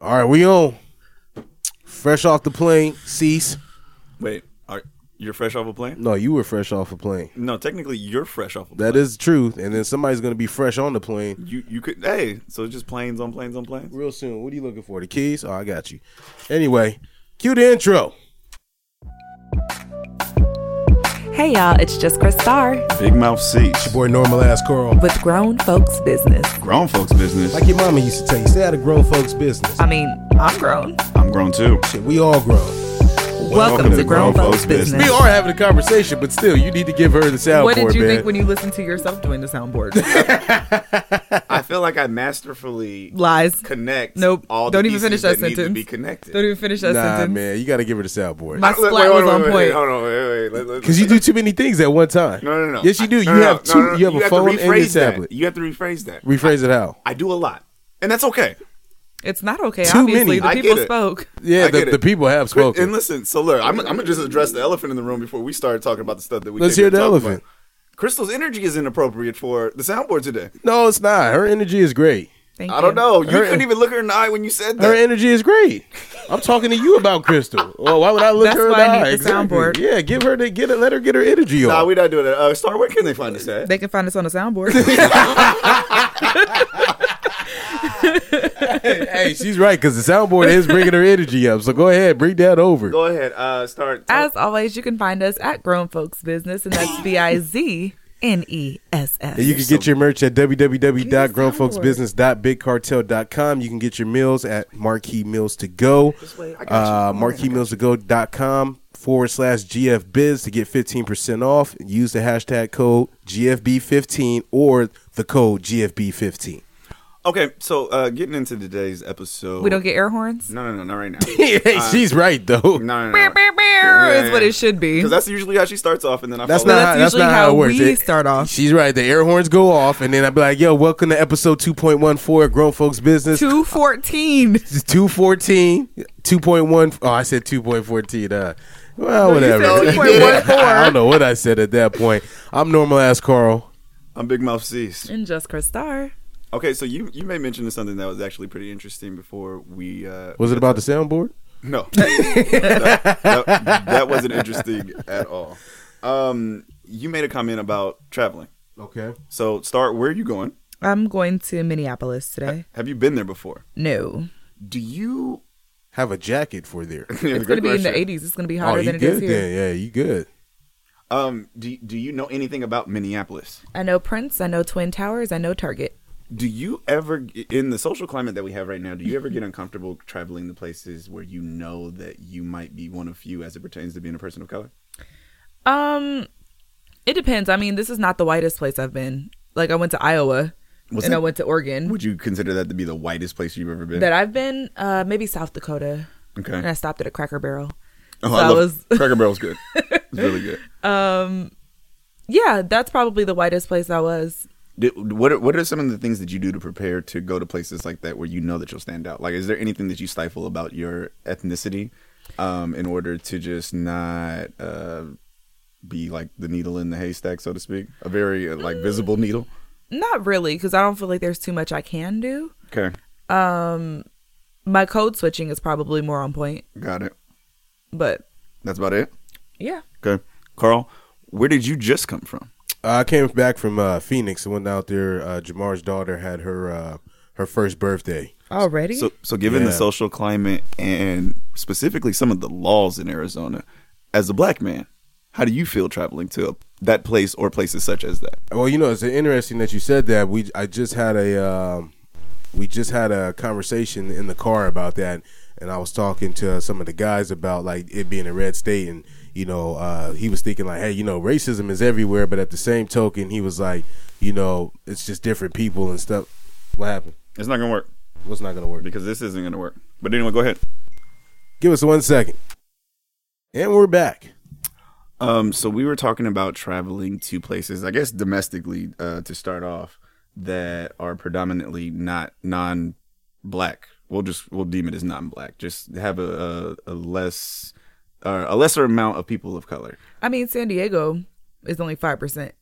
All right, we on. Fresh off the plane, cease. Wait, are, you're fresh off a plane? No, you were fresh off a plane. No, technically you're fresh off a plane. That is true. And then somebody's gonna be fresh on the plane You you could hey, so it's just planes on planes on planes. real soon. What are you looking for? The keys? Oh, I got you. Anyway, cue the intro. Hey y'all, it's just Chris Starr Big mouth seats. Boy, normal ass Carl. with Grown Folks Business. Grown folks business. Like your mama used to tell you, stay out of grown folks' business. I mean, I'm grown. I'm grown too. Shit, we all grown. Welcome, to, Grown, Folks Business. We are having a conversation, but still, you need to give her the soundboard, What did you man. think when you listened to yourself doing the soundboard? I feel like I masterfully Lies. connect Nope. all the Don't even pieces finish that need to sentence. be connected. Don't even finish that nah, sentence. man, you got to give her the soundboard. My Wait, splat wait, was hold on, on wait, point. wait, Hold on, wait, wait. let- let- Because you do too many things at one time. No, no, no. Yes, you do. No, you no, have no, two. no, no. You have a phone to and a rephrase that. tablet. You have to rephrase that. Rephrase it how? I do a lot, and that's okay. It's not okay. Too many. Obviously, I the get people it. spoke. Yeah, I the, get it. the people have Chris- spoken. And listen, so look, I'm, I'm gonna just address the elephant in the room before we start talking about the stuff that we. Let's came hear to the talk elephant. About. Crystal's energy is inappropriate for the soundboard today. No, it's not. Her energy is great. Thank I don't you. know. You Her- couldn't even look her in the eye when you said Her that. energy is great. I'm talking to you about Crystal. Well, why would I look That's her in why the I need eye? the soundboard. Yeah, give her the get it. Let her get her energy on. Nah, we not doing that. Uh, Star, where can they find us at? They can find us on the soundboard. hey, she's right because the soundboard is bringing her energy up. So go ahead, bring that over. Go ahead. Uh, start. As always, you can find us at Grown Folks Business, and that's B I Z N E S And you can S. get your merch at www.grownfolksbusiness.bigcartel.com. You can get your meals at Marquee Meals to Go. Uh, MarqueeMealsToGo.com forward slash GFBiz to get 15% off. Use the hashtag code GFB15 or the code GFB15. Okay, so uh, getting into today's episode. We don't get air horns. No, no, no, not right now. hey, she's right, though. No, no, Beow, no. beow, beow Is what it should be. Because that's usually how she starts off, and then I. That's follow not, it. how, that's that's usually not how, how it works. we It- start off. She's right. The air horns go off, and then I'd be like, yo, welcome to episode 2.14 Grown Folks Business. Two fourteen. It's 214, 2.1. Oh, I said 2.14. Uh, well, you said whatever. 2.14. I don't know what I said at that point. I'm normal ass Carl. I'm Big Mouth Cease. And just Chris Starr. Okay, so you you may mention something that was actually pretty interesting before we. Uh, Was it about the soundboard? No, that, that- that wasn't interesting at all. Um, you made a comment about traveling. Okay. So, start. Where are you going? I'm going to Minneapolis today. Have you been there before? No. Do you? Have a jacket for there. It's going to be in the 80s. It's going to be oh, hotter you than it is good here. then. Yeah, you good. Um, do do you know anything about Minneapolis? I know Prince. I know Twin Towers. I know Target. Do you ever, in the social climate that we have right now, do you ever get uncomfortable traveling to places where you know that you might be one of few as it pertains to being a person of color? Um, It depends. I mean, this is not the whitest place I've been. Like, I went to Iowa Was and that- I went to Oregon. Would you consider that to be the whitest place you've ever been? that I've been, uh, maybe South Dakota. Okay. And I stopped at a Cracker Barrel. oh, so I I love was- Cracker Barrel's good. It's really good. Yeah, that's probably the whitest place I was. Did, what are, what are some of the things that you do to prepare to go to places like that where you know that you'll stand out? Like, is there anything that you stifle about your ethnicity um, in order to just not uh, be like the needle in the haystack, so to speak, a very uh, like visible needle? Not really, because I don't feel like there's too much I can do. Okay, My code switching is probably more on point, got it. but That's about it. yeah. Okay, Carl, where did you just come from? I came back from uh, Phoenix and went out there. Uh, Jamar's daughter had her uh, her first birthday. Already? So, so given the Yeah. social climate and specifically some of the laws in Arizona, as a black man, how do you feel traveling to a, that place or places such as that? Well, you know, it's interesting that you said that. We I just had a um, we just had a conversation in the car about that, and I was talking to some of the guys about like it being a red state, and you know, uh, he was thinking like, hey, you know, racism is everywhere, but at the same token, he was like, you know, it's just different people and stuff. What happened? It's not gonna work. What's not gonna work? because this isn't going to work. But anyway, go ahead. Give us one second, and we're back. Um, so we were talking about traveling to places, I guess domestically, uh, to start off, that are predominantly not non-black. We'll just we'll deem it as non-black. Just have a a, a less uh, a lesser amount of people of color. I mean, San Diego is only 5%.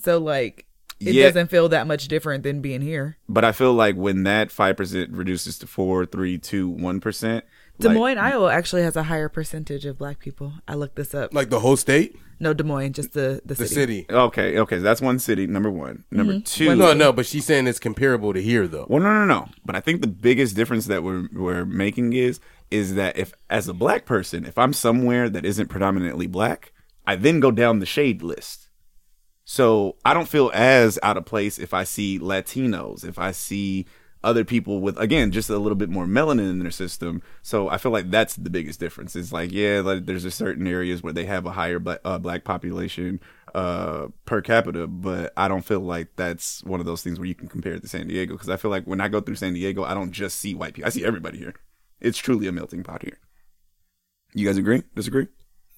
So, like, it Yeah. doesn't feel that much different than being here. But I feel like when that five percent reduces to four, three, two, one percent, Des like, Moines, Iowa actually has a higher percentage of black people. I looked this up. Like the whole state, no, Des Moines, just the, the, the city. city. Okay, okay, so that's one city. Number one, number two. No, no, but she's saying it's comparable to here though. Well, no, no, no. But I think the biggest difference that we're we're making is is that if as a black person, if I'm somewhere that isn't predominantly black, I then go down the shade list. So I don't feel as out of place if I see Latinos, if I see other people with again just a little bit more melanin in their system. So I feel like that's the biggest difference. It's like yeah, like there's a certain areas where they have a higher black, uh, black population uh, per capita, but I don't feel like that's one of those things where you can compare it to San Diego because I feel like when I go through San Diego, I don't just see white people. I see everybody here. It's truly a melting pot here. You guys agree? Disagree?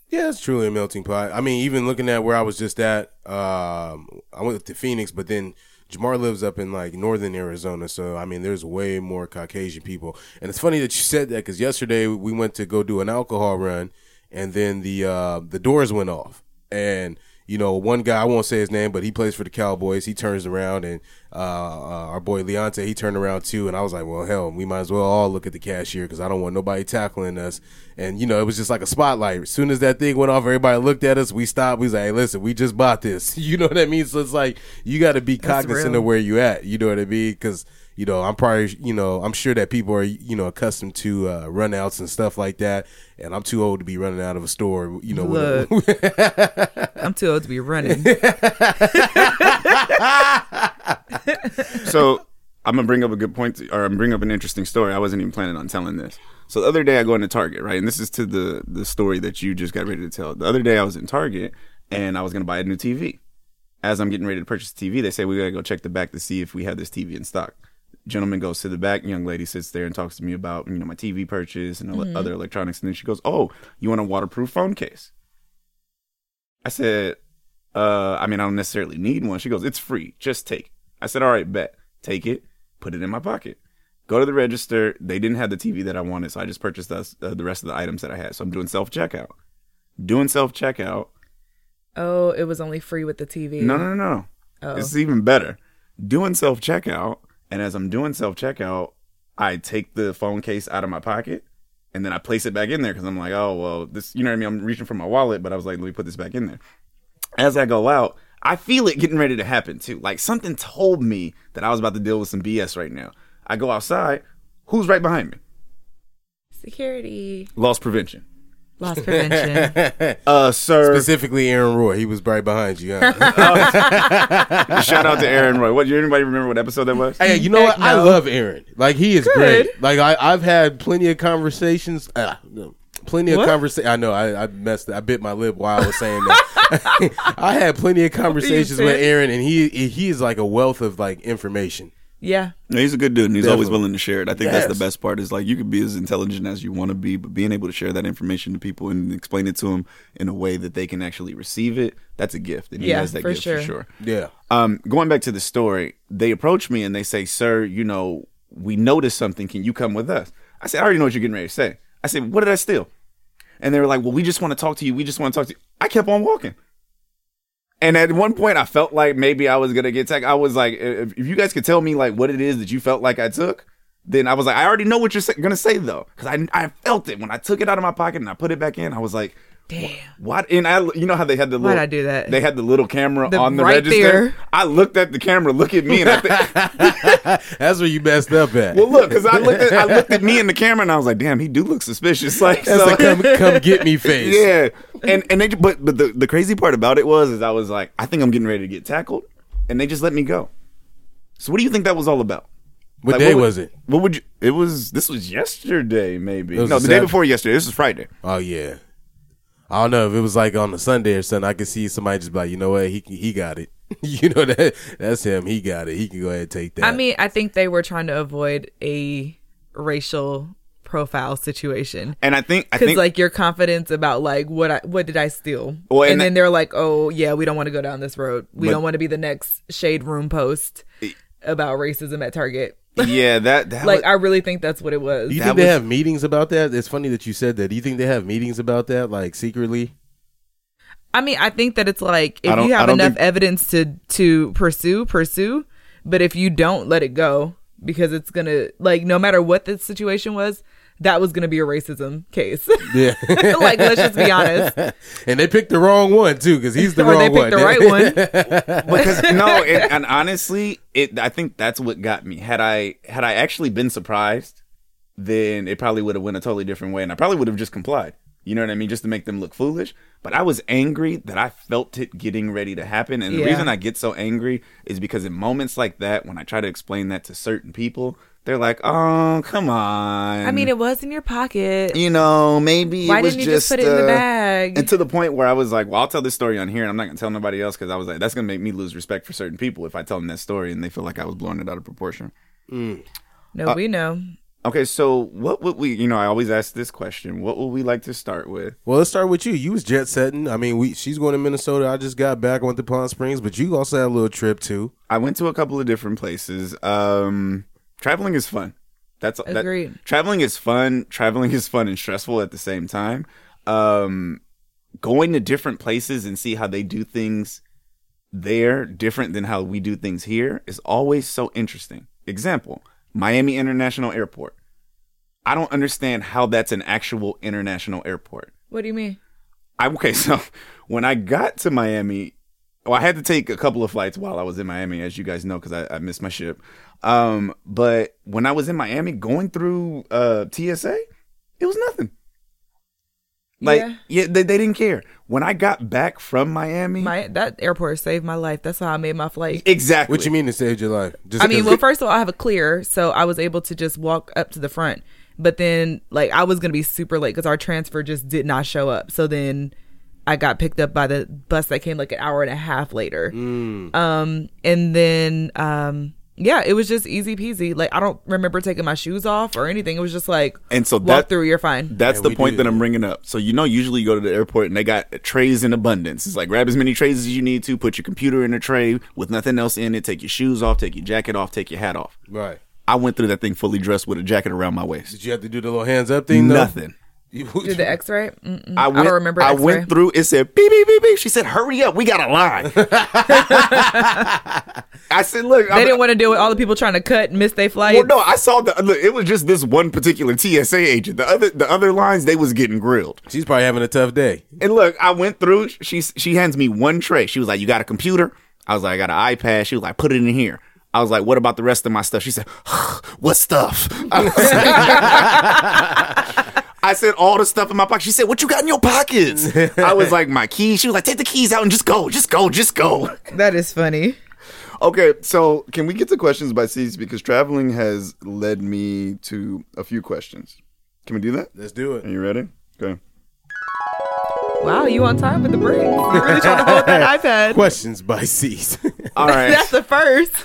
Yeah, it's truly a melting pot. I mean, even looking at where I was just at, um, I went to Phoenix, but then Jamar lives up in like northern Arizona, so I mean, there's way more Caucasian people. And it's funny that you said that because yesterday we went to go do an alcohol run, and then the uh, the doors went off, and you know, one guy I won't say his name, but he plays for the Cowboys. He turns around and uh, uh, our boy Leonte he turned around too, and I was like, well, hell, we might as well all look at the cashier because I don't want nobody tackling us. And you know, it was just like a spotlight. As soon as that thing went off, everybody looked at us. We stopped. We was like, hey, listen, we just bought this. You know what I mean? So it's like you got to be cognizant real. of where you at. You know what I mean? Because you know, I'm probably, you know, I'm sure that people are, you know, accustomed to uh, runouts and stuff like that. And I'm too old to be running out of a store, you know, with a- Look, I'm too old to be running. so I'm gonna bring up a good point, or I'm bring up an interesting story. I wasn't even planning on telling this. So the other day I go into Target, right, and this is to the the story that you just got ready to tell. The other day I was in Target and I was gonna buy a new TV. As I'm getting ready to purchase the TV, they say we gotta go check the back to see if we have this TV in stock. Gentleman goes to the back, young lady sits there and talks to me about you know my TV purchase and ele- other electronics, and then she goes, "Oh, you want a waterproof phone case?" I said, uh, I mean, I don't necessarily need one. She goes, it's free. Just take. it." I said, all right, bet. Take it, put it in my pocket. Go to the register. They didn't have the TV that I wanted, so I just purchased us, uh, the rest of the items that I had. So I'm doing self checkout. Doing self checkout. oh, it was only free with the TV. No, no, no, no. Oh. It's even better. Doing self checkout. And as I'm doing self checkout, I take the phone case out of my pocket and then I place it back in there because I'm like, oh, well, this, you know what I mean? I'm reaching for my wallet, but I was like, let me put this back in there. As I go out, I feel it getting ready to happen too. Like something told me that I was about to deal with some BS right now. I go outside. Who's right behind me? Security, Loss prevention. loss prevention. Uh, sir. specifically Aaron Roy. He was right behind you. Huh? shout out to Aaron Roy. What? Anybody remember what episode that was? Hey, you know what? I no. love Aaron. Like he is Good. great. Like I, I've had plenty of conversations. Uh, no, plenty of What? conversation. I know I, I messed. I bit my lip while I was saying that. I had plenty of conversations with said. Aaron, and he he is like a wealth of like information. yeah, No, he's a good dude, and he's always Definitely. willing to share it. I think that's Yes. the best part. Is like you could be as intelligent as you want to be, but being able to share that information to people and explain it to them in a way that they can actually receive it, that's a gift, and he Yeah, has that for gift sure. for sure. Yeah. um, going back to the story, they approach me and they say, "Sir, you know, we noticed something. Can you come with us?" I said, "I already know what you're getting ready to say." I said, "What did I steal?" And they were like, "Well, we just want to talk to you. We just want to talk to you." I kept on walking. And at one point, I felt like maybe I was gonna get tech. I was like, if, if you guys could tell me like what it is that you felt like I took, then I was like, I already know what you're sa- gonna say though, because I I felt it when I took it out of my pocket and I put it back in. I was like, damn. what? And I, you know how they had the Why'd little, I do that? They had the little camera The- on the right register. there. I looked at the camera, look at me, and I think, That's where you messed up at. well, look, because I looked, at, I looked at me in the camera, and I was like, damn, he do look suspicious. Like, That's so, a come come get me face. yeah, and and they, ju- but but the the crazy part about it was, is I was like, I think I'm getting ready to get tackled, and they just let me go. So, what do you think that was all about? What Like, day would- was it? What would you? It was this was yesterday, maybe. was No, the the day Saturday. before yesterday. This was Friday. Oh yeah. I don't know if it was like on a Sunday or something. I could see somebody just be like, you know what, he he got it. you know that that's him. He got it. He can go ahead and take that. I mean, I think they were trying to avoid a racial profile situation. And I think I Cause think like your confidence about like what I what did I steal, Well, and, and then that- they're like, oh yeah, we don't want to go down this road. We But- don't want to be the next shade room post about racism at Target. yeah, that that Like was- I really think that's what it was. Do you That think they was- have meetings about that? It's funny that you said that. Do you think they have meetings about that, like secretly? I mean, I think that it's like I if don't- you I have don't enough think- evidence to to pursue, pursue. But if you don't, let it go because it's gonna like no matter what the situation was, that was gonna be a racism case. Yeah. like let's just be honest. and they picked the wrong one too, because he's the or wrong they picked one. the right one. because no, and, and honestly, it I think that's what got me. Had I had I actually been surprised, then it probably would have went a totally different way, and I probably would have just complied. You know what I mean? Just to make them look foolish. But I was angry that I felt it getting ready to happen, and the Yeah. reason I get so angry is because in moments like that, when I try to explain that to certain people, they're like, "Oh, come on." I mean, it was in your pocket. you know, maybe Why it was didn't you just put it in the uh, bag? And to the point where I was like, well, I'll tell this story on here, and I'm not gonna tell nobody else because I was like, that's gonna make me lose respect for certain people if I tell them that story and they feel like I was blowing it out of proportion. No, we know. Okay, so what would we? You know, I always ask this question: What would we like to start with? Well, let's start with you. You was jet setting. I mean, we she's going to Minnesota. I just got back. I went to Palm Springs, but you also had a little trip too. I went to a couple of different places. Um, traveling is fun. That's that- Agreed. traveling is fun. Traveling is fun and stressful at the same time. Um, going to different places and see how they do things there different than how we do things here is always so interesting. Example: Miami International Airport. I don't understand how that's an actual international airport. What do you mean? I, okay, so when I got to Miami, well, I had to take a couple of flights while I was in Miami, as you guys know, because I, I missed my ship. Um, but when I was in Miami, going through uh, TSA, it was nothing. Like, yeah, Yeah. they, they didn't care. When I got back from Miami, My that airport saved my life. That's how I made my flight. exactly. What you mean it saved your life? Just I mean, 'cause- well, first of all, I have a clear, so I was able to just walk up to the front. But then, like, I was gonna be super late because our transfer just did not show up. So then, I got picked up by the bus that came like an hour and a half later. Um, and then, um, yeah, it was just easy peasy. Like, I don't remember taking my shoes off or anything. It was just like, And so walk that- through, you're fine. That's Yeah, we the point did. that I'm bringing up. So you know, usually you go to the airport and they got trays in abundance. It's like grab as many trays as you need to, put your computer in a tray with nothing else in it, take your shoes off, take your jacket off, take your hat off. right. I went through that thing fully dressed with a jacket around my waist. Did you have to do the little hands up thing? Though? Nothing. You- Did the X-ray? Mm-mm. I, went, don't remember. I X-ray. went through. It said beep beep beep beep. She said, "Hurry up, we got a line." I said, "Look, They I'm- didn't want to deal with all the people trying to cut and miss their flight. Well, no, I saw the. Look, it was just this one particular TSA agent. The other, the other lines, they was getting grilled. She's probably having a tough day. And look, I went through. She she hands me one tray. She was like, "You got a computer?" I was like, "I got an iPad." She was like, "Put it in here." I was like, "What about the rest of my stuff?" She said, "What stuff?" I, was like- I said all the stuff in my pocket. She said, "What you got in your pockets?" I was like, "My keys." She was like, "Take the keys out and just go, just go, just go." That is funny. Okay, so can we get to questions by seats because traveling has led me to a few questions. Can we do that? Let's do it. Are you ready? Okay. Wow, you on time with the break? You really trying to hold that iPad? Questions by C's. All right. That's the first.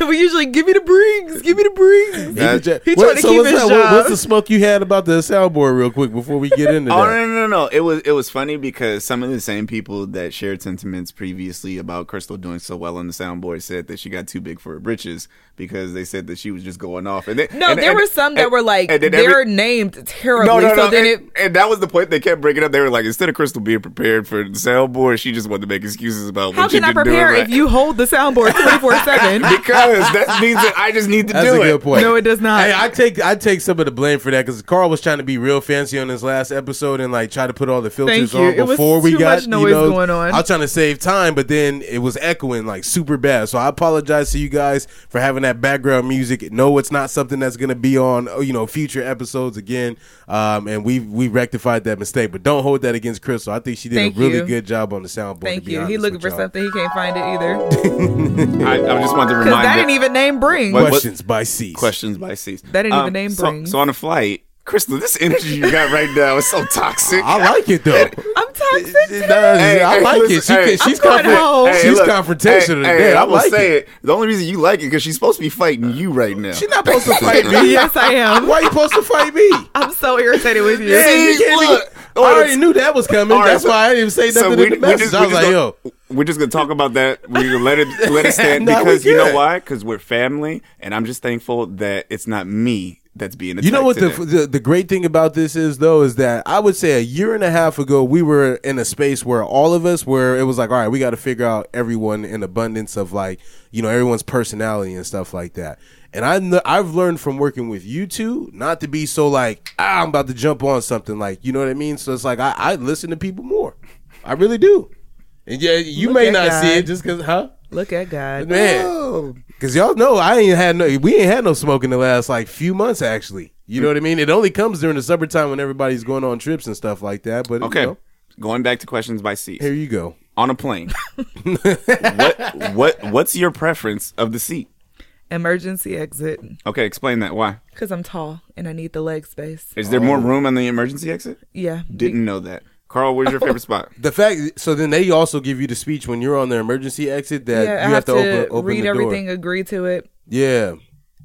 We usually give me the brings, give me the brings. That- He tried what's to keep his that? What- What's job. the smoke you had about the soundboard, real quick, before we get into Oh that? no, no no no! It was it was funny because some of the same people that shared sentiments previously about Crystal doing so well on the soundboard said that she got too big for her britches because they said that she was just going off. And then, No, and- there and- were some that and- were like and then every- they're named terribly. No, no, no. so then it, and, and that was the point they kept bringing up. They were like, instead of Crystal being prepared for the soundboard, she just wanted to make excuses about how what she can I didn't prepare do it if you hold the soundboard twenty four seven? right. Because that means that I just need to That's do a it. good point. No, it does not. Hey, I take I take some of the blame for that because Carl was trying to be real fancy on his last episode and like try to put all the filters Thank you. on It was before we too got much noise you know, going on. I was trying to save time, but then it was echoing like super bad. So I apologize to you guys for having that background music. No, it's not something that's going to be on oh, you know future episodes again. Um, and we we rectified that mistake, but don't hold that against Crystal. I think she did Thank a really you. good job on the soundboard. Thank to be you. He honest with looking for y'all. something he can't find it either. Because I, I just wanted to remind that that- didn't even name bring. What- Questions by C. questions by C's. That didn't even name so, bring. So on a flight, Crystal, this energy you got right now is so toxic. I like it though. I'm toxic. It does. Hey, I hey, like listen, it. She hey, can, she's going confront- home. Hey, she's look, confrontational Hey, today. hey, I I'm gonna like say it. it. The only reason you like it because she's supposed to be fighting you right now. She's not supposed to fight me. yes, I am. Why you supposed to fight me? I'm so irritated with you. you can't be- look, I already knew that was coming. All right, That's so- why I didn't even say nothing in the message. I was like, yo, gonna, we're just gonna talk about that. We're gonna let it let it stand Nah, we because you know good. why? why? Because we're family, and I'm just thankful that it's not me that's being You know attacked what the, today. the the great thing about this is though is that I would say a year and a half ago we were in a space where all of us where it was like all right we got to figure out everyone in abundance of like you know everyone's personality and stuff like that. And I kn- I've learned from working with you two not to be so like ah, I'm about to jump on something like you know what I mean. So it's like I, I listen to people more. I really do. And yeah, you Look may at not see God. it just because huh Look at God. man. Cause y'all know I ain't had no, we ain't had no smoke in the last like few months actually. You know what I mean? It only comes during the summertime when everybody's going on trips and stuff like that. But okay, okay going back to questions by seats here you go. on a plane what what what's your preference of the seat Emergency exit. okay explain that why Because I'm tall and I need the leg space. is there more Oh. room on the emergency exit Yeah. didn't know that carl where's your favorite spot The fact, so then they also give you the speech when you're on their emergency exit that yeah, I you have, to, open, open read the door. everything, agree to it. Yeah,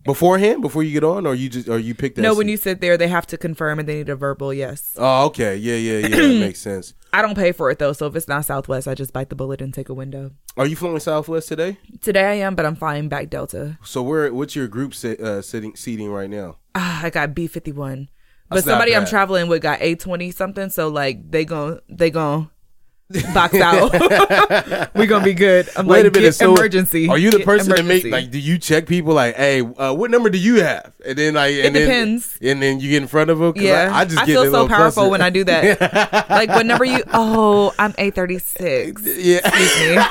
beforehand, before you get on, or you just or you pick that. no, when seat? you sit there, they have to confirm and they need a verbal yes. Oh, okay, yeah, yeah, yeah, that makes sense. I don't pay for it though, so if it's not Southwest, I just bite the bullet and take a window. Are you flying Southwest today? Today I am, but I'm flying back Delta. So where? What's your group sit, uh, sitting seating right now? Ah, I got B fifty one, but That's not somebody I'm bad. traveling with got A twenty something. So like they gon' they gon' box out. we gonna be good. I'm like get emergency. Are you the Get person to emergency. make like? Do you check people like, hey, uh, what number do you have? And then like, and then- depends. and then you get in front of them. Yeah, I, just I get feel in a so little powerful cluster. when I do that. like whenever you, oh, I'm A thirty six. Yeah. Excuse me.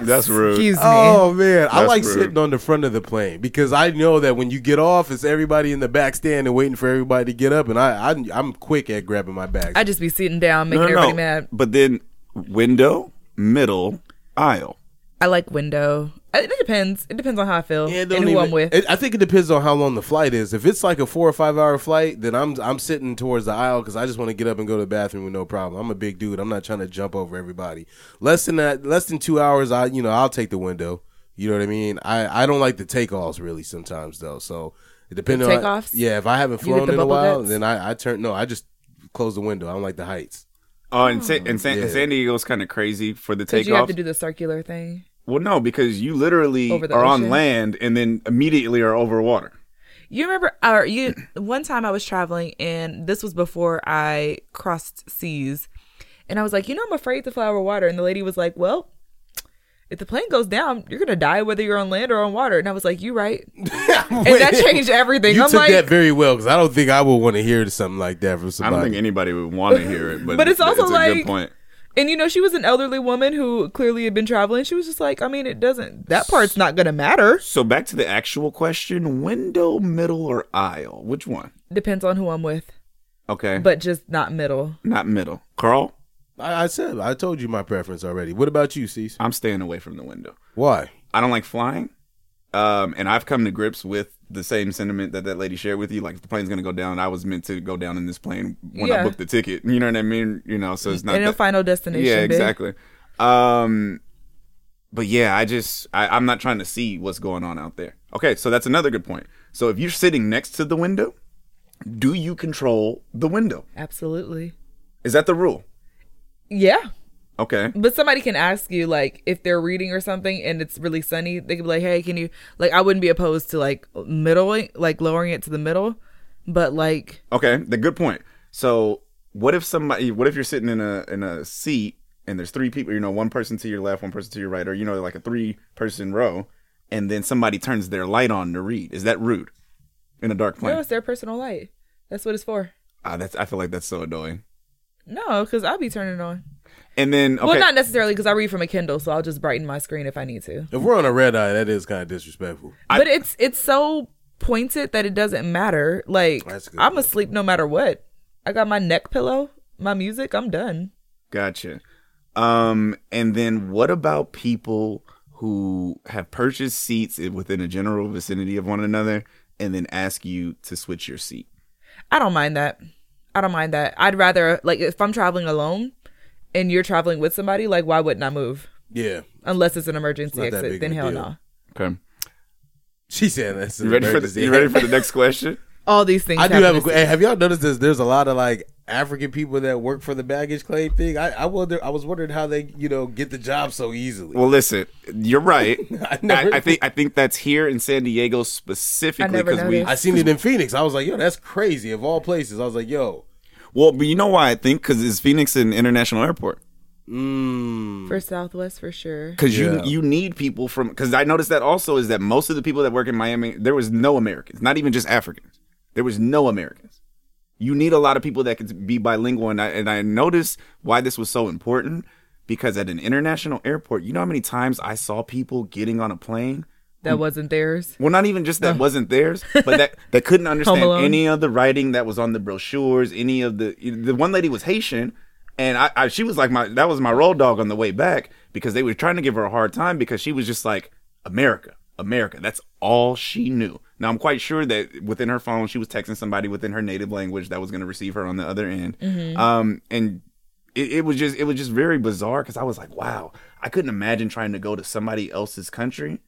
that's rude Excuse me. Oh man, I That's like rude. sitting on the front of the plane because I know that when you get off, it's everybody in the back standing waiting for everybody to get up, and I, I I'm quick at grabbing my bags. I just be sitting down, making no, no, everybody no. mad. but then window middle aisle I like window. It it depends. It depends on how I feel Yeah, it and don't who even- I'm with. it- I think it depends on how long the flight is. If it's like a four or five hour flight, then I'm I'm sitting towards the aisle because I just want to get up and go to the bathroom with no problem. I'm a big dude. I'm not trying to jump over everybody. Less than that, less than two hours, I you know I'll take the window. You know what I mean? I I don't like the takeoffs really sometimes though. So it depends on takeoffs? Yeah, if I haven't You get flown the in a bubble while, guts? then I I turn no, I just close the window. I don't like the heights. Oh, and, Sa- and, San- Yeah. and San Diego's kind of crazy for the Did you have takeoff. to do the circular thing? well, no, because you literally are Over the on ocean? land and then immediately are over water. You remember, or you one time I was traveling, and this was before I crossed seas, and I was like, you know, I'm afraid to fly over water, and the lady was like, well. If the plane goes down, you're gonna die whether you're on land or on water. And I was like, "You right?" And that changed everything. You I'm took like, that very well because I don't think I would want to hear something like that from I somebody. don't think anybody would want to hear it, but, But it's also a like- good point. and you know, she was an elderly woman who clearly had been traveling. She was just like, "I mean, it doesn't. That part's not gonna matter. So back to the actual question: window, middle, or aisle? Which one? Depends on who I'm with, Okay, but just not middle." not middle. Carl, I, I said I told you my preference already. What about you, Cease? I'm staying away from the window. Why? I don't like flying, um, and I've come to grips with the same sentiment that that lady shared with you. Like if the plane's gonna go down, I was meant to go down in this plane when I Yeah. booked the ticket. You know what I mean? You know, so it's not and a that- final destination. yeah babe. exactly um but yeah i just I, i'm not trying to see what's going on out there okay so that's another good point so if you're sitting next to the window do you control the window Absolutely. is that the rule Yeah. okay But somebody can ask you like if they're reading or something and it's really sunny, they could be like, "Hey, can you like I wouldn't be opposed to like middling, like lowering it to the middle, but like okay the good point so what if somebody what if you're sitting in a in a seat and there's three people you know one person to your left one person to your right or you know like a three person row and then somebody turns their light on to read is that rude in a dark no, plane it's their personal light. That's what it's for." ah, that's i feel like that's so annoying No, because I'll be turning it on. and then okay Well, not necessarily because I read from a Kindle, so I'll just brighten my screen if I need to. If we're on a red eye, that is kind of disrespectful. but it's it's so pointed that it doesn't matter. Like That's a good I'm point. asleep no matter what. I got my neck pillow, my music. I'm done. Gotcha. Um, and then what about people who have purchased seats i- within a general vicinity of one another and then ask you to switch your seat? I don't mind that. I don't mind that. I'd rather like if I'm traveling alone and you're traveling with somebody, like why wouldn't I move? Yeah, Unless it's an emergency It's not that exit, big then of a hell deal. no. Okay. she said that's You ready for the emergency. you ready for the next question? All these things. I do have a. happen Hey, have y'all noticed this? There's a lot of like African people that work for the baggage claim thing. I, I wonder. I was wondering how they, you know, get the job so easily. Well, listen, you're right. I, never- I think I think that's here in San Diego specifically never because we. I seen it in Phoenix. I was like, yo, that's crazy. Of all places, I was like, yo, Well, but you know why I think because it's Phoenix an international airport. eh. for Southwest for sure. Because Yeah. you you need people from. Because I noticed that also is that most of the people that work in Miami, there was no Americans, not even just Africans. There was no Americans. You need a lot of people that can be bilingual, and I and I noticed why this was so important because at an international airport, you know how many times I saw people getting on a plane Mm. That wasn't theirs. Well, not even just that wasn't theirs, but that they couldn't understand Alone. any of the writing that was on the brochures. Any of the the one lady was Haitian, and I, I she was like my that was my road dog on the way back because they were trying to give her a hard time because she was just like America, America. That's all she knew. Now I'm quite sure that within her phone she was texting somebody within her native language that was going to receive her on the other end. Um, and it, it was just it was just very bizarre because I was like, wow, I couldn't imagine trying to go to somebody else's country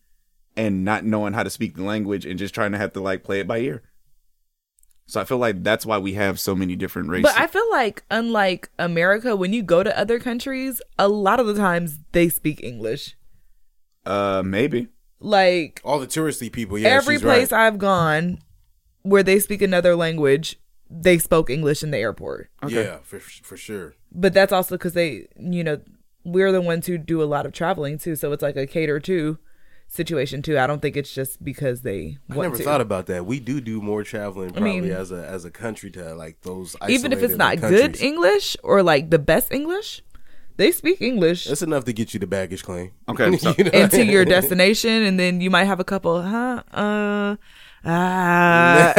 and not knowing how to speak the language and just trying to have to like play it by ear. So I feel like that's why we have so many different races. But I feel like, unlike America, when you go to other countries, a lot of the times they speak English. uh, maybe. Like all the touristy people. Yeah, every she's place right. I've gone where they speak another language, they spoke English in the airport. Yeah, for for sure. But that's also because they, you know, we're the ones who do a lot of traveling too. So it's like a cater to situation too. I don't think it's just because they want I never to. thought about that. We do do more traveling probably mean- as a as a country to like those. Even if it's isolated not countries. good English or like the best English, they speak English. that's enough to get you the baggage claim. Okay, so- You know? into your destination, and then you might have a couple, huh? Uh, ah.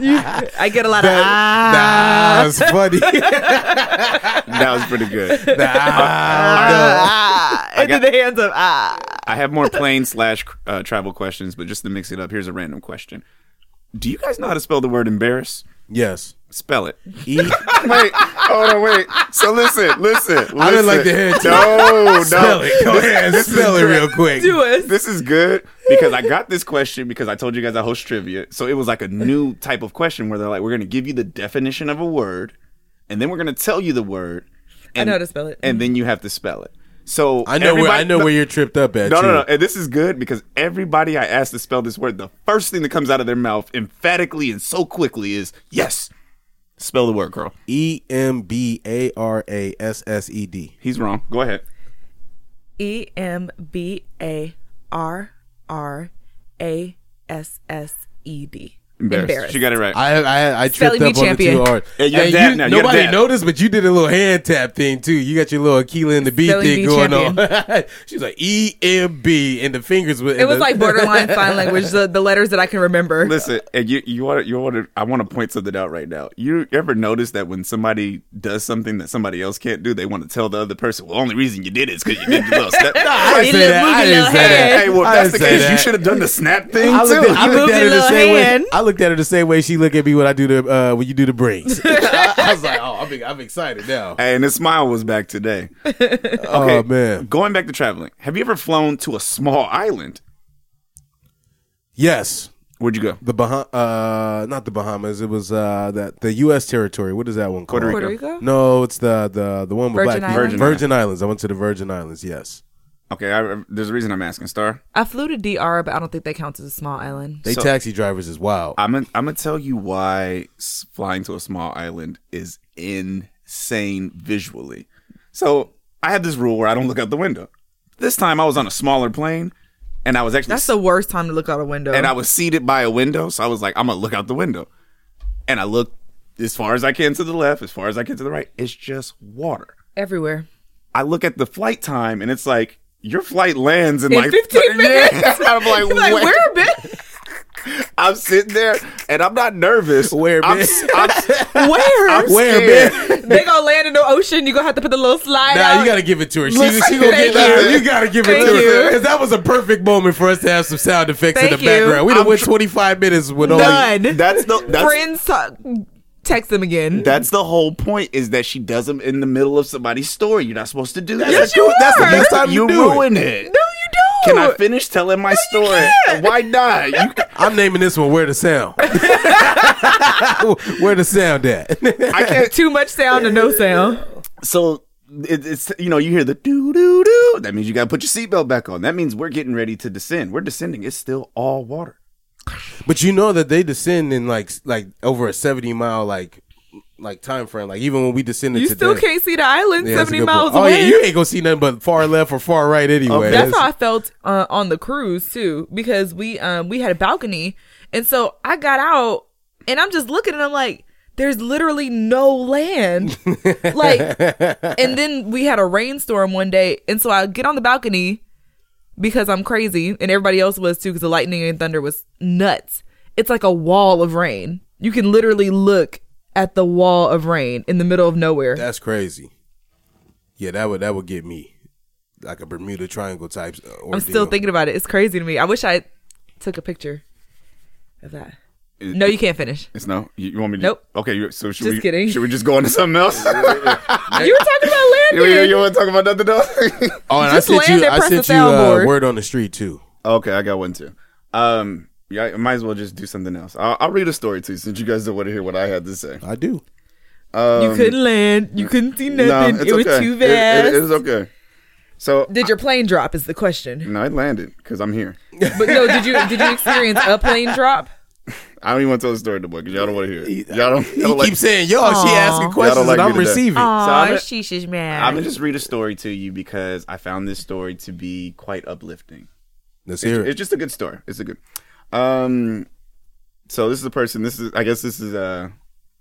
You- I get a lot of ah. Nah, it's funny. That was pretty good. ah, into got- the hands of ah. I have more plane slash uh, travel questions, but just to mix it up, here's a random question. Do you guys know how to spell the word embarrass? yes. Spell it. E. wait, hold on, wait. So listen, listen. listen. I didn't like the head. No, Spell no. it. Go ahead. Spell it real quick. Do us. This is good because I got this question because I told you guys I host trivia. So it was like a new type of question where they're like, we're going to give you the definition of a word, and then we're going to tell you the word. And, know how to spell it. And then you have to spell it. So I know where I everybody- know no, where you're tripped up at. No, too. no, no. And this is good because everybody I asked to spell this word, the first thing that comes out of their mouth emphatically and so quickly is yes. Spell the word, girl. E M B A R A S S E D. He's wrong. Go ahead. E M B A R R A S S E D. Embarrassed. She got it right. I I I Spelling tripped bee up on the champion. two R's. Yeah, you gotta And dab now, you gotta nobody dab. noticed, but you did a little hand tap thing too. You got your little Aquila and the B Spelling thing bee going on. She's like E M B, and the fingers were. It was like borderline sign language, the, the letters that I can remember. Listen, and you you want to you want to I want to point something out right now. You ever notice that when somebody does something that somebody else can't do, they want to tell the other person, "Well, only reason you did it is because you did the little snap." I You didn't say that. little I moving didn't little say that. hand. hey, well, if I that's the didn't say case. You that. should have done the snap thing I too. looked, at, I You looked moved at her your the little same hand. way. I looked at her the same way she look at me when I do the uh, when you do the braids. I, I was like, oh, I'm, I'm excited now. Hey, and his smile was back today. Oh man, Going back to traveling, have you ever flown to a small island? yes, Where'd you go? the Bah uh, not the Bahamas. It was uh, that the U.S. territory. What is that one called? Puerto Rico? No, it's the the the one with Virgin black Islands? people. Virgin Islands. I went to the Virgin Islands. Yes, Okay, I, there's a reason I'm asking, Star. I flew to DR, but I don't think that counts as a small island. they So- taxi drivers is wild. I'm gonna I'm gonna tell you why s- flying to a small island is insane visually. So I have this rule where I don't look out the window. This time I was on a smaller plane, and I was actually That's the worst time to look out a window. and I was seated by a window, so I was like, I'm gonna look out the window, and I looked as far as I can to the left, as far as I can to the right. It's just water. Everywhere. I look at the flight time, and it's like your flight lands in, In like 15 minutes. Yeah. I'm like, Like, "Wait." where, bitch? I'm sitting there, and I'm not nervous. Where, I'm, man? I'm, Where? I'm Where, scared. they gonna land in the ocean. You gonna have to put the little slide Nah, out. you gotta give it to her. She, Listen, she gonna thank get that. you. You gotta give it Thank to her you. because that was a perfect moment for us to have some sound effects in Thank the you. background. We done I'm went tr- 25 minutes with all. Done. That's the that's, Friends, talk, text them again. that's the whole point is that she does them in the middle of somebody's story. You're not supposed to do that. Yes, you that's the are. That's best time how you you do it. ruin it. no, you don't. Can I finish telling my story? Why not? You, I'm naming this one "Where the Sound." Where the sound at? I can't. Too much sound and no sound. So it, it's you know you hear the doo doo doo. That means you gotta put your seatbelt back on. That means we're getting ready to descend. We're descending. It's still all water. but you know that they descend in like s- like over a 70 mile like like time frame. Like even when we descended You to still them- can't see the island Yeah, that's a 70 good miles point. oh, away. yeah, you ain't gonna see nothing but far left or far right anyway. That's That's- how I felt uh, on the cruise too, because we um we had a balcony, and so I got out and I'm just looking and I'm like, there's literally no land, like. And then we had a rainstorm one day, and so I get on the balcony because I'm crazy, and everybody else was too, because the lightning and thunder was nuts. It's like a wall of rain. You can literally look at the wall of rain in the middle of nowhere. That's crazy. Yeah, that would that would get me like a Bermuda Triangle type. uh, I'm ordeal. still thinking about it. It's crazy to me. I wish I took a picture of that. No, you can't finish. It's no. You, you want me to? Nope. Okay. you- So should Just we? kidding. Should we just go on to something else? You were talking about you, you, landing. you want to talk about nothing else? Oh, and Just I sent land you. and I press the sent you uh, soundboard. word on the street too. Okay, I got one too. Um, yeah, I might as well just do something else. I'll, I'll read a story too, since you guys don't want to hear what I had to say. I do. you couldn't land. You couldn't see No, nothing. um, it's it was okay. too It- it- fast. it is okay. So did your plane drop? Is the question. no, I landed because I'm here. But no, did you did you experience a plane drop? I don't even want to tell the story to boy because y'all don't want to hear it. Y'all don't. He Y'all don't like, keeps saying, "Yo, she Aw. asking Y'all questions don't like and me I'm to death. receiving." Aw, I'm a- she's just I'm gonna mad. just read a story to you because I found this story to be quite uplifting. Let's hear it. It's just a good story. It's a good. Um, so this is a person. This is I guess this is uh,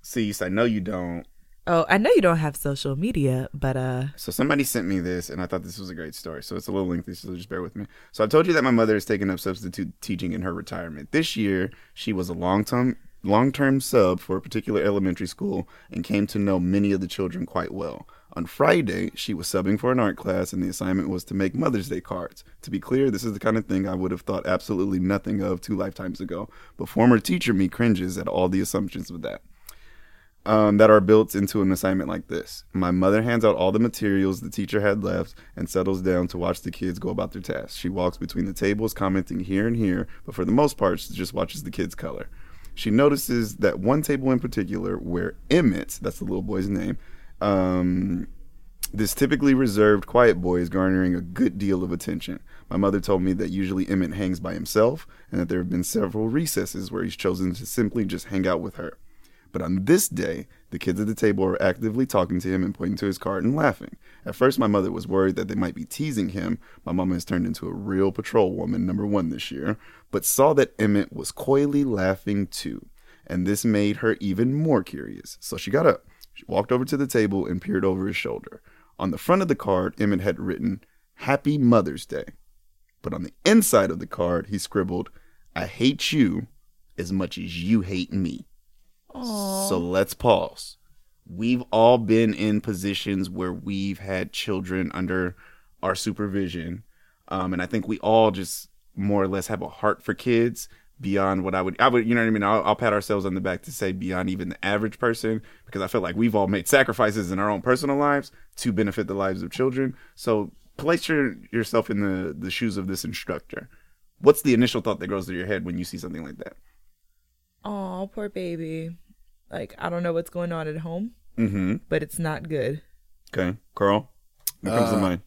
cease. I know you don't. Oh, I know you don't have social media, but uh, So somebody sent me this, and I thought this was a great story. So it's a little lengthy, so just bear with me. So I told you that my mother is taking up substitute teaching in her retirement. This year, she was a long time long term sub for a particular elementary school and came to know many of the children quite well. On Friday, she was subbing for an art class, and the assignment was to make Mother's Day cards. To be clear, this is the kind of thing I would have thought absolutely nothing of two lifetimes ago, but former teacher me cringes at all the assumptions with that um, that are built into an assignment like this. My mother hands out all the materials the teacher had left and settles down to watch the kids go about their tasks. She walks between the tables, commenting here and here, but for the most part, she just watches the kids color. She notices that one table in particular where Emmett, that's the little boy's name, um, this typically reserved quiet boy is garnering a good deal of attention. My mother told me that usually Emmett hangs by himself and that there have been several recesses where he's chosen to simply just hang out with her. But on this day, the kids at the table are actively talking to him and pointing to his card and laughing. At first, my mother was worried that they might be teasing him. My mama has turned into a real patrol woman, number one this year, but saw that Emmett was coyly laughing too. And this made her even more curious. So she got up. She walked over to the table and peered over his shoulder. On the front of the card, Emmett had written, Happy Mother's Day. But on the inside of the card, he scribbled, I hate you as much as you hate me. So let's pause. We've all been in positions where we've had children under our supervision. Um, and I think we all just more or less have a heart for kids beyond what I would, I would, you know what I mean? I'll, I'll pat ourselves on the back to say beyond even the average person, because I feel like we've all made sacrifices in our own personal lives to benefit the lives of children. So place your, yourself in the, the shoes of this instructor. What's the initial thought that goes through your head when you see something like that? oh, poor baby. Like I don't know what's going on at home, Mm-hmm. but it's not good. Okay, Carl. Here comes the Uh, money.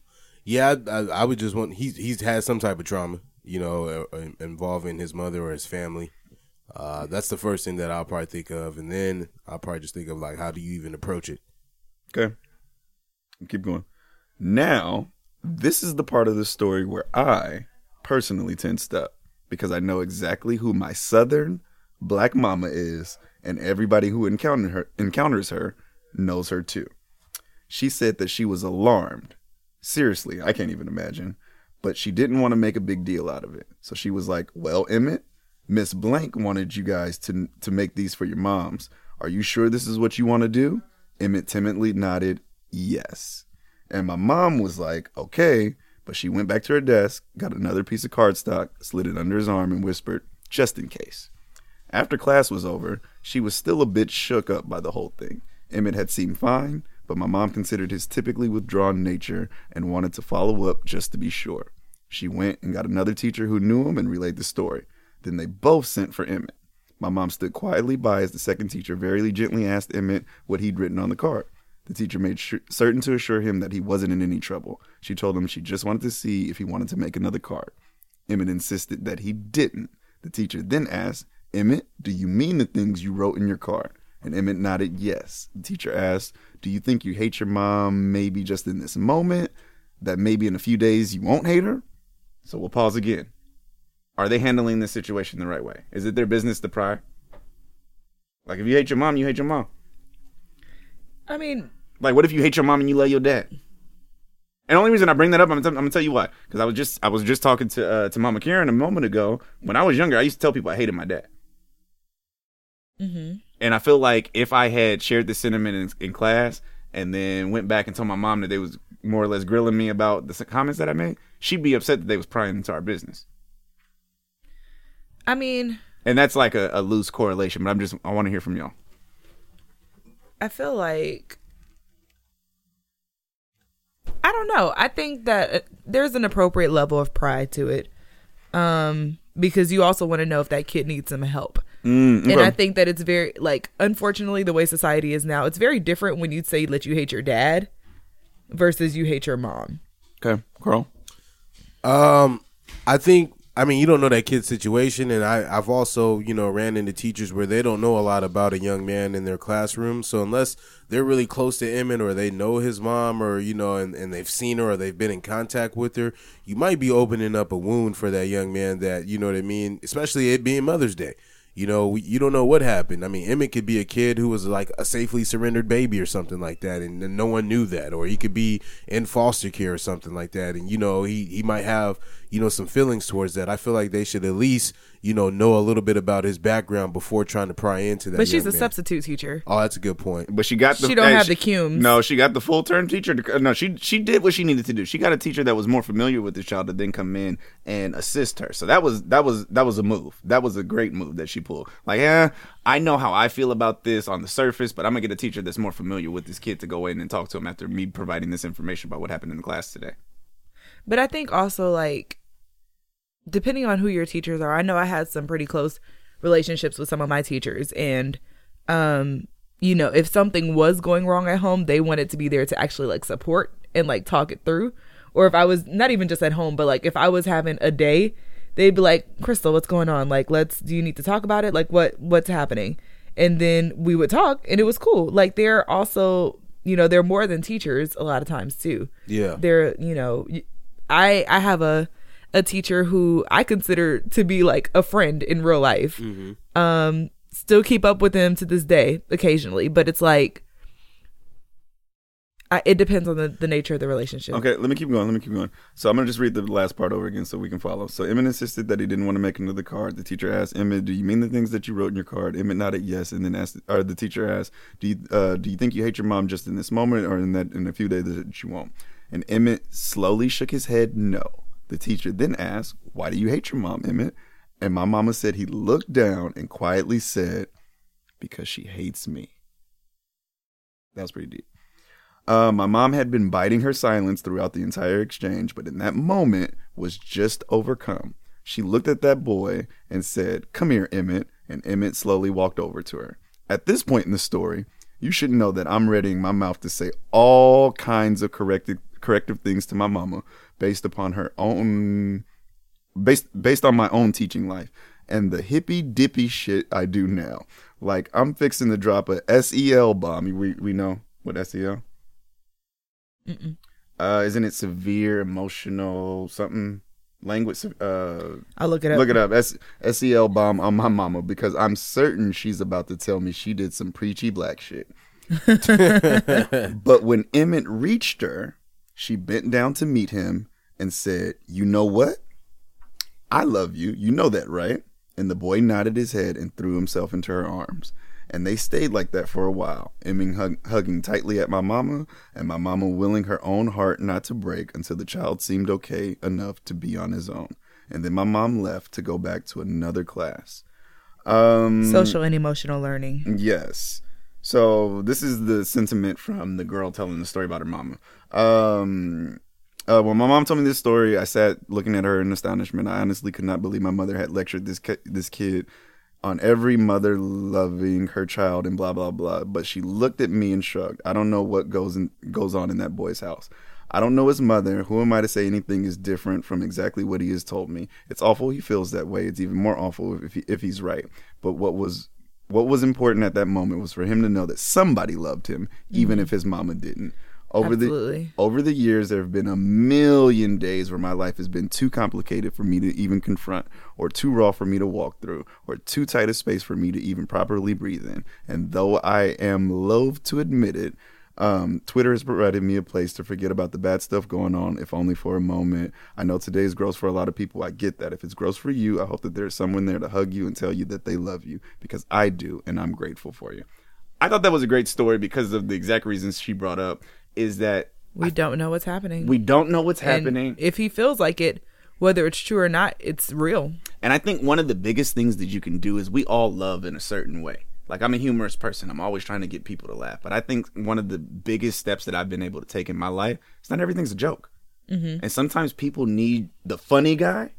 Yeah, I, I, I would just want he's he's had some type of trauma, you know, uh, in- involving his mother or his family. Uh, that's the first thing that I'll probably think of, and then I'll probably just think of like, how do you even approach it? Okay. Keep going. Now, this is the part of the story where I personally tensed up because I know exactly who my southern black mama is, and everybody who encounter her, encounters her knows her too. She said that she was alarmed. Seriously, I can't even imagine. But she didn't want to make a big deal out of it. So she was like, Well, Emmett, Miss Blank wanted you guys to to make these for your moms. Are you sure this is what you want to do? Emmett timidly nodded yes. And my mom was like, okay. But she went back to her desk, got another piece of cardstock, slid it under his arm, and whispered, just in case. After class was over, she was still a bit shook up by the whole thing. Emmett had seemed fine, but my mom considered his typically withdrawn nature and wanted to follow up just to be sure. She went and got another teacher who knew him and relayed the story. Then they both sent for Emmett. My mom stood quietly by as the second teacher very gently asked Emmett what he'd written on the card. The teacher made sure, certain to assure him that he wasn't in any trouble. She told him she just wanted to see if he wanted to make another card. Emmett insisted that he didn't. The teacher then asked, Emmett, do you mean the things you wrote in your card? And Emmett nodded yes. The teacher asked, Do you think you hate your mom maybe just in this moment? That maybe in a few days you won't hate her? So we'll pause again. Are they handling this situation the right way? Is it their business to pry? Like, if you hate your mom, you hate your mom. I mean, Like, what if you hate your mom and you love your dad? And the only reason I bring that up, I'm, gonna tell- I'm gonna tell you why. Because I was just I was just talking to uh, to Mama Karen a moment ago. When I was younger, I used to tell people I hated my dad. mm-hmm. And I feel like if I had shared the sentiment in, in class and then went back and told my mom that they was more or less grilling me about the s- comments that I made, she'd be upset that they was prying into our business. I mean, And that's like a, a loose correlation, but I'm just I want to hear from y'all. I feel like I don't know. I think that uh, there's an appropriate level of pride to it. Um because you also want to know if that kid needs some help. Mm, And I think that it's very like unfortunately the way society is now, it's very different when you say that you hate your dad versus you hate your mom. Okay, Carl. Um, I think I mean you don't know that kid's situation, and I I've also you know ran into teachers where they don't know a lot about a young man in their classroom. So unless they're really close to Emmett or they know his mom or you know and, and they've seen her or they've been in contact with her, you might be opening up a wound for that young man that you know what I mean. Especially it being Mother's Day. You know, we- you don't know what happened. I mean, Emmett could be a kid who was like a safely surrendered baby or something like that, and, and no one knew that. Or he could be in foster care or something like that, and you know, he he might have you know some feelings towards that. I feel like they should at least you know know a little bit about his background before trying to pry into that. But she's young a man. substitute teacher. Oh, that's a good point. But she got the She don't hey, have the cumes. No, she got the full term teacher. To, no, she she did what she needed to do. She got a teacher that was more familiar with the child to then come in and assist her. So that was that was that was a move. That was a great move that she pulled. Like, eh, I know how I feel about this on the surface, but I'm gonna get a teacher that's more familiar with this kid to go in and talk to him after me providing this information about what happened in the class today. But I think also like depending on who your teachers are, I know I had some pretty close relationships with some of my teachers and um you know, if something was going wrong at home, they wanted to be there to actually like support and like talk it through. Or if I was not even just at home, but like if I was having a day, they'd be like, "Crystal, what's going on? Like, let's do you need to talk about it? Like what what's happening?" And then we would talk and it was cool. Like they're also, you know, they're more than teachers a lot of times too Yeah. they're you know y- i i have a a teacher who i consider to be like a friend in real life um still keep up with him to this day occasionally but it's like I, it depends on the, the nature of the relationship Okay, let me keep going. Let me keep going. So I'm gonna just read the last part over again so we can follow. So Emmett insisted that he didn't want to make another card. The teacher asked Emmett, "Do you mean the things that you wrote in your card?" Emmett nodded yes, and then asked, or the teacher asked, "Do you uh, do you think you hate your mom just in this moment, or in that in a few days that you won't?" And Emmett slowly shook his head no. The teacher then asked, "Why do you hate your mom, Emmett?" And my mama said he looked down and quietly said, "Because she hates me." That was pretty deep. Uh, my mom had been biting her silence throughout the entire exchange, but in that moment was just overcome. She looked at that boy and said, Come here, Emmett. And Emmett slowly walked over to her. At this point in the story, you should know that I'm readying my mouth to say all kinds of corrected, corrective things to my mama based upon her own based based on my own teaching life and the hippy dippy shit I do now. Like I'm fixing to drop a SEL bomb. We we know what E SEL. Uh, isn't it severe emotional something language? se- Uh, i'll look it up Look it up. S- SEL bomb on my mama because I'm certain she's about to tell me she did some preachy black shit. but when Emmett reached her, she bent down to meet him and said, You know what? I love you. You know that, right? And the boy nodded his head and threw himself into her arms. And they stayed like that for a while, Emmett hug- hugging tightly at my mama, and my mama willing her own heart not to break until the child seemed okay enough to be on his own. And then my mom left to go back to another class. Um, social and emotional learning Yes. So this is the sentiment from the girl telling the story about her mama. Um, uh, when my mom told me this story, I sat looking at her in astonishment. I honestly could not believe my mother had lectured this ki- this kid on every mother loving her child and blah blah blah. But she looked at me and shrugged. I don't know what goes in, goes on in that boy's house. I don't know his mother. Who am I to say anything is different from exactly what he has told me? It's awful he feels that way. It's even more awful if he, if he's right. But what was what was important at that moment was for him to know that somebody loved him, even if his mama didn't. Over Absolutely. the over the years, there have been a million days where my life has been too complicated for me to even confront, or too raw for me to walk through, or too tight a space for me to even properly breathe in. And though I am loath to admit it, um, Twitter has provided me a place to forget about the bad stuff going on, if only for a moment. I know today is gross for a lot of people. I get that. If it's gross for you, I hope that there's someone there to hug you and tell you that they love you because I do, and I'm grateful for you. I thought that was a great story because of the exact reasons she brought up is that We don't know what's happening. we don't know what's And happening. If he feels like it, whether it's true or not, it's real. And I think one of the biggest things that you can do is we all love in a certain way. Like I'm a humorous person. I'm always trying to get people to laugh. But I think one of the biggest steps that I've been able to take in my life is not everything's a joke. And sometimes people need the funny guy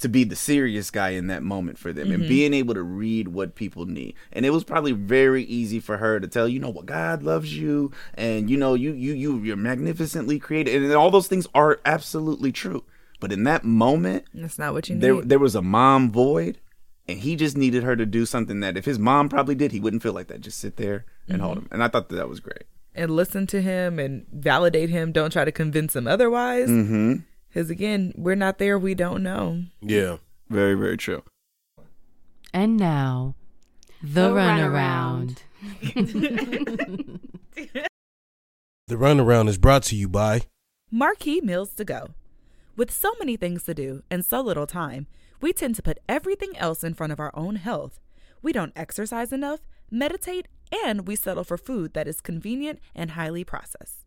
to be the serious guy in that moment for them and being able to read what people need. And it was probably very easy for her to tell, you know what, God loves you and you know you you you you're magnificently created and all those things are absolutely true. But in that moment, That's not what you need. there there was a mom void and he just needed her to do something that if his mom probably did he wouldn't feel like that just sit there and hold him and i thought that, that was great and listen to him and validate him. Don't try to convince him otherwise. Mm-hmm. Because again, we're not there. We don't know. Yeah. Very, very true. And now, the, The runaround. runaround. The runaround is brought to you by. Marquee Meals to Go. With so many things to do and so little time, we tend to put everything else in front of our own health. We don't exercise enough, meditate, and we settle for food that is convenient and highly processed.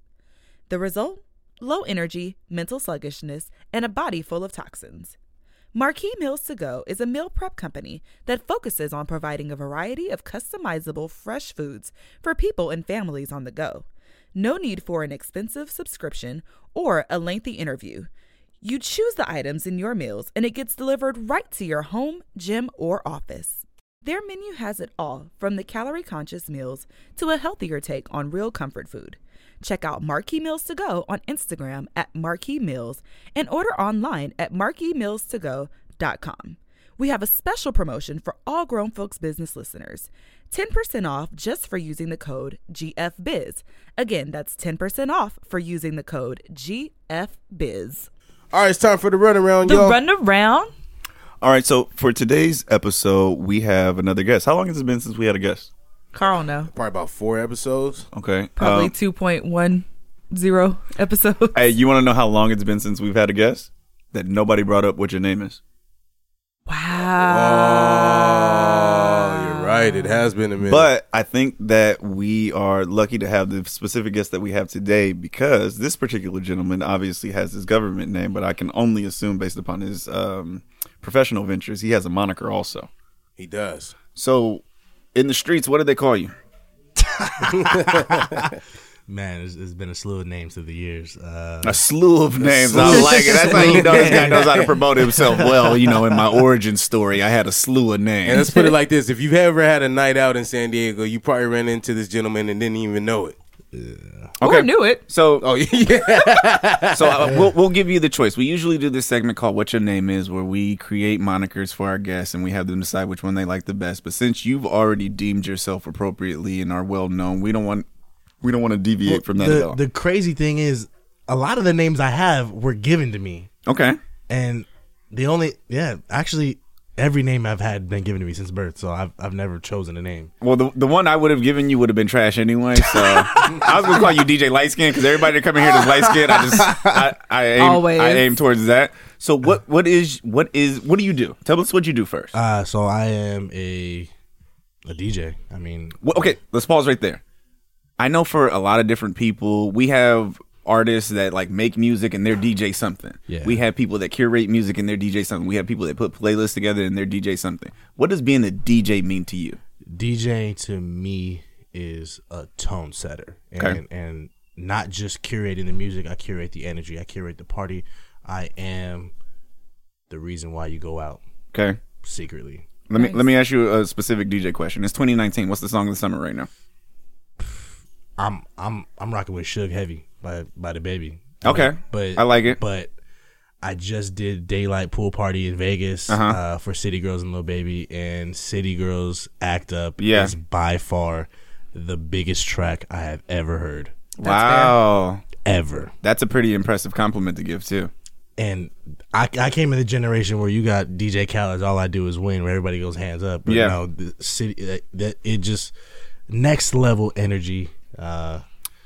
The result? Low energy, mental sluggishness, and a body full of toxins. Marquee Meals to Go is a meal prep company that focuses on providing a variety of customizable fresh foods for people and families on the go. No need for an expensive subscription or a lengthy interview. You choose the items in your meals and it gets delivered right to your home, gym, or office. Their menu has it all from the calorie conscious meals to a healthier take on real comfort food. Check out Marquee Meals to Go on Instagram at Marquee Meals and order online at marqueemealstogo.com. We have a special promotion for all grown folks business listeners 10% off just for using the code GFBIZ. Again, that's 10% off for using the code GFBIZ. All right, it's time for the runaround, The y'all. runaround. All right, so for today's episode, we have another guest. How long has it been since we had a guest? Carl, no. Probably about four episodes. Okay. Probably Oh. Um, 2.10 episodes. hey, you want to know how long it's been since we've had a guest that nobody brought up what your name is? Ah. Oh, you're right. It has been a minute. But I think that we are lucky to have the specific guest that we have today because this particular gentleman obviously has his government name, but I can only assume based upon his um, professional ventures, he has a moniker also. he does. So, in the streets, what do they call you? Man, it's, it's been a slew of names through the years. Uh, A slew of names. I like it. That's how you know this guy knows how to promote himself well. You know, in my origin story, I had a slew of And names. let's put it like this: If you've ever had a night out in San Diego, you probably ran into this gentleman and didn't even know it. Or knew it. so Oh yeah, so uh, we'll, we'll give you the choice we usually do this segment called what your name is where we create monikers for our guests and we have them decide which one they like the best but since you've already deemed yourself appropriately and are well known we don't want We don't want to deviate from that at the, all. the crazy thing is, a lot of the names I have were given to me, okay and the only yeah, actually, every name I've had been given to me since birth, so I've I've never chosen a name. well the, the one i would have given you would have been trash anyway so i was gonna call you dj lightskin because everybody that come in here that's light skin i just i, I aim Always. i aim towards that so what what is what is what do you do tell us what you do first Uh, so I am a a DJ. I mean, Well, okay, let's pause right there. I know for a lot of different people, we have artists that like make music and they're DJ something. Yeah. We have people that curate music and they're DJ something. We have people that put playlists together and they're DJ something. What does being a DJ mean to you? DJ to me is a tone setter, and and not just curating the music. I curate the energy. I curate the party. I am the reason why you go out Okay. secretly. Let me let me ask you a specific DJ question. It's 2019. What's the song of the summer right now? I'm I'm I'm rocking with Suge Heavy by by the baby. Okay. But I like it. But I just did daylight pool party in Vegas Uh-huh. uh for City Girls and Lil Baby, and City Girls Act Up Yeah. is by far the biggest track I have ever heard, wow. ever. That's a pretty impressive compliment to give too. And I, I came in the generation where you got DJ Khaled's "All I Do Is Win," where everybody goes hands up. But Yeah. no, the city that, that it just next level energy. Uh,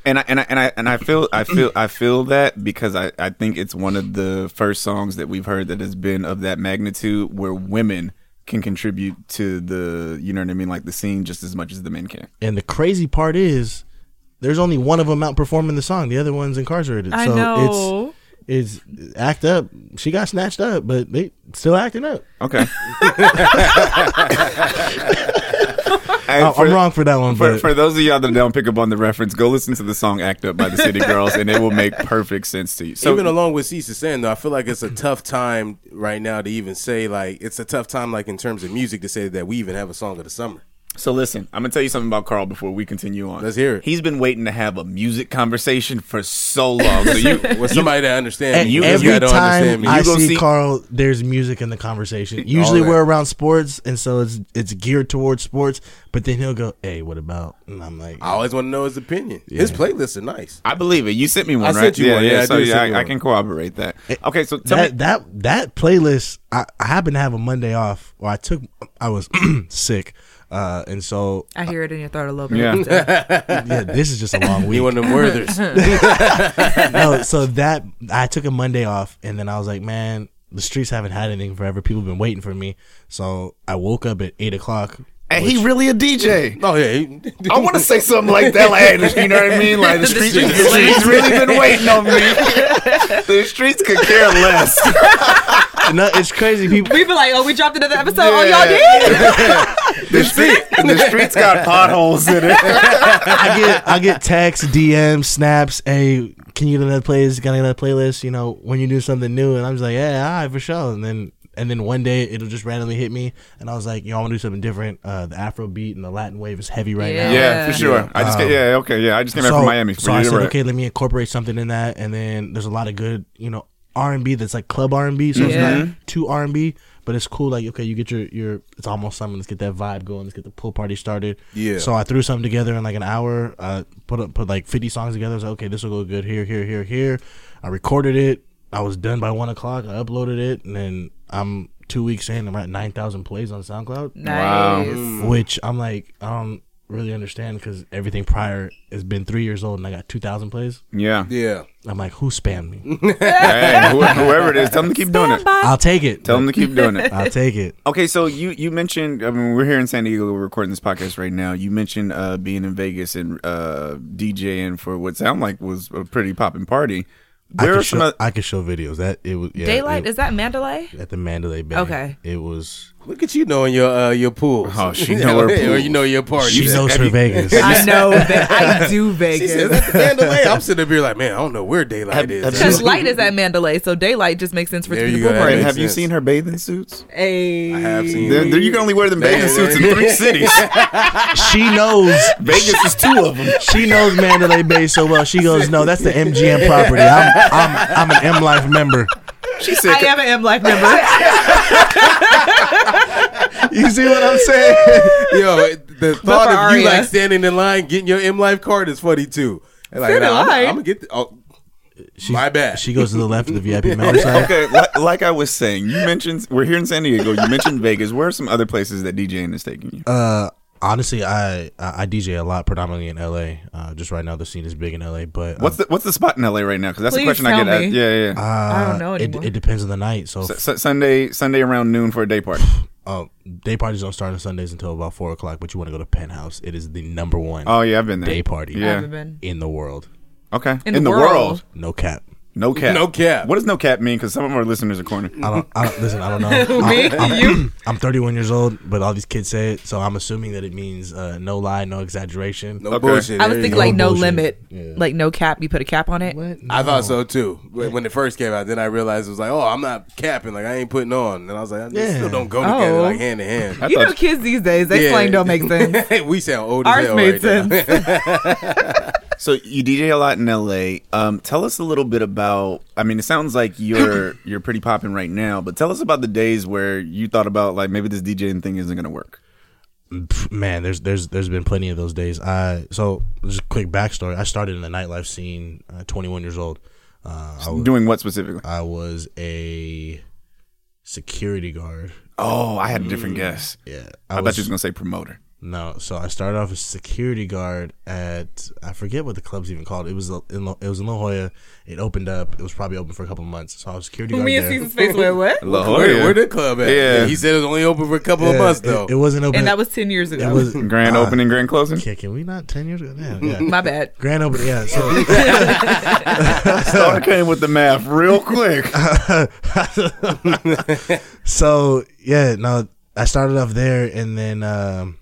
And I and I and I and I feel I feel I feel that because I, I think it's one of the first songs that we've heard that has been of that magnitude where women can contribute to the you know what I mean like the scene just as much as the men can. And the crazy part is, there's only one of them out performing the song. The other one's incarcerated. I so know. It's, it's act up. She got snatched up, but they still acting up. Okay. Hey, I, for- I'm wrong for that one, For, Uh, but for those of y'all that don't pick up on the reference, go listen to the song "Act Up" by the City Girls, and it will make perfect sense to you. So, even along with Cease saying though, I feel like it's a tough time right now to even say like it's a tough time like in terms of music to say that we even have a song of the summer. So listen, I'm gonna tell you something about Carl before we continue on. Let's hear it. He's been waiting to have a music conversation for so long. So you, With somebody that understands and me, you every gotta time I You go see, see- Carl, there's music in the conversation. Usually that. we're around sports, and so it's it's geared towards sports. But then he'll go, "Hey, what about?" And I'm like, I always want to know his opinion. His playlists are nice. I believe it. You sent me one, I right? sent you yeah, one. yeah. Yeah, I so did yeah, send I, you I one. can corroborate that. Okay, so tell that me. that that playlist I, I happen to have a monday off or i took i was sick uh and so I hear it in your throat a little bit. Yeah. yeah this is just a long We week want them Werthers. no so that i took a monday off and then i was like man the streets haven't had anything forever people have been waiting for me so i woke up at eight o'clock And he really a DJ. oh yeah, he- I want to say something like that, like you know what I mean? Like the streets, the streets really been waiting on me. the streets could care less. no it's crazy people We feel like, oh, we dropped another episode. Oh, y'all Yeah. did. The, street, the streets got potholes in it. i get i get texts dms snaps hey can you get another playlist got another playlist you know when you do something new and i'm just like yeah all right for sure and then and then one day it'll just randomly hit me and i was like yo i want to do something different uh the afro beat and the latin wave is heavy right now Yeah. Yeah, for sure. I just ca- yeah, okay, yeah. I just came back from Miami. So you I You're said, right. okay, let me incorporate something in that. And then there's a lot of good, you know, R and B that's like club R and B. So Yeah. it's not too R and B, but it's cool. Like okay, you get your your. It's almost summer. Let's get that vibe going. Let's get the pool party started. Yeah. So I threw something together in like an hour. Uh, put up put like 50 songs together. I was like, okay, this will go good here, here, here, here. I recorded it. I was done by one o'clock. I uploaded it, and then I'm two weeks in. I'm at nine thousand plays on SoundCloud Nice. Mm. which I'm like, I don't really understand because everything prior has been three years old and I got 2,000 plays. Yeah. yeah. I'm like, who spammed me? Hey, who- whoever it is, tell them to keep doing it. I'll take it. Tell them to keep doing it. I'll take it. Okay, so you you mentioned. I mean, we're here in San Diego. We're recording this podcast right now. You mentioned uh, being in Vegas and uh, DJing for what sound like was a pretty popping party. I There are could, some. show, oth- I could show videos. That it was yeah, Daylight it- is that Mandalay? at the Mandalay Bay. Okay. it was. Look at you knowing your uh, your pools. Oh, she know her or pools. you know your parties. She knows her Vegas. I know that I do She said, Vegas. "That's the Mandalay." I'm sitting up here like, man, I don't know where daylight is. Because light is at Mandalay, so daylight just makes sense for There it to be you the pool go. and Makes party. have you sense. seen her bathing suits? Hey. I have seen. There, there- you can only wear them bathing suits in three cities. she knows. Vegas is two of them. She knows Mandalay Bay so well. She goes, no, that's the MGM property. I'm I'm, I'm an M Life member. She said, I am an M Life member. "You see what I'm saying?" Yo, the thought of Aria. you like standing in line getting your M Life card is funny too. And like, Stand in nah, I'm, line? I'm gonna get. The, oh, She, My bad. She goes to the left of the VIP member side. okay, like, like I was saying, you mentioned we're here in San Diego. You mentioned Vegas. Where are some other places that DJing is taking you? Uh, honestly, I I I DJ a lot, predominantly in LA. Uh, just right now, the scene is big in LA. But What's the What's the spot in LA right now? Because that's the Please question I tell get. At, me. yeah, yeah. yeah. uh, I don't know It, anymore. it depends on the night. Uh, So, S- S- Sunday Sunday around noon for a day party. uh, day parties don't start on Sundays until about four o'clock. But you want to go to Penthouse? It is the number one Oh yeah, I've been there. day party Yeah. Haven't been. in the world. Okay. In the world. No cap. No cap. No cap. Oh. What does no cap mean? Because some of our listeners are cornered. I don't, I don't listen. I don't know. Me? I'm, I'm, I'm 31 years old, but all these kids say it, so I'm assuming that it means uh, no lie, no exaggeration. No bullshit. I was There you thinking go. like no Bullshit. limit, Yeah. like no cap. You put a cap on it. What? I No. thought so too. When when it first came out, then I realized it was like, oh, I'm not capping. Like I ain't putting on. And I was like, they Yeah. still don't go together Oh. like hand in hand. you know, kids these days, they Yeah. slang don't make sense. we sound old as Ours hell. made right now. sense. So you DJ a lot in LA. Um, tell us a little bit about. I mean, it sounds like you're you're pretty popping right now, but tell us about the days where you thought about like maybe this DJing thing isn't gonna work. Pff, man, there's there's there's been plenty of those days. I so just a quick backstory. I started in the nightlife scene, uh, 21 years old. Uh, I, was, Doing what specifically? I was a security guard. Oh, I had a different guess. Yeah, I, was, bet you was gonna say promoter. No, so I started off as security guard at I forget what the club's even called. It was in La- it was in La Jolla. It opened up. It was probably open for a couple of months. So I was security guard Me and there. Caesar's face went what? Where, where the club at? Oh, Yeah. He said it was only open for a couple of Yeah, months it- though. It, wasn't open. And that was ten years it ago. was Ah. Grand opening, grand closing. Yeah, can we not ten years ago? Damn, yeah. My bad. Grand opening. Yeah. So Star came with the math real quick. so yeah, no, I started off there, and then um,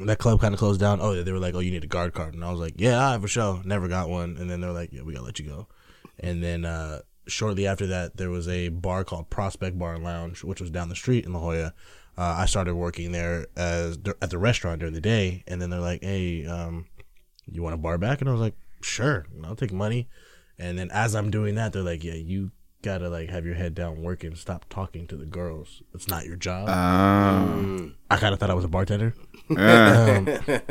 that club kind of closed down. Oh, they were like, "Oh, you need a guard card," and I was like, "Yeah, all right, for sure." Never got one, and then they were like, "Yeah, we gotta let you go." And then uh, shortly after that, there was a bar called Prospect Bar and Lounge, which was down the street in La Jolla. Uh, I started working there as at the restaurant during the day, and then they're like, "Hey, um, you want a bar back?" And I was like, "Sure, I'll take money." And then as I'm doing that, they're like, "Yeah, you gotta like have your head down working. Stop talking to the girls. It's not your job." Uh, Ah. I kind of thought I was a bartender.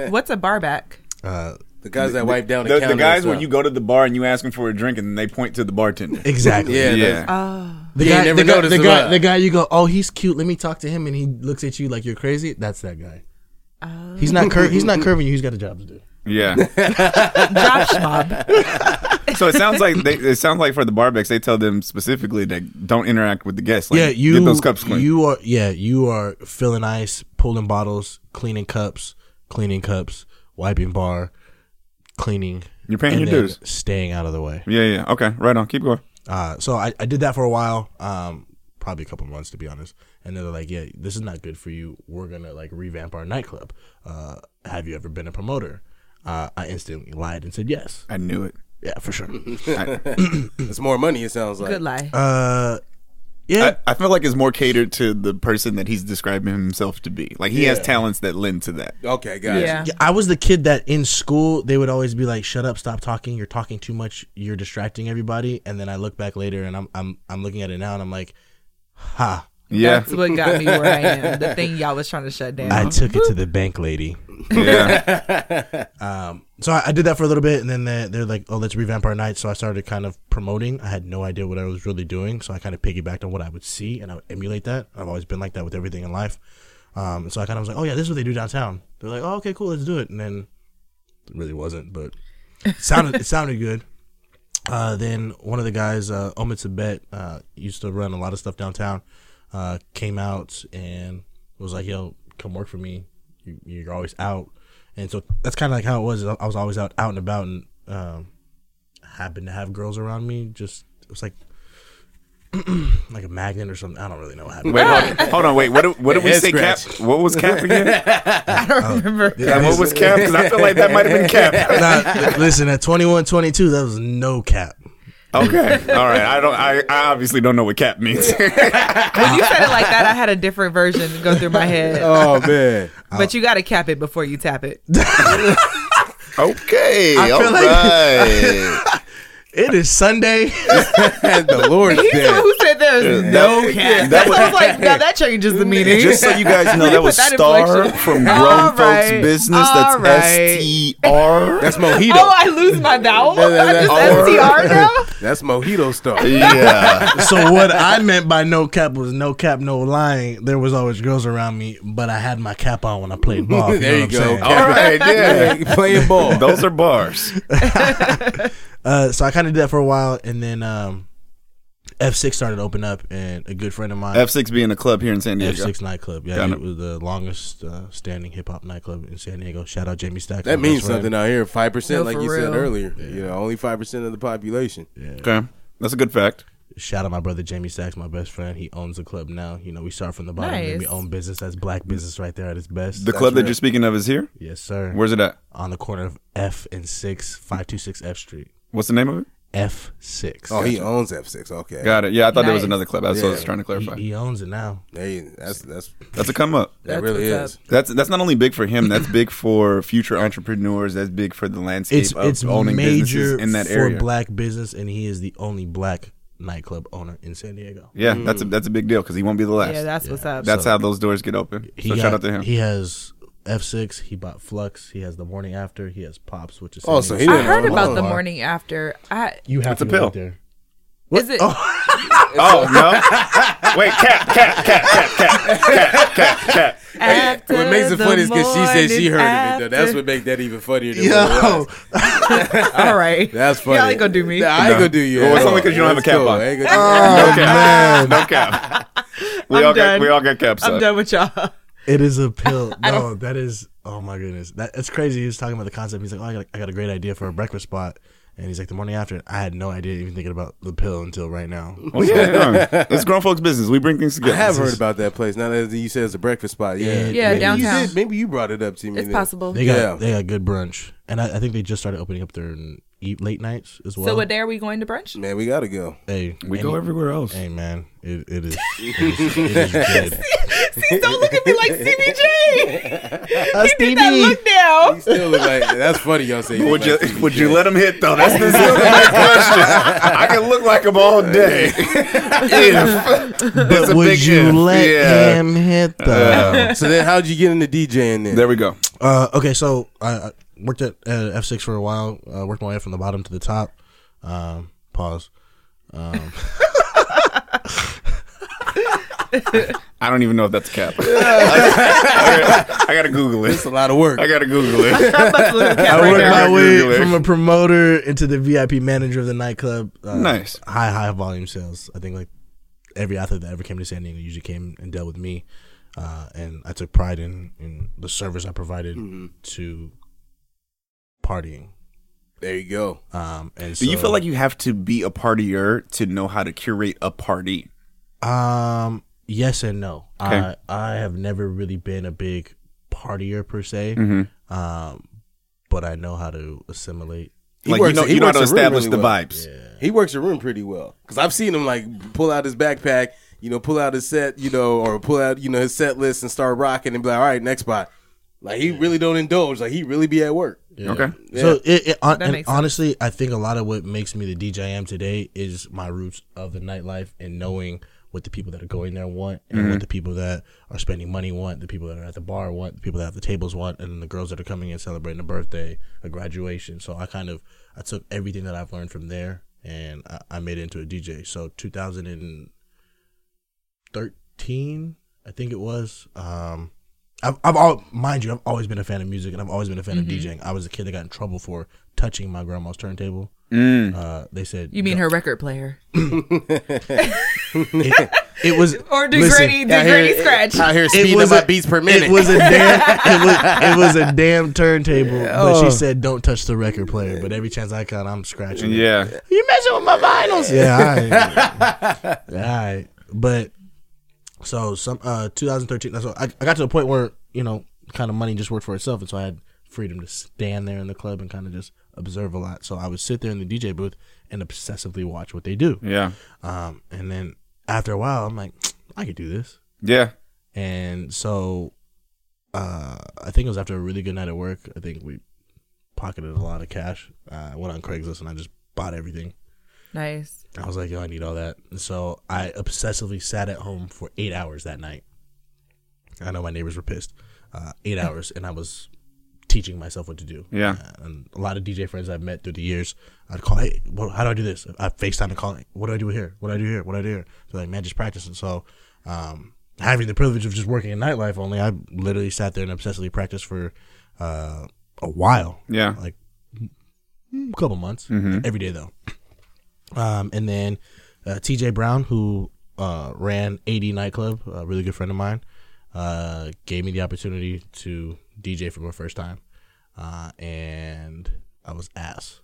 What's a bar back? Uh, the guys that wipe down the, The, counter the and guys where stuff. you go to the bar and you ask them for a drink and they point to the bartender. exactly. yeah, yeah. Yeah. The Yeah, you guy, never the, guy, noticed the, him, guy, huh? the guy you go, oh, he's cute. Let me talk to him, and he looks at you like you're crazy. That's that guy. He's not cur- he's not curving you. He's got a job to do. Yeah. Josh Mob. so it sounds like they, it sounds like for the barbecks, they tell them specifically that don't interact with the guests. Like, yeah, you get those cups clean. You are yeah, you are filling ice, pulling bottles, cleaning cups, cleaning cups, wiping bar, cleaning. You're paying and your then dues. Staying out of the way. yeah, yeah. Okay, right on. Keep going. Uh, so I, I did that for a while, um, probably a couple months to be honest. And then they're like, yeah, this is not good for you. We're gonna like revamp our nightclub. Uh, have you ever been a promoter? Uh, I instantly lied and said yes. I knew it. Yeah, for sure. It's more money. It sounds like. Good lie. Uh, yeah, I, I feel like it's more catered to the person that he's describing himself to be. Like he has talents that lend to that. Okay, guys. yeah. Yeah, I was the kid that in school they would always be like, "Shut up, stop talking. You're talking too much. You're distracting everybody." And then I look back later and I'm I'm I'm looking at it now and I'm like, "Ha! Yeah, That's what got me where I am. The thing y'all was trying to shut down. I took it to the bank, lady." yeah. Um, So I, I did that for a little bit, and then they, they're like, "Oh, let's revamp our night." So I started kind of promoting. I had no idea what I was really doing, so I kind of piggybacked on what I would see, and I would emulate that. I've always been like that with everything in life. Um, and so I kind of was like, "Oh yeah, this is what they do downtown." They're like, "Oh okay, cool, let's do it." And then it really wasn't, but it sounded it sounded good. Uh, then one of the guys, uh, Omid Sabet, uh, used to run a lot of stuff downtown, uh, came out and was like, yo, come work for me. You, you're always out. And so that's kind of like how it was. I was always out, out and about and um, happened to have girls around me. Just, it was like, like a magnet or something. I don't really know what happened. Wait, hold, hold on. Wait, what? do- What did we Head say? Cap? scratch. What was cap again? Remember? And what was cap? Because I feel like that might have been cap. Nah, listen, at 21, 22, that was no cap. Okay, all right. I don't. I, I obviously don't know what cap means. When you said it like that, I had a different version go through my head. Oh man. but you got to cap it before you tap it. okay, I all feel like- right. It is Sunday. And the Lord's He's the one dead. who said there's no that- that cap. That's why I was like, now that changes the meaning. Just so you guys know, that was that Star inflection. from Grown All Folks right. Business. All That's right. S T R. That's mojito. oh, I lose my vowel? No, no, no. I'm just Or- STR now? That's mojito stuff. Yeah. so what I meant by no cap was no cap, no lying. There was always girls around me, but I had my cap on when I played ball. There you know what I'm go. saying? All right. Yeah. Playing ball. Those are bars. Uh, so I kind of did that for a while, and then um, F6 started to open up, and a good friend of mine, F6 being a club here in San Diego. F6 nightclub, yeah, Got it it. was the longest uh, standing hip hop nightclub in San Diego. Shout out Jamie Stacks. That my means best friend. something out here. Five percent, No, like for you said real. earlier. You know, only five percent of the population. Okay. That's a good fact. Shout out my brother Jamie Sachs, my best friend. He owns a club now. You know, we start from the bottom and we Nice. own business. That's black business right there at its best. The club that you're speaking of is here. yes, sir. Where's it at? on the corner of F and six, five two six F Street. What's the name of it? F six. Oh, he owns F6. Okay. Got it. Yeah, I thought there was Nice. another club. That's what I was Yeah. trying to clarify. he owns it now. Hey, that's that's That's a come up. that That's really what's is. up. That's that's not only big for him. That's big for future entrepreneurs. That's big for the landscape It's of it's owning major businesses in that for area. black business, and he is the only black nightclub owner in San Diego. yeah, that's a that's a big deal because he won't be the last. Yeah, that's what's up. that's so- how those doors get open. He So got- shout out to him. He has F six. He bought Flux. He has the morning after. He has Pops, which is Oh, San so he Diego's- I didn't heard own about the Walmart. morning after. I You have It's a to go pill. out there. is it? oh no! Wait, cap, cap, cap, cap, cap, cap, cap, cap. After What makes it the funny is because she said she morning heard of it. Though. That's after. what makes that even funnier. Than what it was. Yo, All right. That's funny. Y'all ain't gonna do me. Oh. Nah, I ain't No. gonna do you. Well, at it's only all. 'cause you don't have a That's cap cool. on. I ain't gonna No cap. No cap. We I'm all done. got we all got caps. I'm up. done with y'all. it is a pill. No, that is. Oh my goodness, that it's crazy. He was talking about the concept. He's like, oh, I got, I got a great idea for a breakfast spot. And he's like, the morning after, I had no idea even thinking about the pill until right now. Well, yeah, yeah. it's grown folks' business. We bring things do you. together. I have heard about that place. Now that you said it's a breakfast spot, yeah, Yeah, Maybe Yeah, you downtown. did- maybe you brought it up to me. It's then. possible. They got Yeah. they got good brunch, and I, I think they just started opening up their eat late nights as well. So what day are we going to brunch? Man, we gotta go. Hey, We any- go everywhere else. Hey man, it, it is it is, it is good. See, don't look at me like CBJ. Uh, Us Did that look down? He still look like that's funny. Y'all say Would you would you let him hit though? That's the silver question. I can look like him all day. if, But would you let him hit the? so then, how'd you get into DJing then? There we go. Uh, okay, so I, I worked at uh, F six for a while. Uh, worked my way from the bottom to the top. Um, pause. I don't even know if that's a cap. I, gotta, I gotta Google It's it. a lot of work. I gotta Google it. I'm about to look at the I camera right wouldn't now. mind- My way Regular. from a promoter into the VIP manager of the nightclub. Uh, Nice. High, high volume sales. I think like every athlete that ever came to San Diego usually came and dealt with me. Uh, and I took pride in, in the service I provided Mm-hmm. to partying. There you go. Um, and so, Do you feel like you have to be a partier to know how to curate a party? Um, yes and no. Okay. I I have never really been a big partier per se. Mm-hmm. Um, but I know how to assimilate. He like works- you know, he you know how to works a room establish really the well. vibes. He works a room pretty well because I've seen him like pull out his backpack, you know, pull out his set, you know, or pull out you know his set list and start rocking and be like, all right, next spot. Like he really don't indulge. Like he really be at work. Okay. So it, it on, That and makes sense. honestly, I think a lot of what makes me the DJ I am today is my roots of the nightlife and knowing what the people that are going there want and what the people that are spending money want, the people that are at the bar want, the people that have the tables want, and the girls that are coming in celebrating a birthday, a graduation. So I kind of I took everything that I've learned from there and I, I made it into a DJ. So 2013, I think it was. Um, I've, I've all mind you, I've always been a fan of music and I've always been a fan Mm-hmm. of DJing. I was a kid that got in trouble for touching my grandma's turntable. Uh, they said Mm. You mean her record player? it, it was Or did listen, Granny did Granny scratch? Out here It speeding up was my a- beats per minute. It was a damn it was, it was a damn turntable. But she said don't touch the record player. But every chance I got, I'm scratching. it. Yeah. You messing with my vinyls. Yeah, all right. all right. But so some uh 2013 that's what, I, I got to a point where, you know, kind of money just worked for itself and so I had freedom to stand there in the club and kind of just observe a lot. So I would sit there in the DJ booth and obsessively watch what they do. Yeah. Um and then after a while I'm like, I could do this. Yeah. And so uh, I think it was after a really good night at work. I think we pocketed a lot of cash. Uh, I went on Craigslist and I just bought everything. Nice. I was like, yo, I need all that. And so I obsessively sat at home for eight hours that night. I know my neighbors were pissed. Uh, eight hours, and I was teaching myself what to do. Yeah. Uh, and a lot of DJ friends I've met through the years, I'd call, hey, what, how do I do this? I FaceTime and call, what do I do here? What do I do here? What do I do here? So, like, man, just practicing. So, um, having the privilege of just working in nightlife only, I literally sat there and obsessively practiced for uh, a while Yeah. Mm-hmm. like mm, couple months Every day though um and then uh, tj brown who uh ran 80 nightclub a really good friend of mine uh gave me the opportunity to dj for my first time uh and i was ass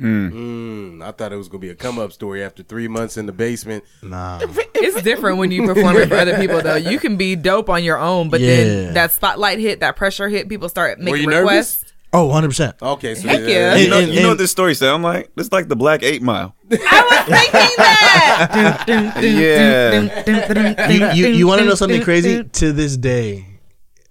Mm, I thought it was gonna be a come up story after three months in the basement. Nah. It's different when you perform it for other people, though. You can be dope on your own, but Yeah. then that spotlight hit, that pressure hit, people start making you nervous? requests. Oh, 100 percent. Okay, so Heck yeah. You know, And- you know and- what this story sound like? It's like the Black Eight Mile. I was thinking that. You, you, you want to know something crazy? to this day,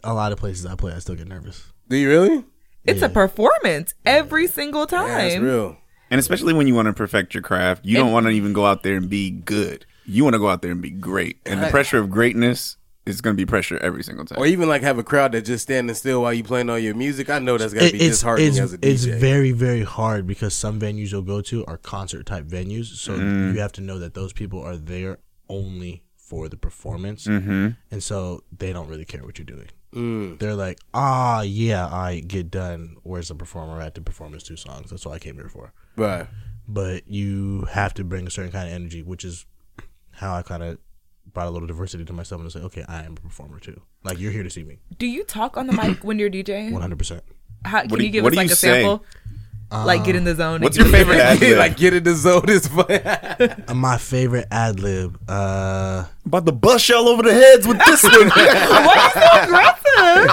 a lot of places I play, I still get nervous. do you really? It's a performance every single Yeah, that's time. real. And especially when you want to perfect your craft, you don't want to even go out there and be good. You want to go out there and be great. And the pressure of greatness is going to be pressure every single time. Or even like have a crowd that just standing still while you playing all your music. I know that's gotta It- be it's disheartening it's, as a DJ. it's very very hard because some venues you'll go to are concert type venues, so Mm. you have to know that those people are there only for the performance, Mm-hmm. and so they don't really care what you're doing. They're like, ah, yeah, I get done. Where's the performer at to perform his two songs? That's what I came here for. right. But you have to bring a certain kind of energy, which is how I kind of brought a little diversity to myself and say, okay, I am a performer too. Like you're here to see me, Do you talk on the mic when you're DJing? 100. percent How, can do you you- give what us do like you a sample? like get in the zone. What's your favorite athlete? like get in the zone is fun. My favorite ad lib. Uh, about to bust y'all over the heads with this one. Why are you so aggressive?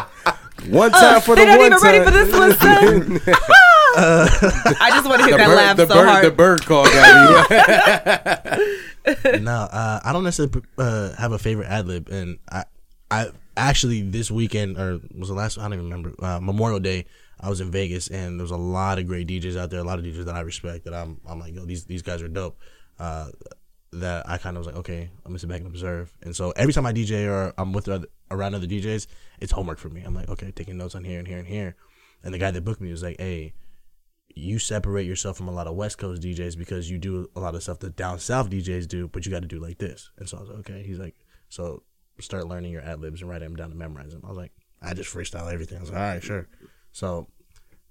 one time for Oh, they the not one even time. ready for this one, son. I just want to hit The that bird, laugh the, so bird hard. the bird call got me. no, uh, I don't necessarily uh, have a favorite ad lib, and I, I actually this weekend or was the last I don't even remember uh, Memorial Day. I was in Vegas, and there was a lot of great DJs out there, a lot of DJs that I respect. That I'm, I'm like, yo, these these guys are dope. Uh, that I kind of was like, okay, I'm gonna sit back and observe. And so every time I DJ or I'm with other, around other DJs, it's homework for me. I'm like, okay, taking notes on here and here and here. And the guy that booked me was like, hey, you separate yourself from a lot of West Coast DJs because you do a lot of stuff that down south DJs do, but you got to do like this. And so I was like, okay. He's like, so start learning your ad libs and write them down and memorize them. I was like, I just freestyle everything. I was like, all right, sure. So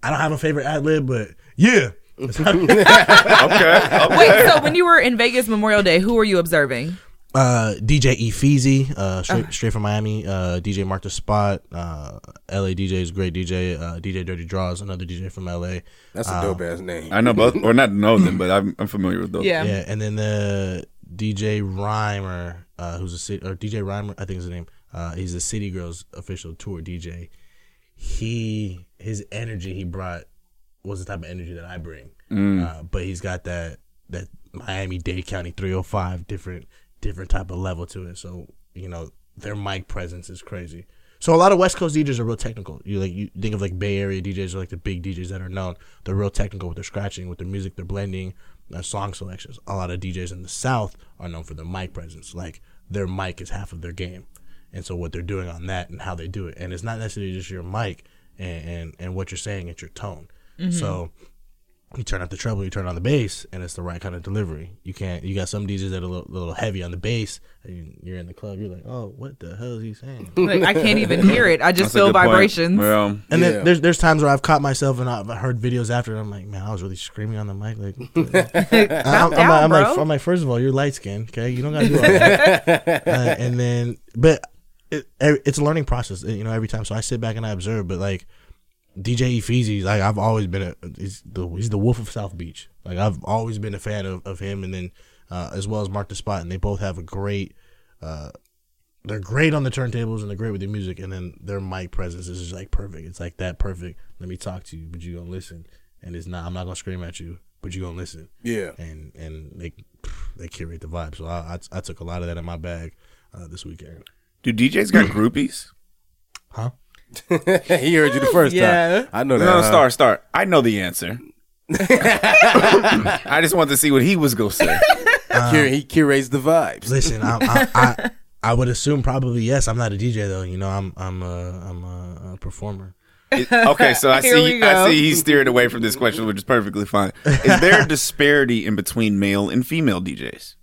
I don't have a favorite ad lib, but yeah. Wait, so when you were in Vegas Memorial Day, who were you observing? Uh, DJ Efeezy, uh, straight, straight from Miami. Uh, DJ Mark the Spot. Uh, LA DJ is a great DJ. Uh, DJ Dirty Draws, another DJ from LA. That's a dope ass name. I know both, or not know them, but I'm, I'm familiar with those. Yeah. Oh, Yeah, and then the DJ Rhymer, uh, who's a city or DJ Rhymer, I think is the name. Uh, he's the City Girls official tour DJ. He his energy he brought was the type of energy that I bring, uh, but he's got that that Miami Dade County 305 different different type of level to it. So you know their mic presence is crazy. So a lot of West Coast DJs are real technical. You like you think of like Bay Area DJs are like the big DJs that are known. They're real technical with their scratching, with their music, their blending, their song selections. A lot of DJs in the South are known for their mic presence. Like their mic is half of their game, and so what they're doing on that and how they do it. And it's not necessarily just your mic and and, and what you're saying; it's your tone. So you turn up the treble, you turn on the bass, and it's the right kind of delivery. You can't. You got some DJs that are a little, little heavy on the bass, and you're in the club. You're like, oh, what the hell is he saying? Like, I can't even hear it. I just That's a feel good point. vibrations. Well, And Yeah. then there's there's times where I've caught myself and I've heard videos after, and I'm like, man, I was really screaming on the mic. Like, I'm, down, I'm, like- I'm like, bro. I'm like, first of all, you're light skinned, okay? You don't gotta do all that. uh, and then, but it, every- it's a learning process, you know, every time. So I sit back and I observe, but like DJ Efeezy, like I've always been a he's the he's the Wolf of South Beach. Like I've always been a fan of, of him, and then uh, as well as Mark the Spot, and they both have a great. Uh, they're great on the turntables and they're great with the music, and then their mic presence is just like perfect. It's like that perfect. Let me talk to you, but you gonna listen, and it's not. I'm not gonna scream at you, but you gonna listen Yeah. and and they they curate the vibe. So I I, I took a lot of that in my bag uh, this weekend. do DJs got groupies? Huh? he heard you the first Yeah. time. I know that. uh, No, huh? start, start. I know the answer. I just wanted to see what he was gonna say. Cur- he curates the vibes. Listen, I, I, I I would assume probably yes. I'm not a DJ though. You know, I'm I'm a I'm a, a performer. It- okay, so I Here see. we I go. see. He's steered away from this question, which is perfectly fine. Is there a disparity in between male and female DJs?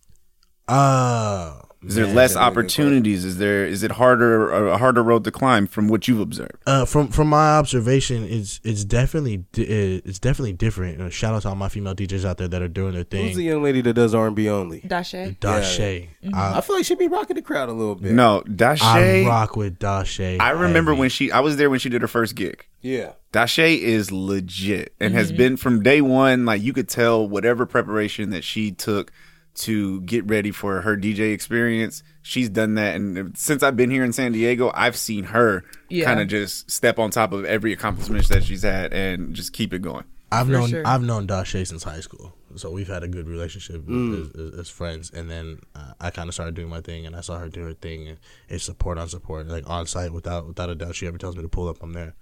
Uh Is there that's less a good opportunities? Is there is it harder a harder road to climb from what you've observed? Uh, from from my observation, it's it's definitely di- uh, it's definitely different. You know, shout out to all my female DJs out there that are doing their Who's the thing. young lady that does R and B only? Dashe. Dashe, I, I feel like she'd be rocking the crowd a little bit. No, Dashe. Mm-hmm. I, I rock with Dashe. remember heavy. when she I was there when she did her first gig. Yeah. Dashe is legit and has been from day one. Like you could tell whatever preparation that she took to get ready for her DJ experience, she's done that. And since I've been here in San Diego, I've seen her Yeah. kind of just step on top of every accomplishment that she's had and just keep it going. I've known sure. I've known Dashe since high school, so we've had a good relationship as, as, as friends. And then uh, I kind of started doing my thing, and I saw her do her thing, and it's support on support, like on site without without a doubt. She ever tells me to pull up, I'm there.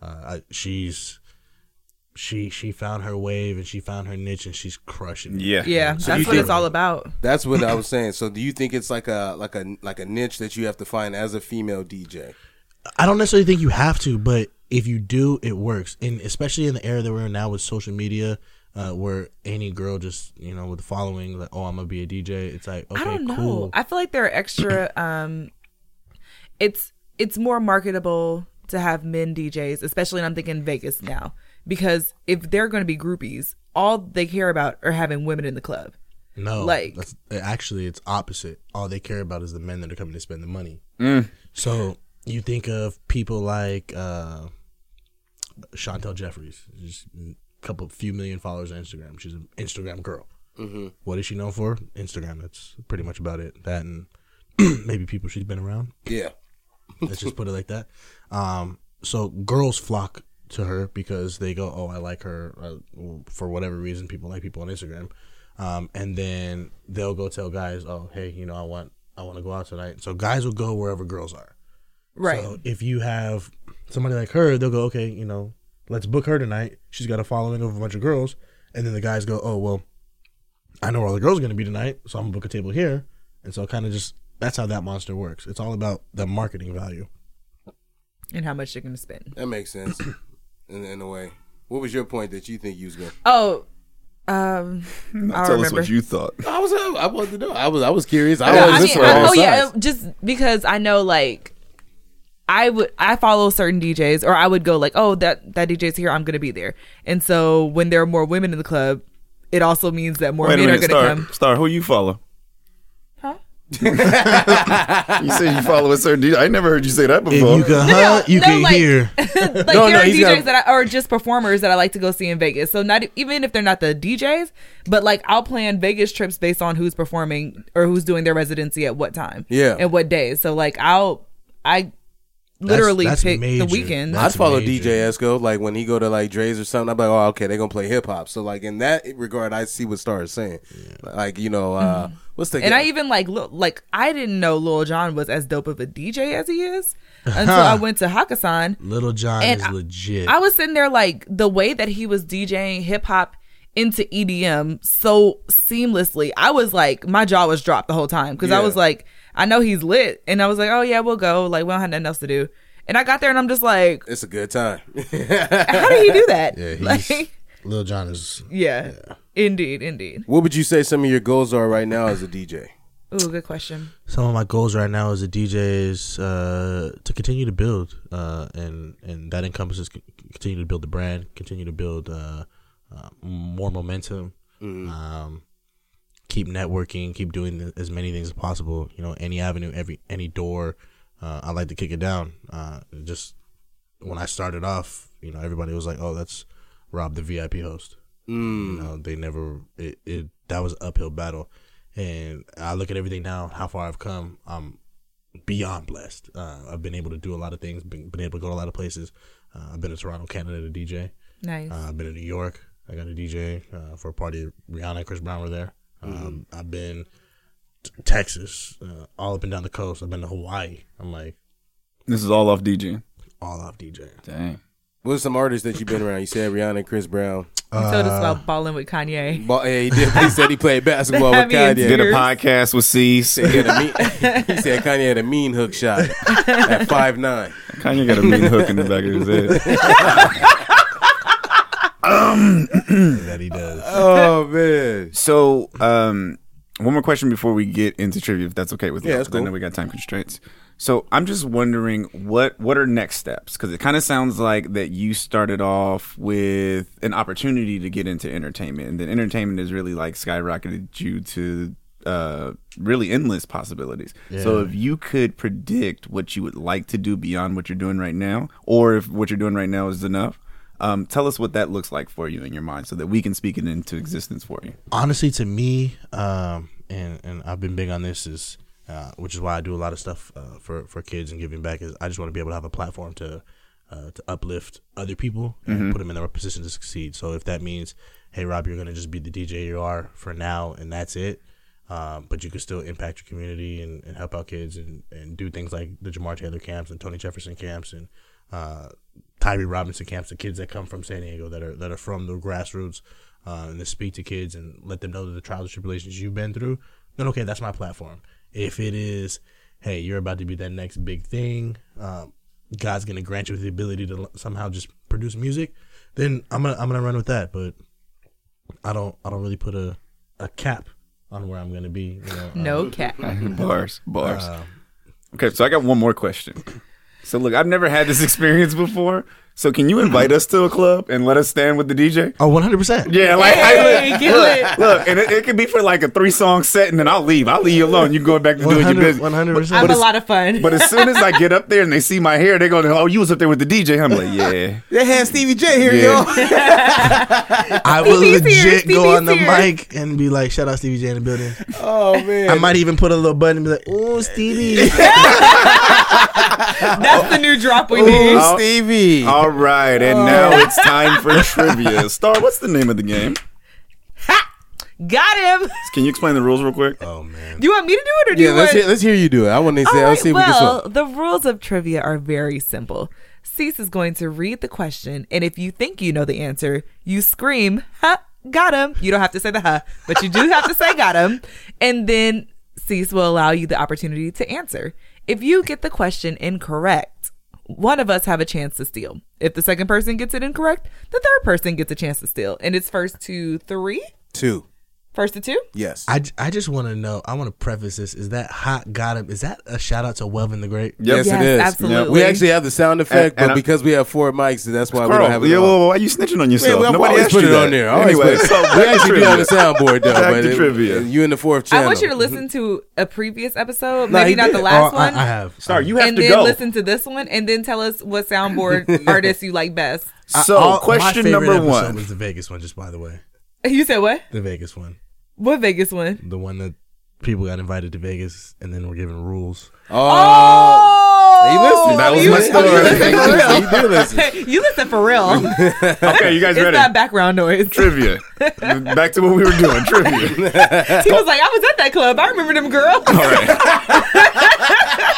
Uh, I, she's she she found her wave and she found her niche, and she's crushing. it. Yeah. Yeah, you that's what think- it's all about. That's what I was saying. So do you think it's like a like a like a niche that you have to find as a female DJ? I don't necessarily think you have to, but if you do, it works. And especially in the era that we're in now with social media, uh, where any girl just you know with the following, like, oh, I'm gonna be a DJ. It's like okay, I don't know. cool. I feel like there are extra. Um, it's it's more marketable to have men DJs, especially. And I'm thinking Vegas now because if they're going to be groupies, all they care about are having women in the club. No, Like- that's, actually, it's opposite. All they care about is the men that are coming to spend the money. So you think of people like uh, Chantel Jeffries, just a couple few million followers on Instagram. She's an Instagram girl. What is she known for? Instagram. That's pretty much about it. That and maybe people she's been around. Yeah. Let's just put it like that. Um, so girls flock to her because they go, "Oh, I like her." Uh, for whatever reason, people like people on Instagram, um, and then they'll go tell guys, "Oh, hey, you know, I want, I want to go out tonight." So guys will go wherever girls are. Right. So if you have somebody like her, they'll go, "Okay, you know, let's book her tonight." She's got a following of a bunch of girls, and then the guys go, "Oh, well, I know where all the girls are going to be tonight, so I'm gonna book a table here." And so kind of just that's how that monster works. It's all about the marketing value. and how much they're going to spend. That makes sense. in, in a way. What was your point that you think you was going? to Oh, um, I Tell us remember. what you thought. I was I, wanted to know. I was I was curious. I No, was I mean, listening I- on oh both yeah, sides. just because I know like I would I follow certain DJs or I would go like, oh that that DJ's here, I'm gonna be there. And so when there are more women in the club, it also means that more Wait a men are minute, gonna Star. come. Star, who you follow? Huh? You said you follow a certain DJ. I never heard you say that If before. you can no, hunt, you no, can like- hear. like No, there no, are he's DJs got- that I, or just performers that I like to go see in Vegas. So not e- even if they're not the DJs, but like I'll plan Vegas trips based on who's performing or who's doing their residency at what time. Yeah. And what days. So like I'll I literally that's pick major. the weekends. That's I'd follow major. DJ Esco. Like when he go to like Dre's or something, I'd be like, oh, okay, they're gonna play hip hop. So like in that regard, I see what Star is saying. Like you know, uh, what's the And guy- I even like Lil- like I didn't know Lil John was as dope of a DJ as he is until I went to Hakkasan. Little John And is I- legit. I was sitting there like the way that he was DJing hip hop into EDM so seamlessly. I was like my jaw was dropped the whole time because I was like I know he's lit and I was like oh yeah we'll go like we don't have nothing else to do. And I got there and I'm just like It's a good time. how did he do that? yeah, he's, like, Little John is. yeah, indeed, indeed. what would you say some of your goals are right now as a DJ? Ooh, good question. Some of my goals right now as a DJ is uh, to continue to build, uh, and and that encompasses c- continue to build the brand, continue to build uh, uh, more momentum, um, keep networking, keep doing th- as many things as possible. You know, any avenue, every any door, uh, I like to kick it down. Uh, just when I started off, you know, everybody was like, "Oh, that's Rob, the VIP host." You know, they never it, it that was an uphill battle, and I look at everything now, how far I've come. I'm beyond blessed. Uh, I've been able to do a lot of things, been, been able to go to a lot of places. Uh, I've been in Toronto, Canada, to DJ. Nice. Uh, I've been in New York. I got a DJ uh, for a party. Rihanna and Chris Brown were there. Um, I've been t- Texas, uh, all up and down the coast. I've been to Hawaii. I'm like This is all off DJ. all off DJ. Dang. What's some artists that you've been around? You said Rihanna, and Chris Brown. You told Uh, us about balling with Kanye. Ball, yeah, he did. He said he played basketball with That'd be Kanye. Did a Cheers. podcast with Cease. He, had a mean, he said Kanye had a mean hook shot at five nine. Kanye got a mean hook in the back of his head. that he does. Oh man! So, um, One more question before we get into trivia, if that's okay with you. Yeah, that's 'cause I know cool. we got time constraints. So I'm just wondering what what are next steps? Because it kind of sounds like that you started off with an opportunity to get into entertainment, and then entertainment has really like skyrocketed you to uh, really endless possibilities. So if you could predict what you would like to do beyond what you're doing right now, or if what you're doing right now is enough. Um, tell us what that looks like for you in your mind so that we can speak it into existence for you. honestly to me um and and i've been big on this is uh, which is why i do a lot of stuff uh, for for kids and giving back is i just want to be able to have a platform to uh, to uplift other people and put them in the right position to succeed so if that means hey rob you're gonna just be the dj you are for now and that's it um, but you can still impact your community and, and help out kids and, and do things like the Jamar Taylor camps and Tony Jefferson camps and uh, Tyree Robinson camps, the kids that come from San Diego that are that are from the grassroots uh, and to speak to kids and let them know that the trials and tribulations you've been through, then okay, that's my platform. If it is, hey, you're about to be that next big thing, um, God's gonna grant you the ability to l- somehow just produce music, then I'm gonna I'm gonna run with that. But I don't I don't really put a a cap on where I'm gonna be. You know, um, No cap. bars, bars. okay, so I got one more question. So look, I've never had this experience before. So can you invite us to a club and let us stand with the DJ? Oh, 100 percent. Yeah, like I, Hey, kill it. look, look, and it, it could be for like a three song set, and then I'll leave. I'll leave you alone. You going back to doing your 100 business. I'm percent. a lot of fun. But as soon as I get up there and they see my hair, they're going, "Oh, you was up there with the DJ." I'm like, "Yeah, They had Stevie J here, Yeah. y'all. I would Stevie's here, legit go Stevie's on the here. mic and be like, "Shout out Stevie J in the building." Oh man, I might even put a little button and be like, "Ooh, Stevie." oh. That's the new drop we need. Ooh, Stevie. all right." Oh. And now it's time for trivia. Star, what's the name of the game? Got him. Can you explain the rules real quick? oh man. Do you want me to do it or do yeah, you let's want? hear, let's hear you do it. I want to say. All Let's see right, if we can. well, solve- the rules of trivia are very simple. Cease is going to read the question, and if you think you know the answer, you scream, ha, got him. You don't have to say the ha, but you do have to say got him. And then Cease will allow you the opportunity to answer. If you get the question incorrect, one of us have a chance to steal. If the second person gets it incorrect, the third person gets a chance to steal. And it's first to three, Two. first to two. Yes. I, j- I just want to know. I want to preface this. Is that hot? Got him? Is that a shout out to Welvin the Great? Yes, Yes, it is. absolutely. We actually have the sound effect, and but I- because we have four mics, that's why we Girl, don't have it. yeah, on. whoa, whoa, why are you snitching on yourself? Yeah, we Nobody always asked put you it that. on there. I always Anyway, put it- so we back to actually be on trivia. the soundboard though. Back but to it- trivia. You in the fourth channel. I want you to listen to a previous episode, No, maybe he not did. the Oh, last I, one. I have. Um, Star, you have and to then go. listen to this one and then tell us what soundboard artists you like best. so, All- question my favorite number episode one. was the Vegas one. Just by the way, You said what? the Vegas one, What Vegas one? the one that people got invited to Vegas and then were given rules. Oh, oh, listen. That was you, my story. You listen He listen, he for do listen. real. you listen for real. Okay, you guys it's ready? not background noise. he Trivia. Back to what we were doing. Trivia. was like, I was at that club. I remember them girls. All right.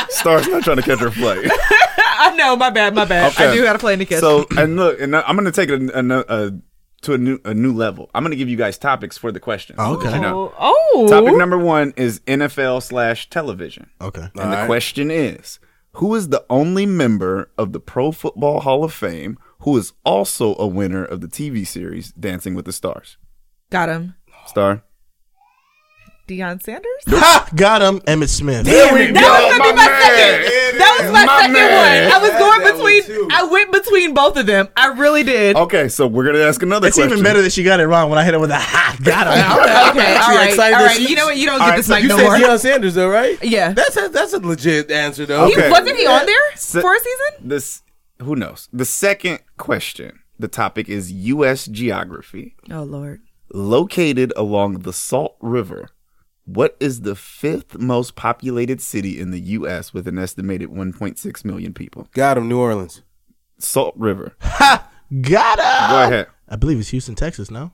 Star's not trying to catch her flight. I know. My bad. My bad. I Okay. do gotta play Nikita. So and look, and I'm gonna take it a, a, a, to a new a new level. I'm gonna give you guys topics for the question. Oh, okay. You know? oh, oh. Topic number one is NFL slash television. Okay. And the Alright. question is Who is the only member of the Pro Football Hall of Fame who is also a winner of the TV series Dancing with the Stars? got him. Star? Deion Sanders. Ha! Got him. Emmett Smith. There we That was gonna be my second. That was my, second one. I was going between. I went between both of them. I really did. Okay, so we're gonna ask another It's question. even better that she got it wrong when I hit her with a ha. Got him. Okay, all right, excited. all right. You know what? You don't All get right, this so mic you no said more. Deion Sanders, though, right? Yeah. That's a, that's a legit answer, though. Okay. He, wasn't he on there So- for a season? This who knows? The second question, the topic is US geography. Oh Lord. Located along the Salt River, what is the fifth most populated city in the US with an estimated 1.6 million people? Got him, New Orleans. Salt River. Got him. Go ahead. I believe it's Houston, Texas. No.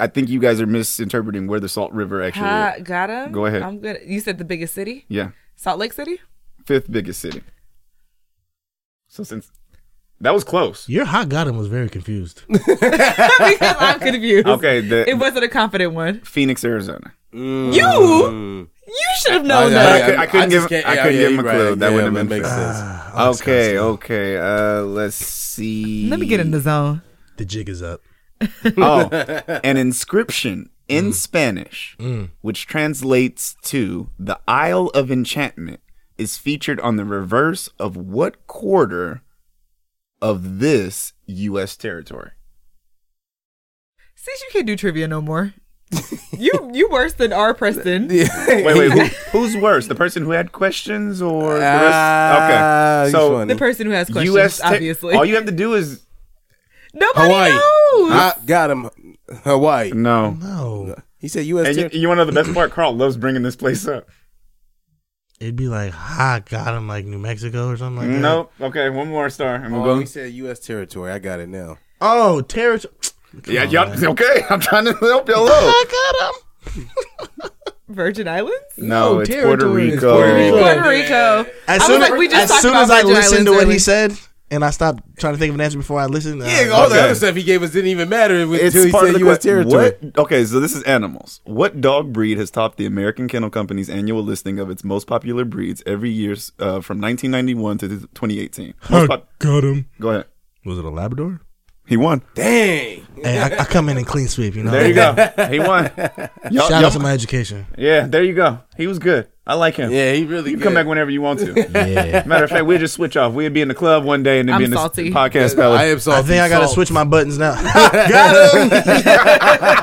I think you guys are misinterpreting where the Salt River actually Ha, is. got him. Go ahead. I'm good. You said the biggest city, Yeah. Salt Lake City. Fifth biggest city. So since that was close. Your hot got him was very confused. because I'm confused. Okay, the It wasn't a confident one. Phoenix, Arizona. Mm. You, you should have known I- that. I could- couldn't just give- can't- I yeah, couldn't yeah, give him a you're right. clue. That Yeah, wouldn't have been makes fair. sense. Okay, okay. Uh let's see. Let me get in the zone. The jig is up. Oh. An inscription in Spanish, which translates to the Isle of Enchantment, is featured on the reverse of what quarter of this U.S. territory? Since you can't do trivia no more, you you worse than R. Preston. Wait, wait, who, who's worse? The person who had questions or the Ah, rest? Okay. he's So, funny. The person who has questions, U.S. ter- obviously. All you have to do is. Nobody Hawaii. knows. I got him. Hawaii. No. No, He said U.S. And you, territory. you want to know the best part? Carl loves bringing this place up. it'd be like, ah, God, I'm like New Mexico or something like that. Nope. Oh, Okay, one more star, and we'll Oh, go. he said U.S. territory. I got it now. Oh, territory. Yeah, Oh. y'all, okay. I'm trying to help y'all out. I Virgin Islands? No, it's Puerto territory. Rico. It's Puerto Rico. Puerto Rico. As I was soon like, as, we just as, talked soon about as I Virgin listened to Islands what earlier. he said, and I stopped trying to think of an answer before I listened. uh, Yeah, all Okay. the other stuff he gave us didn't even matter It's until he part of said the U.S. que- territory. What? Okay, so this is animals. What dog breed has topped the American Kennel Company's annual listing of its most popular breeds every year uh, from 1991 to 2018? Most pop- got him. go ahead. Was it a Labrador? He won. Dang. Hey, I, I come in and clean sweep. You know. There you go. He won. Y'all- Shout y'all- out to my education. yeah, there you go. He was good. I like him. Yeah, he really You can come good. back whenever you want to. Yeah. Matter of fact, we'll just switch off. We'll be in the club one day and then I'm be in the salty. podcast palace. I am I salty. think I gotta Salt. switch my buttons now. got him.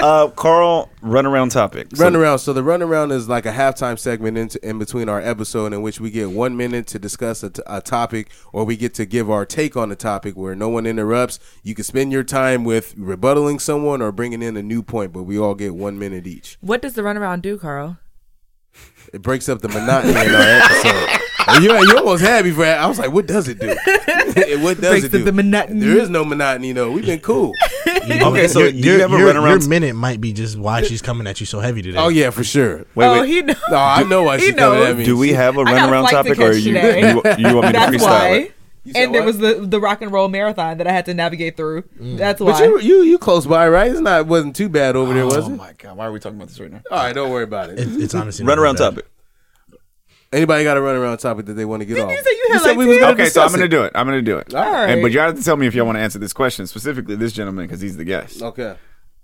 Uh, Carl, run around topic. So- Runaround. So the runaround is like a halftime segment in, in between our episode in which we get one minute to discuss a, t- a topic or we get to give our take on the topic where no one interrupts. You can spend your time with rebuttaling someone or bringing in a new point, but we all get one minute each. What does the runaround do, Carl? It breaks up the monotony in our episode. And You, you almost had me for that. I was like, what does it do? what does Breaks it up do? the monotony. There is no monotony, though. We've been cool. Okay, so your, do you your- ever your- run around- your minute might be just why she's coming at you so heavy today. Oh, yeah, for sure. Wait, oh, wait. he knows. No, I know why He she's coming knows. at me. Do we have a got a runaround flight to topic, or catch you, you today. you want me to That's freestyle? why. it? said And there what? Mm. was the, the rock and roll marathon that I had to navigate through. That's why. But you, you, you close by, right? It's not, wasn't too bad over there, was Oh it? my god, why are we talking about this right now? All right, don't worry about it. It- it's honestly Run not around that bad. topic. Anybody got a runaround topic that they want to get off? you say you had like we 10? was gonna Okay, so I'm discuss gonna do it. I'm gonna do it. All right. And, but you have to tell me if y'all want to answer this question specifically, this gentleman, because he's the guest. it. Okay.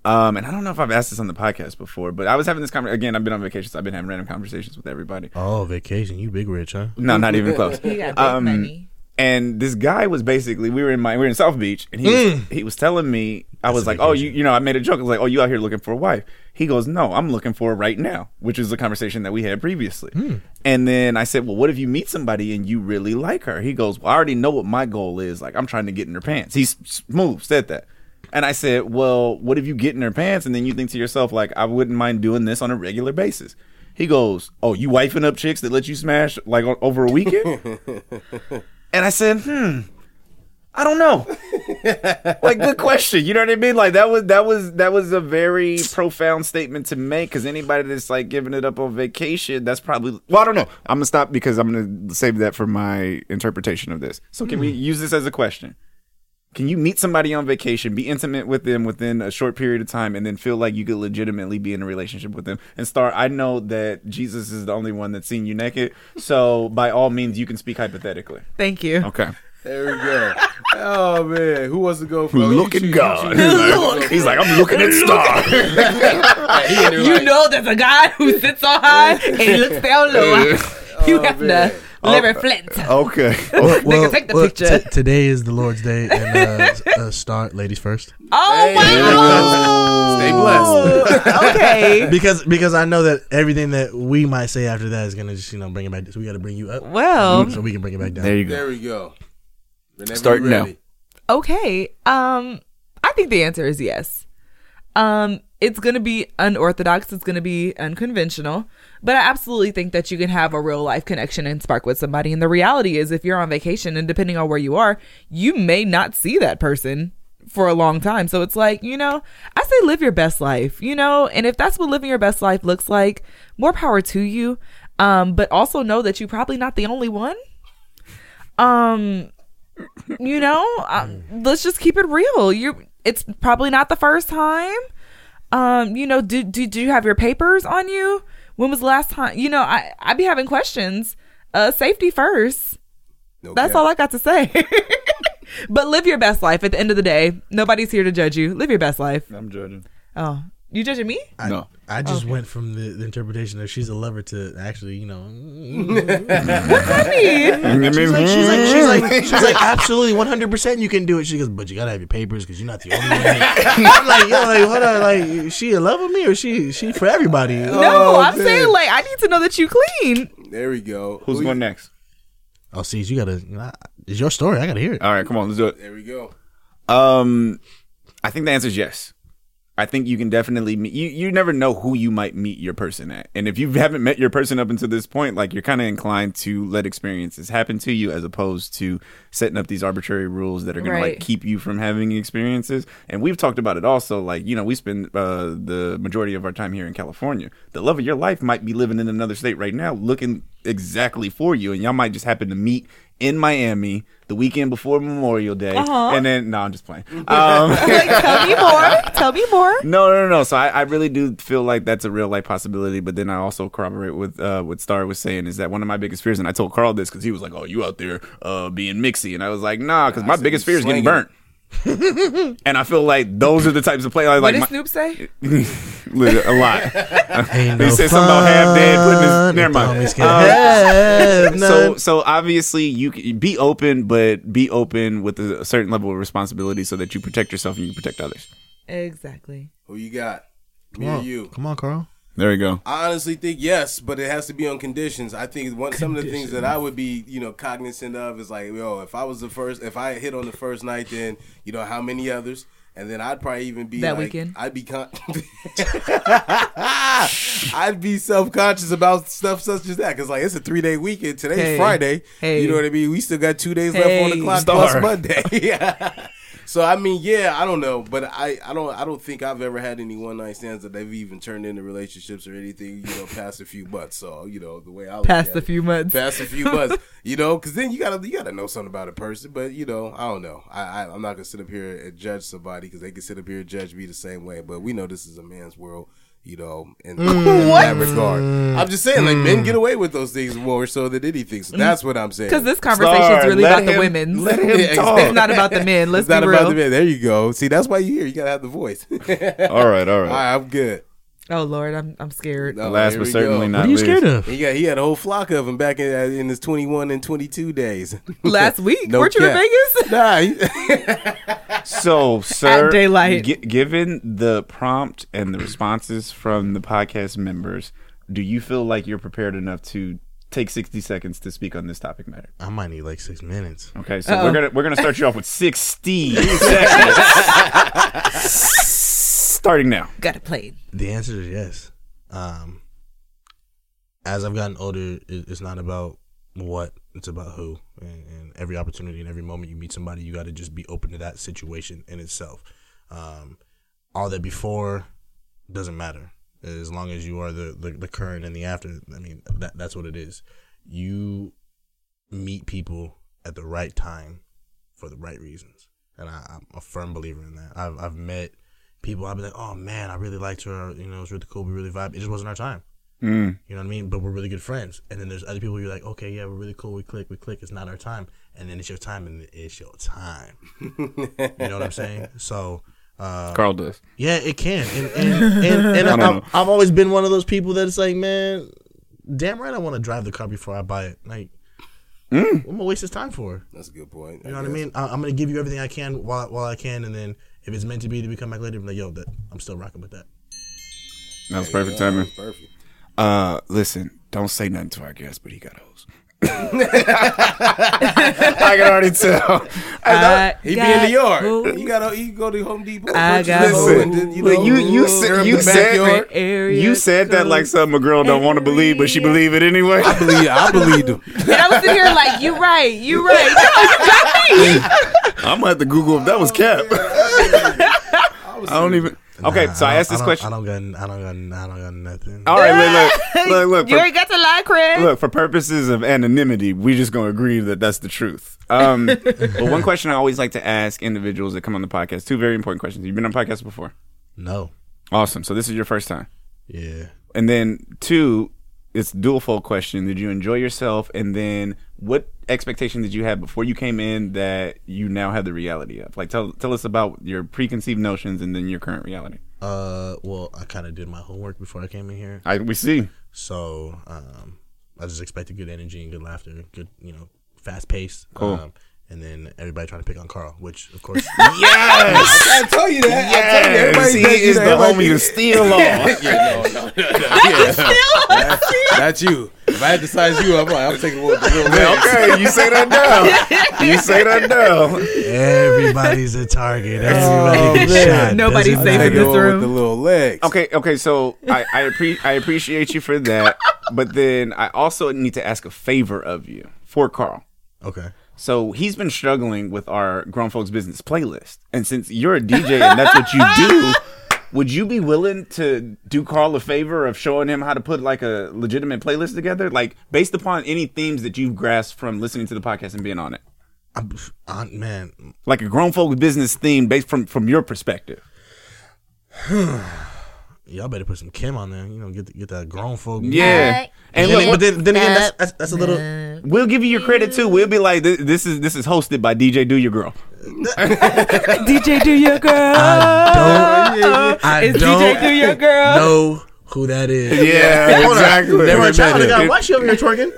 Um, and I don't know if I've asked this on the podcast before, but I was having this conversation again. I've been on vacation, so I've been having random conversations with everybody. Oh, vacation. You big rich, huh? No, not even close. He got big Um, money. and this guy was basically we were in my we were in South Beach and he was, he was telling me I was like oh you you know I made a joke I was like oh you out here looking for a wife he goes no I'm looking for her right now which is the conversation that we had previously and then I said well what if you meet somebody and you really like her he goes well I already know what my goal is like I'm trying to get in her pants he's smooth said that and I said well what if you get in her pants and then you think to yourself like I wouldn't mind doing this on a regular basis. He goes, "Oh, you wifing up chicks that let you smash like o- over a weekend?" And I said, hmm, I don't know. like, good question. You know what I mean? Like that was that was that was a very profound statement to make because anybody that's like giving it up on vacation, that's probably. Well, I don't know. I'm gonna stop because I'm gonna save that for my interpretation of this. So, can we use this as a question? Can you meet somebody on vacation, be intimate with them within a short period of time, and then feel like you could legitimately be in a relationship with them? And start, I know that Jesus is the only one that's seen you naked, so by all means, you can speak hypothetically. Thank you. Okay. There we go. oh man, who wants to go? For Look at God. He's like, I'm looking at stars. You know there's a guy who sits on high and looks down low. Oh, you have to live and flint. okay. Nigga, take the picture. t- today is the Lord's day, and uh, s- uh, start ladies first. Oh, Stay blessed. wow. okay. Because because I know that everything that we might say after that is gonna just you know bring it back. So we got to bring you up, Well, Mm-hmm. so we can bring it back down. There you go. There we go. Whenever Start you're ready. okay. Um, I think the answer is yes. Um, it's gonna be unorthodox. It's gonna be unconventional, but I absolutely think that you can have a real life connection and spark with somebody. And the reality is, if you're on vacation and depending on where you are, you may not see that person for a long time. So it's like you know, I say live your best life. You know, and if that's what living your best life looks like, more power to you. Um, but also know that you're probably not the only one. Um, you know uh, let's just keep it real you it's probably not the first time um you know do, do, do you have your papers on you when was the last time you know i i be having questions uh safety first No that's cap. all i got to say but live your best life at the end of the day nobody's here to judge you live your best life I'm judging. oh You judging me? I, No. I just went from the, the interpretation of she's a lover to actually, you know, she's like, she's like, she's like, she's like, absolutely, one hundred percent, you can do it. She goes, but you gotta have your papers because you're not the only one. I'm like, yo, like, hold on, like, is she in love with me or she she for everybody? No, Oh, I'm man. saying like I need to know that you clean. There we go. Who's Who- going next? Oh, see, you gotta, you know, it's your story. I gotta hear it. All right, come on, let's do it. There we go. Um, I think the answer is yes. I think you can definitely meet. You you never know who you might meet your person at, and if you haven't met your person up until this point, like you're kind of inclined to let experiences happen to you, as opposed to setting up these arbitrary rules that are going to Right. like keep you from having experiences. And we've talked about it also. Like you know, we spend uh, the majority of our time here in California. The love of your life might be living in another state right now, looking exactly for you, and y'all might just happen to meet in Miami the weekend before Memorial Day, and then no, I'm just playing. Um, Like tell me more. Tell me more. no, no, no, no. So I, I really do feel like that's a real life possibility. But then I also corroborate with uh, what Star was saying is that one of my biggest fears, and I told Carl this because he was like, "Oh, you out there uh, being mixy," and I was like, "Nah," because my said biggest you fear is getting slinging. burnt. and I feel like those are the types of play I What like did my, Snoop say? a lot. Ain't He no said something about half dead, putting his- never fun mind. Um, if the homies can have so none. so obviously you c- be open, but be open with a, a certain level of responsibility so that you protect yourself and you protect others. Exactly. Who you got? Me come or on, you? come on, Carl. There you go. I honestly think yes, but it has to be on conditions. I think one, some of the things that I would be, you know, cognizant of is like, yo, if I was the first, if I hit on the first night, then you know how many others, and then I'd probably even be That like- weekend? I'd be con- I'd be self conscious about stuff such as that because like it's a three day weekend. Today's Hey. Friday. Hey. You know what I mean? We still got two days left on Hey. the clock plus Monday. yeah. So I mean, yeah, I don't know, but I, I don't I don't think I've ever had any one night stands that they've even turned into relationships or anything, you know, past a few months. So you know the way I look Past at the it, few months. past a few months, you know, because then you gotta you gotta know something about a person. But you know, I don't know. I, I I'm not gonna sit up here and judge somebody because they can sit up here and judge me the same way. But we know this is a man's world. You know, in, Mm. in that regard, I'm just saying, like men get away with those things more so than anything. Mm. So that's what I'm saying. Because this conversation is Star, really let about the him- women. let him It's talk. not about the men. Let's it's not be real. about the man. There you go. See, that's why you here. You gotta have the voice. All All right, all right. right, I'm good. Oh Lord, I'm I'm scared. No, Last here but we certainly go. not What are you least. scared of? He got he had a whole flock of them back in uh, in his 21 and 22 days. Last week, No weren't you in cap. Vegas? nah, he- So, sir, daylight. gi- given the prompt and the responses from the podcast members, do you feel like you're prepared enough to take 60 seconds to speak on this topic matter? I might need like six minutes. Okay, so we're gonna we're gonna start you off with 60 seconds, starting now. Got to play. The answer is yes. Um, as I've gotten older, it, it's not about what; it's about who. And, and every opportunity and every moment you meet somebody, you got to just be open to that situation in itself. Um, all that before doesn't matter as long as you are the, the the current and the after. I mean, that that's what it is. You meet people at the right time for the right reasons, and I, I'm a firm believer in that. I've I've met people I'll be like, oh man, I really liked her. You know, it was really cool. We really vibe. It just wasn't our time. Mm. You know what I mean? But we're really good friends. And then there's other people you're like, okay, yeah, we're really cool. We click, we click. It's not our time. And then it's your time, and it's your time. you know what I'm saying? So, uh, Carl does. yeah, it can. And, and, and, and I don't I've, know. I've always been one of those people that's like, man, damn right I want to drive the car before I buy it. Like, Mm. what am I waste this time for? that's a good point. You know what I mean? I, I'm gonna give you everything I can while while I can, and then if it's meant to be to become back later, I'm like, yo, that I'm still rocking with that. That was perfect timing. Perfect. Uh, listen, don't say nothing to our guest, but he got hoes. I can already tell. I He be Uh, got in the yard. hoes. You gotta you go to Home Depot. I purchase got this, hoes. and then, But you- you said- serve you the said- backyard. Area You said that code. like something a girl don't want to believe, but she believe it anyway. I believe I believed him. And I was sitting here like, you right, you right. I'm gonna have to Google if that was cap. I don't even. Okay, so I asked this don't- question. I don't got, n- I don't got, n- I don't got nothing. All right, look, look, look, you look. ain't got to lie, Craig. For, look, for purposes of anonymity, we just gonna agree that that's the truth. Um, but one question I always like to ask individuals that come on the podcast: two very important questions. You've been on podcasts before. No, Awesome. So this is your first time. yeah, And then two, it's dual fold question. Did you enjoy yourself? And then what expectation did you have before you came in that you now have the reality of? Like tell tell us about your preconceived notions and then your current reality. Uh, well, I kind of did my homework before I came in here, I, we see. so um, I just expected good energy and good laughter, good you know, fast pace. Cool. Um, and then everybody trying to pick on Carl, which of course Yes, I tell you that. I tell you, everybody he does you is the that. Everybody- homie to steal on. That's you. If I had to size you up, I'm taking one. the little man. okay, you say that now. You say that now. everybody's a target. Everybody gets man. shot. Nobody's Doesn't safe matter. Take the in this one with room. the little legs. Okay, okay, so I I, appre- I appreciate you for that, but then I also need to ask a favor of you for Carl. Okay. So he's been struggling with our grown folks business playlist, and since you're a DJ and that's what you do, would you be willing to do Carl a favor of showing him how to put like a legitimate playlist together, like based upon any themes that you've grasped from listening to the podcast and being on it, I'm, i man, like a grown folks business theme based from from your perspective? y'all better put some Kim on there. You know, get get that grown folk. Yeah, and And then, look, but then, then again, that's, that's, that's a little. We'll give you your credit too. We'll be like, "Th- this is this is hosted by DJ Do Your Girl. DJ Do Your Girl. I Uh, don't. I it's don't DJ Do Your Girl. know who that is. Yeah, Never Never child, met God, him. why she over here twerking?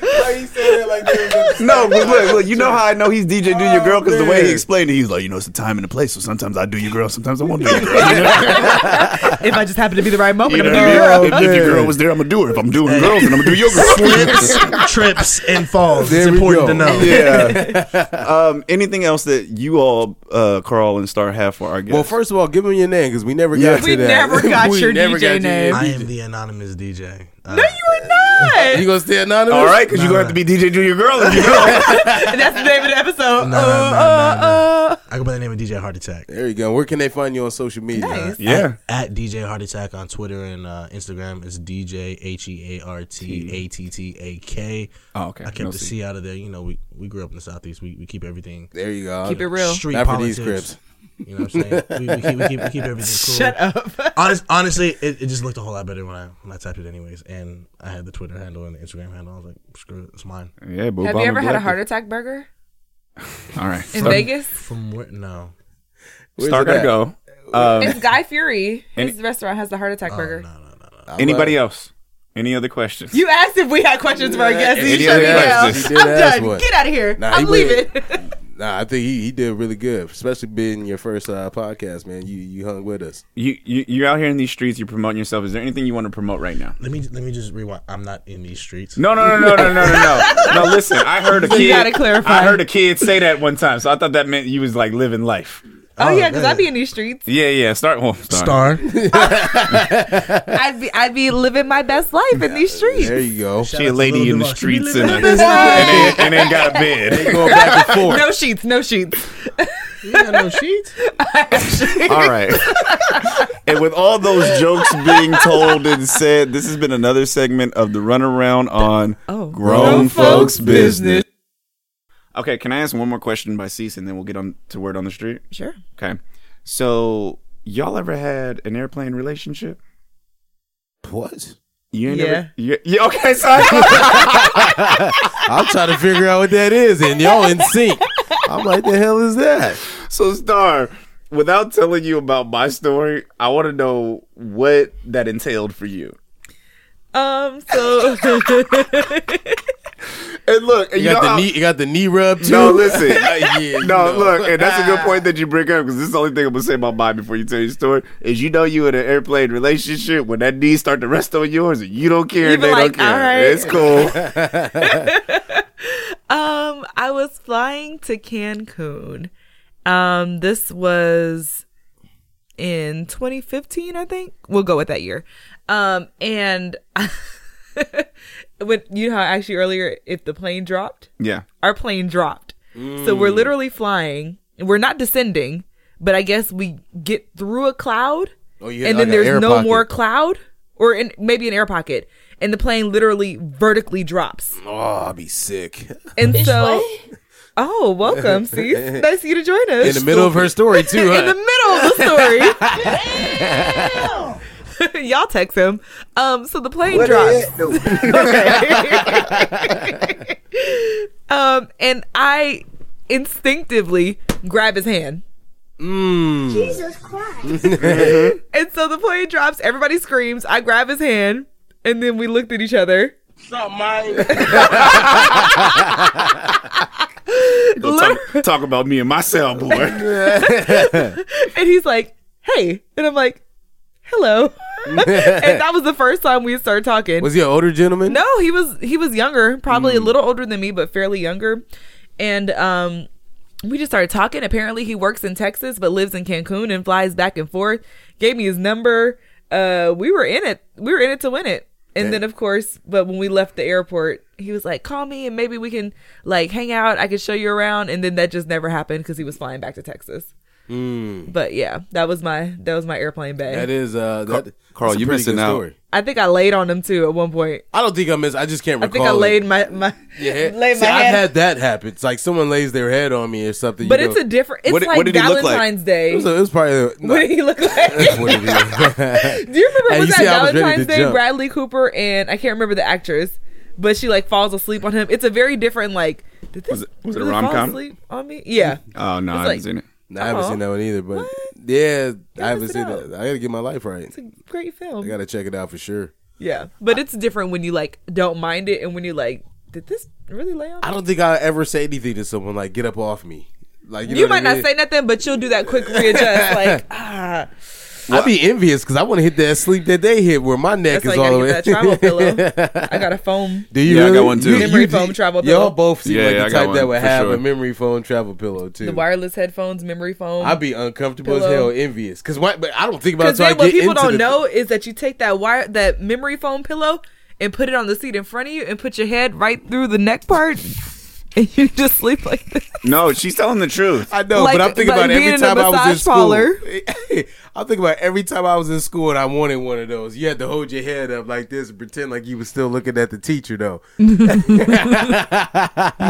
Why you saying it like that? No, but look, look, you know how I know he's DJ Do Your Girl? Because the Oh, way man. he explained it, he's like, you know, it's a time and a place. So sometimes I do your girl, sometimes I won't do your girl. You know? Oh, If I just happen to be the right moment, You know I'm what gonna I do mean? it. if, if your girl was there, I'm gonna do her. If I'm doing girls, then I'm gonna do your girl. Slips, trips, and falls. There it's we important go. to know. yeah. Um, anything else that you all, uh, Carl and Star, have for our guests? Well, first of all, give him your name because we never Yeah. got We to that. never got your DJ name. I am the anonymous DJ. Uh, No, you are not. You gonna stay anonymous? all right, because Nah, you're gonna have nah. to be DJ Do Your Girl. If you go. That's the name of the episode. No, no, Uh, no, uh, no, no. uh. I go by the name of DJ Heart Attack. There you go. Where can they find you on social media? Nice. yeah. At DJ Heart Attack on Twitter and uh, Instagram is DJ H E A R T A T T A K. Oh, okay. I kept the C out of there. You know, we, we grew up in the Southeast. We, we keep everything There you go. Keep it real. street Not for politics. these Crips. You know what I'm saying? we, we, keep, we, keep, we keep everything cool. Shut up. Honest, honestly, it, it just looked a whole lot better when I when I typed it, anyways. And I had the Twitter handle and the Instagram handle. I was like, screw it, it's mine. Yeah, but Have you ever had a heart attack burger All right, in so Vegas? From where? No, Where's Star it gotta at? go. Um, It's Guy Fury. His Any- restaurant has the heart attack Oh, burger. no, no, no, no. I anybody love- else? Any other questions? You asked if we had questions for our guests. Any You shut other me down. questions? He did I'm ask done. one. Get out of here. Nah, I'm he went- leaving. Nah, I think he, he did really good, especially being your first uh, podcast, man. You you hung with us. You, you you're out here in these streets. You're promoting yourself. Is there anything you want to promote right now? Let me let me just rewind. I'm not in these streets. No, no, no, no, no, no, no, no. No, listen. I heard a kid. gotta clarify. I heard a kid say that one time, so I thought that meant you was like living life. Oh, yeah, because man. I'd be in these streets. Yeah, yeah. Start. Well, start. Star. I'd be I'd be living my best life in these streets. There you go. She a lady in the Shout out to streets Lil and, Devon. and, ain't, and ain't got a bed. Going back and forth. No sheets, no sheets. You got no sheets. All right. and with all those jokes being told and said, this has been another segment of the runaround on Oh. Grown Folks Business. Okay, can I ask one more question by Cease and then we'll get on to word on the street? Sure. Okay. So y'all ever had an airplane relationship? What? You ain't Yeah. never yeah, yeah okay, sorry. I'm trying to figure out what that is, and y'all in sync. I'm like, the hell is that? so Star, without telling you about my story, I wanna know what that entailed for you. Um. So And look, and You you, got know the how- knee. You got the knee rub too. No, listen. Yeah, no, no. look, and that's a good point that you bring up because this is the only thing I'm gonna say about mine before you tell your story is you know you in an airplane relationship when that knee start to rest on yours and you don't care You and be they like, don't care. "All right." It's cool. Um, I was flying to Cancun. Um, this was in 2015, I think. We'll go with that year. Um, and when you know how actually earlier if the plane dropped, yeah. our plane dropped. So Mm. we're literally flying. We're not descending, but I guess we get through a cloud, Oh, you hit and like an then air there's no pocket. more cloud, or in, maybe an air pocket, and the plane literally vertically drops. Oh, I'll be sick. And so, oh, welcome, Cease. Nice of you to join us. In the middle of her story too. In the Huh? middle of the story. Y'all text him. Um, so the plane drops. okay. um, and I instinctively grab his hand. Mm. Jesus Christ. And so the plane drops, everybody screams, I grab his hand, and then we looked at each other. Talk, talk about me and my Oh, cell boy. And he's like, Hey. And I'm like, Hello. and that was the first time we started talking. Was he an older gentleman? No, he was he was younger, probably Mm. a little older than me, but fairly younger. And um we just started talking. Apparently he works in Texas but lives in Cancun and flies back and forth. Gave me his number. Uh we were in it. We were in it to win it. And then of course, but when we left the airport, he was like, "Call me and maybe we can like hang out. I can show you around." And then that just never happened cuz he was flying back to Texas. But yeah, that was my that was my airplane bag. Mm. That is uh, that, Carl, that's a you pretty missing good out. story. I think I laid on him too at one point. I don't think I missed. I just can't I recall. think I it. laid my my Yeah, laid See, my I've hand had that happen. It's like someone lays their head on me or something. you But know. it's a different. It's What- like what did he look like? Valentine's Day. It was, a, it was probably. A, what did he look like? Do what it is. you remember Hey, was you that see, I was ready to Valentine's Day? jump. Bradley Cooper and I can't remember the actress, but she like falls asleep on him. It's a very different like. Did this, Was it- was it did a fall rom-com? asleep on me? Yeah. Mm-hmm. Uh, Oh no, I like- haven't seen it. Nah, I haven't Aw. seen that one either. But yeah, I haven't missed seen out. it. I gotta get my life right. It's a great I film. gotta check it out for sure. Yeah, but it's different when you like don't mind it and when you like, did this really lay on? I don't think I ever say anything to someone like "get up off me." Like you, know You, what might I not mean? say nothing, but you'll do that quick readjust. like, ah, I'd be envious because I want to hit that sleep that they hit where my neck that's why is you all gotta the way. get that travel pillow. I got a foam. Do you Yeah, I got really? one, too. You- Memory you- foam travel Y'all pillow. both seem Yeah, like yeah, I the got type that one, would for have a sure. memory foam travel pillow too. The wireless headphones, memory foam. I'd be uncomfortable as hell, Pillow. envious, because why? But I don't think about it Because till Oh, I then what get people into don't the- know is that you take that wire, that memory foam pillow, and put it on the seat in front of you, and put your head right through the neck part, and you just sleep like this. No, she's telling the truth. I know, Like- but I'm thinking like about being every in a time I was in massage parlor. school. I'm thinking about every time I was in school and I wanted one of those. You had to hold your head up like this and pretend like you was still looking at the teacher, though. You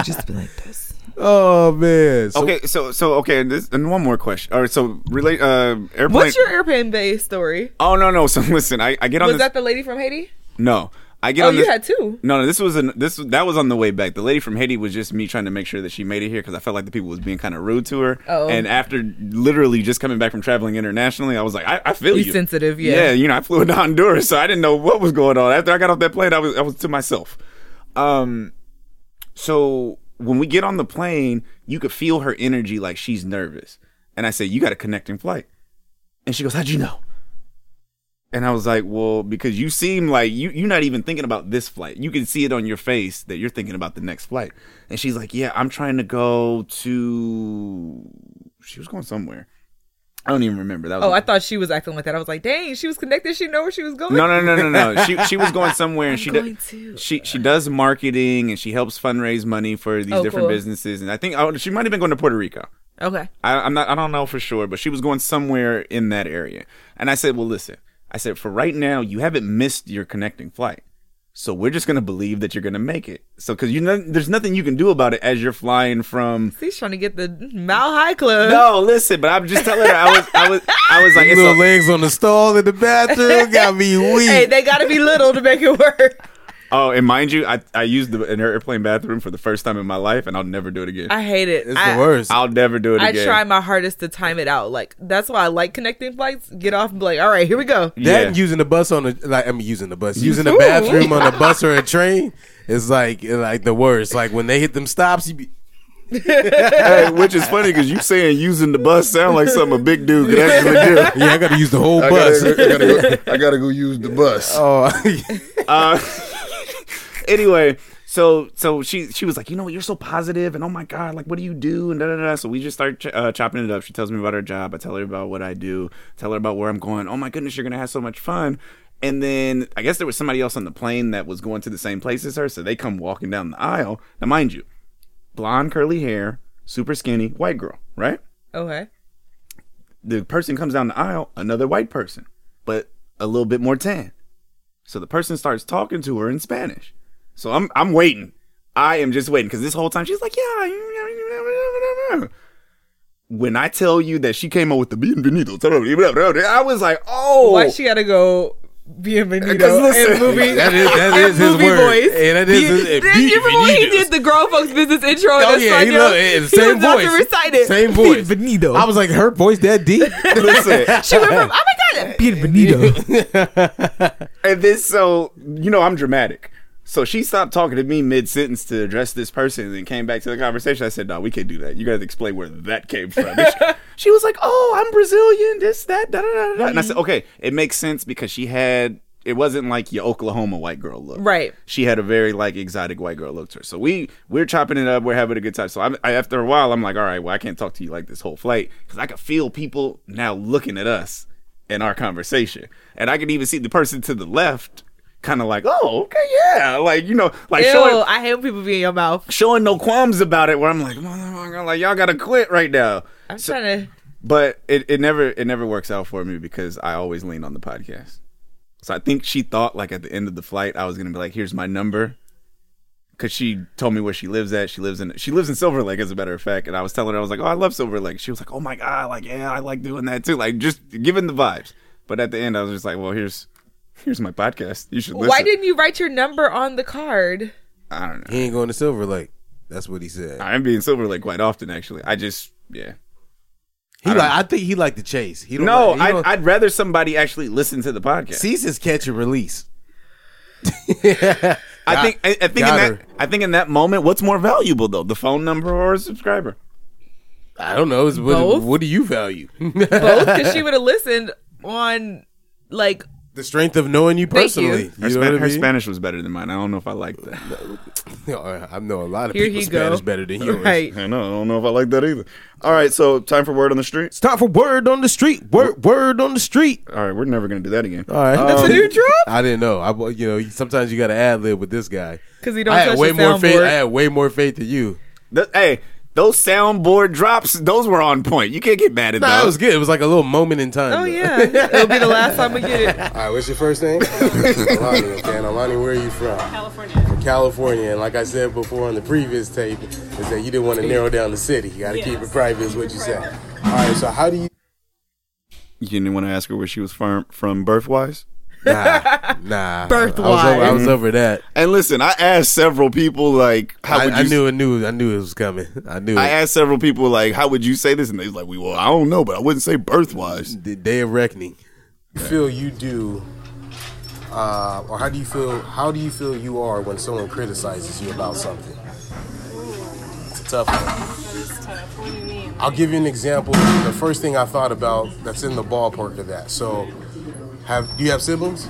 just be like this. Oh man. So- okay, so so okay, and this and one more question. All right, so relate uh airplane. What's your airplane bay story? Oh no no. So listen, I I get on Was this. that the lady from Haiti? No, I get Oh, on. you this- had two. No, no, this was an this that was on the way back. The lady from Haiti was just me trying to make sure that she made it here because I felt like the people was being kind of rude to her. Oh. And after literally just coming back from traveling internationally, I was like, I, I feel You you. sensitive, yeah. Yeah, you know, I flew to Honduras, so I didn't know what was going on. After I got off that plane, I was I was to myself. Um, so when we get on the plane, you could feel her energy like she's nervous. And I said, You got a connecting flight. And she goes, How'd you know? And I was like, Well, because you seem like you, you're not even thinking about this flight. You can see it on your face that you're thinking about the next flight. And she's like, Yeah, I'm trying to go to. She was going somewhere. I don't even remember. That was Oh, I thought she was acting like that. I was like, dang, she was connected. She know where she was going. no, no, no, no, no. She she was going somewhere, and she going to. does she she does marketing and she helps fundraise money for these Oh, different cool. businesses. And I think oh, she might have been going to Puerto Rico. Okay. I, I'm not. I don't know for sure, but she was going somewhere in that area. And I said, "Well, listen. I said for right now, you haven't missed your connecting flight, so we're just gonna believe that you're gonna make it. So because you know, there's nothing you can do about it as you're flying from." She's trying to get the Mile High Club. No, listen. But I'm just telling her. I was. I was. I was like, it's little a- legs on the stall in the bathroom got me weak. Hey, they gotta be little to make it work. Oh, and mind you, I, I used the, an airplane bathroom for the first time in my life, and I'll never do it again. I hate it. it's I- the worst. I'll never do it I again. try my hardest to time it out. Like that's why I like connecting flights. Get off and be like, all right, here we go. that Yeah. and using the bus on the like I'm using the bus using the bathroom on a bus or a train is like like the worst. Like when they hit them stops, you be Hey, which is funny because you saying using the bus sound like something a big dude could actually do. yeah, I got to use the whole bus. I gotta go use the bus. oh, Anyway, so so she she was like, you know what, you're so positive, and oh my god, like what do you do, and da da da. So we just start ch- uh, chopping it up. She tells me about her job. I tell her about what I do. Tell her about where I'm going. Oh my goodness, you're gonna have so much fun. And then I guess there was somebody else on the plane that was going to the same place as her, so they come walking down the aisle. Now, mind you, blonde curly hair, super skinny, white girl, right? Okay. the person comes down the aisle, another white person, but a little bit more tan. So the person starts talking to her in Spanish. So I'm I'm waiting. I am just waiting because this whole time she's like, yeah. When I tell you that she came up with the bienvenido, I was like, oh, Why she gotta go Bienvenido listen, and movie. That is that is his movie word. voice. Yeah, that is Be- his. Did you remember when he did the Grown Folks Business intro? Oh and yeah, he loved it. he Same was about to voice. recite it. Same voice. Bienvenido. I was like, her voice that deep. she went from, oh my God, Bienvenido. And then so you know I'm dramatic. So she stopped talking to me mid sentence to address this person and then came back to the conversation. I said, No, we can't do that. You gotta explain where that came from. she was like, Oh, I'm Brazilian, this, that, da da da da. And I said, Okay, it makes sense because she had it wasn't like your Oklahoma white girl look. Right. She had a very like exotic white girl look to her. So we we're chopping it up, we're having a good time. So I'm, I, after a while, I'm like, all right, well, I can't talk to you like this whole flight because I could feel people now looking at us in our conversation, and I could even see the person to the left, kind of like, oh, okay, yeah, like you know, like Ew, showing I hate when people be in your mouth. showing no qualms about it. Where I'm like, motherfucker, like y'all gotta quit right now. I'm trying to. But it, it never it never works out for me because I always lean on the podcast. So I think she thought like at the end of the flight I was gonna be like, here's my number. Cause she told me where she lives at. She lives in she lives in Silver Lake, as a matter of fact. And I was telling her I was like, oh, I love Silver Lake. She was like, oh my god, like yeah, I like doing that too. Like just giving the vibes. But at the end, I was just like, well, here's here's my podcast. You should listen. Why didn't you write your number on the card? I don't know. He ain't going to Silver Lake. That's what he said. I'm being Silver Lake quite often actually. I just yeah. He like, I think he liked the chase. He don't No, like- he I'd, don't- I'd rather somebody actually listen to the podcast. Cease is catch and release. I think I, I think in got that her. I think in that moment, what's more valuable though, the phone number or a subscriber? I don't know. It's what, Both? what do you value? Both, because she would have listened on, like, the strength of knowing you Thank you. personally. Her, know Span- what I her mean? Spanish was better than mine. I don't know if I like that. Yeah, Oh, I know a lot of here people he go. Spanish better than yours. Right. I know. I don't know if I like that either. All right, so time for word on the street. It's time for word on the street. Word, word on the street. All right, we're never gonna do that again. All right, Um, That's a new drop? I didn't know. I, you know, sometimes you got to ad lib with this guy. 'Cause he don't I had touch way the more faith. soundboard. I had way more faith than you. Th- hey, those soundboard drops, those were on point. You can't get mad at Nah, those. it was good. It was like a little moment in time. Oh, though. yeah. It'll be the last time we get it. All right, what's your first name? Alani, okay. And Alani, where are you from? California. From California. And like I said before on the previous tape, is that you didn't want to narrow down the city. You got to keep it private, is what you said. All right, so how do you. you didn't want to ask her where she was from, from birth wise. Nah, nah. I was, Birthwise. over, I was over that. And listen, I asked several people like, how I, would you? I knew it. Knew I knew it was coming. I knew I it. asked several people like, how would you say this? And they was like, well, I don't know, but I wouldn't say birth wise. the day of reckoning. Feel you do, uh, or how do you feel? How do you feel you are when someone criticizes you about something? It's a tough one. I'll give you an example. The first thing I thought about that's in the ballpark of that. So, have do you have siblings?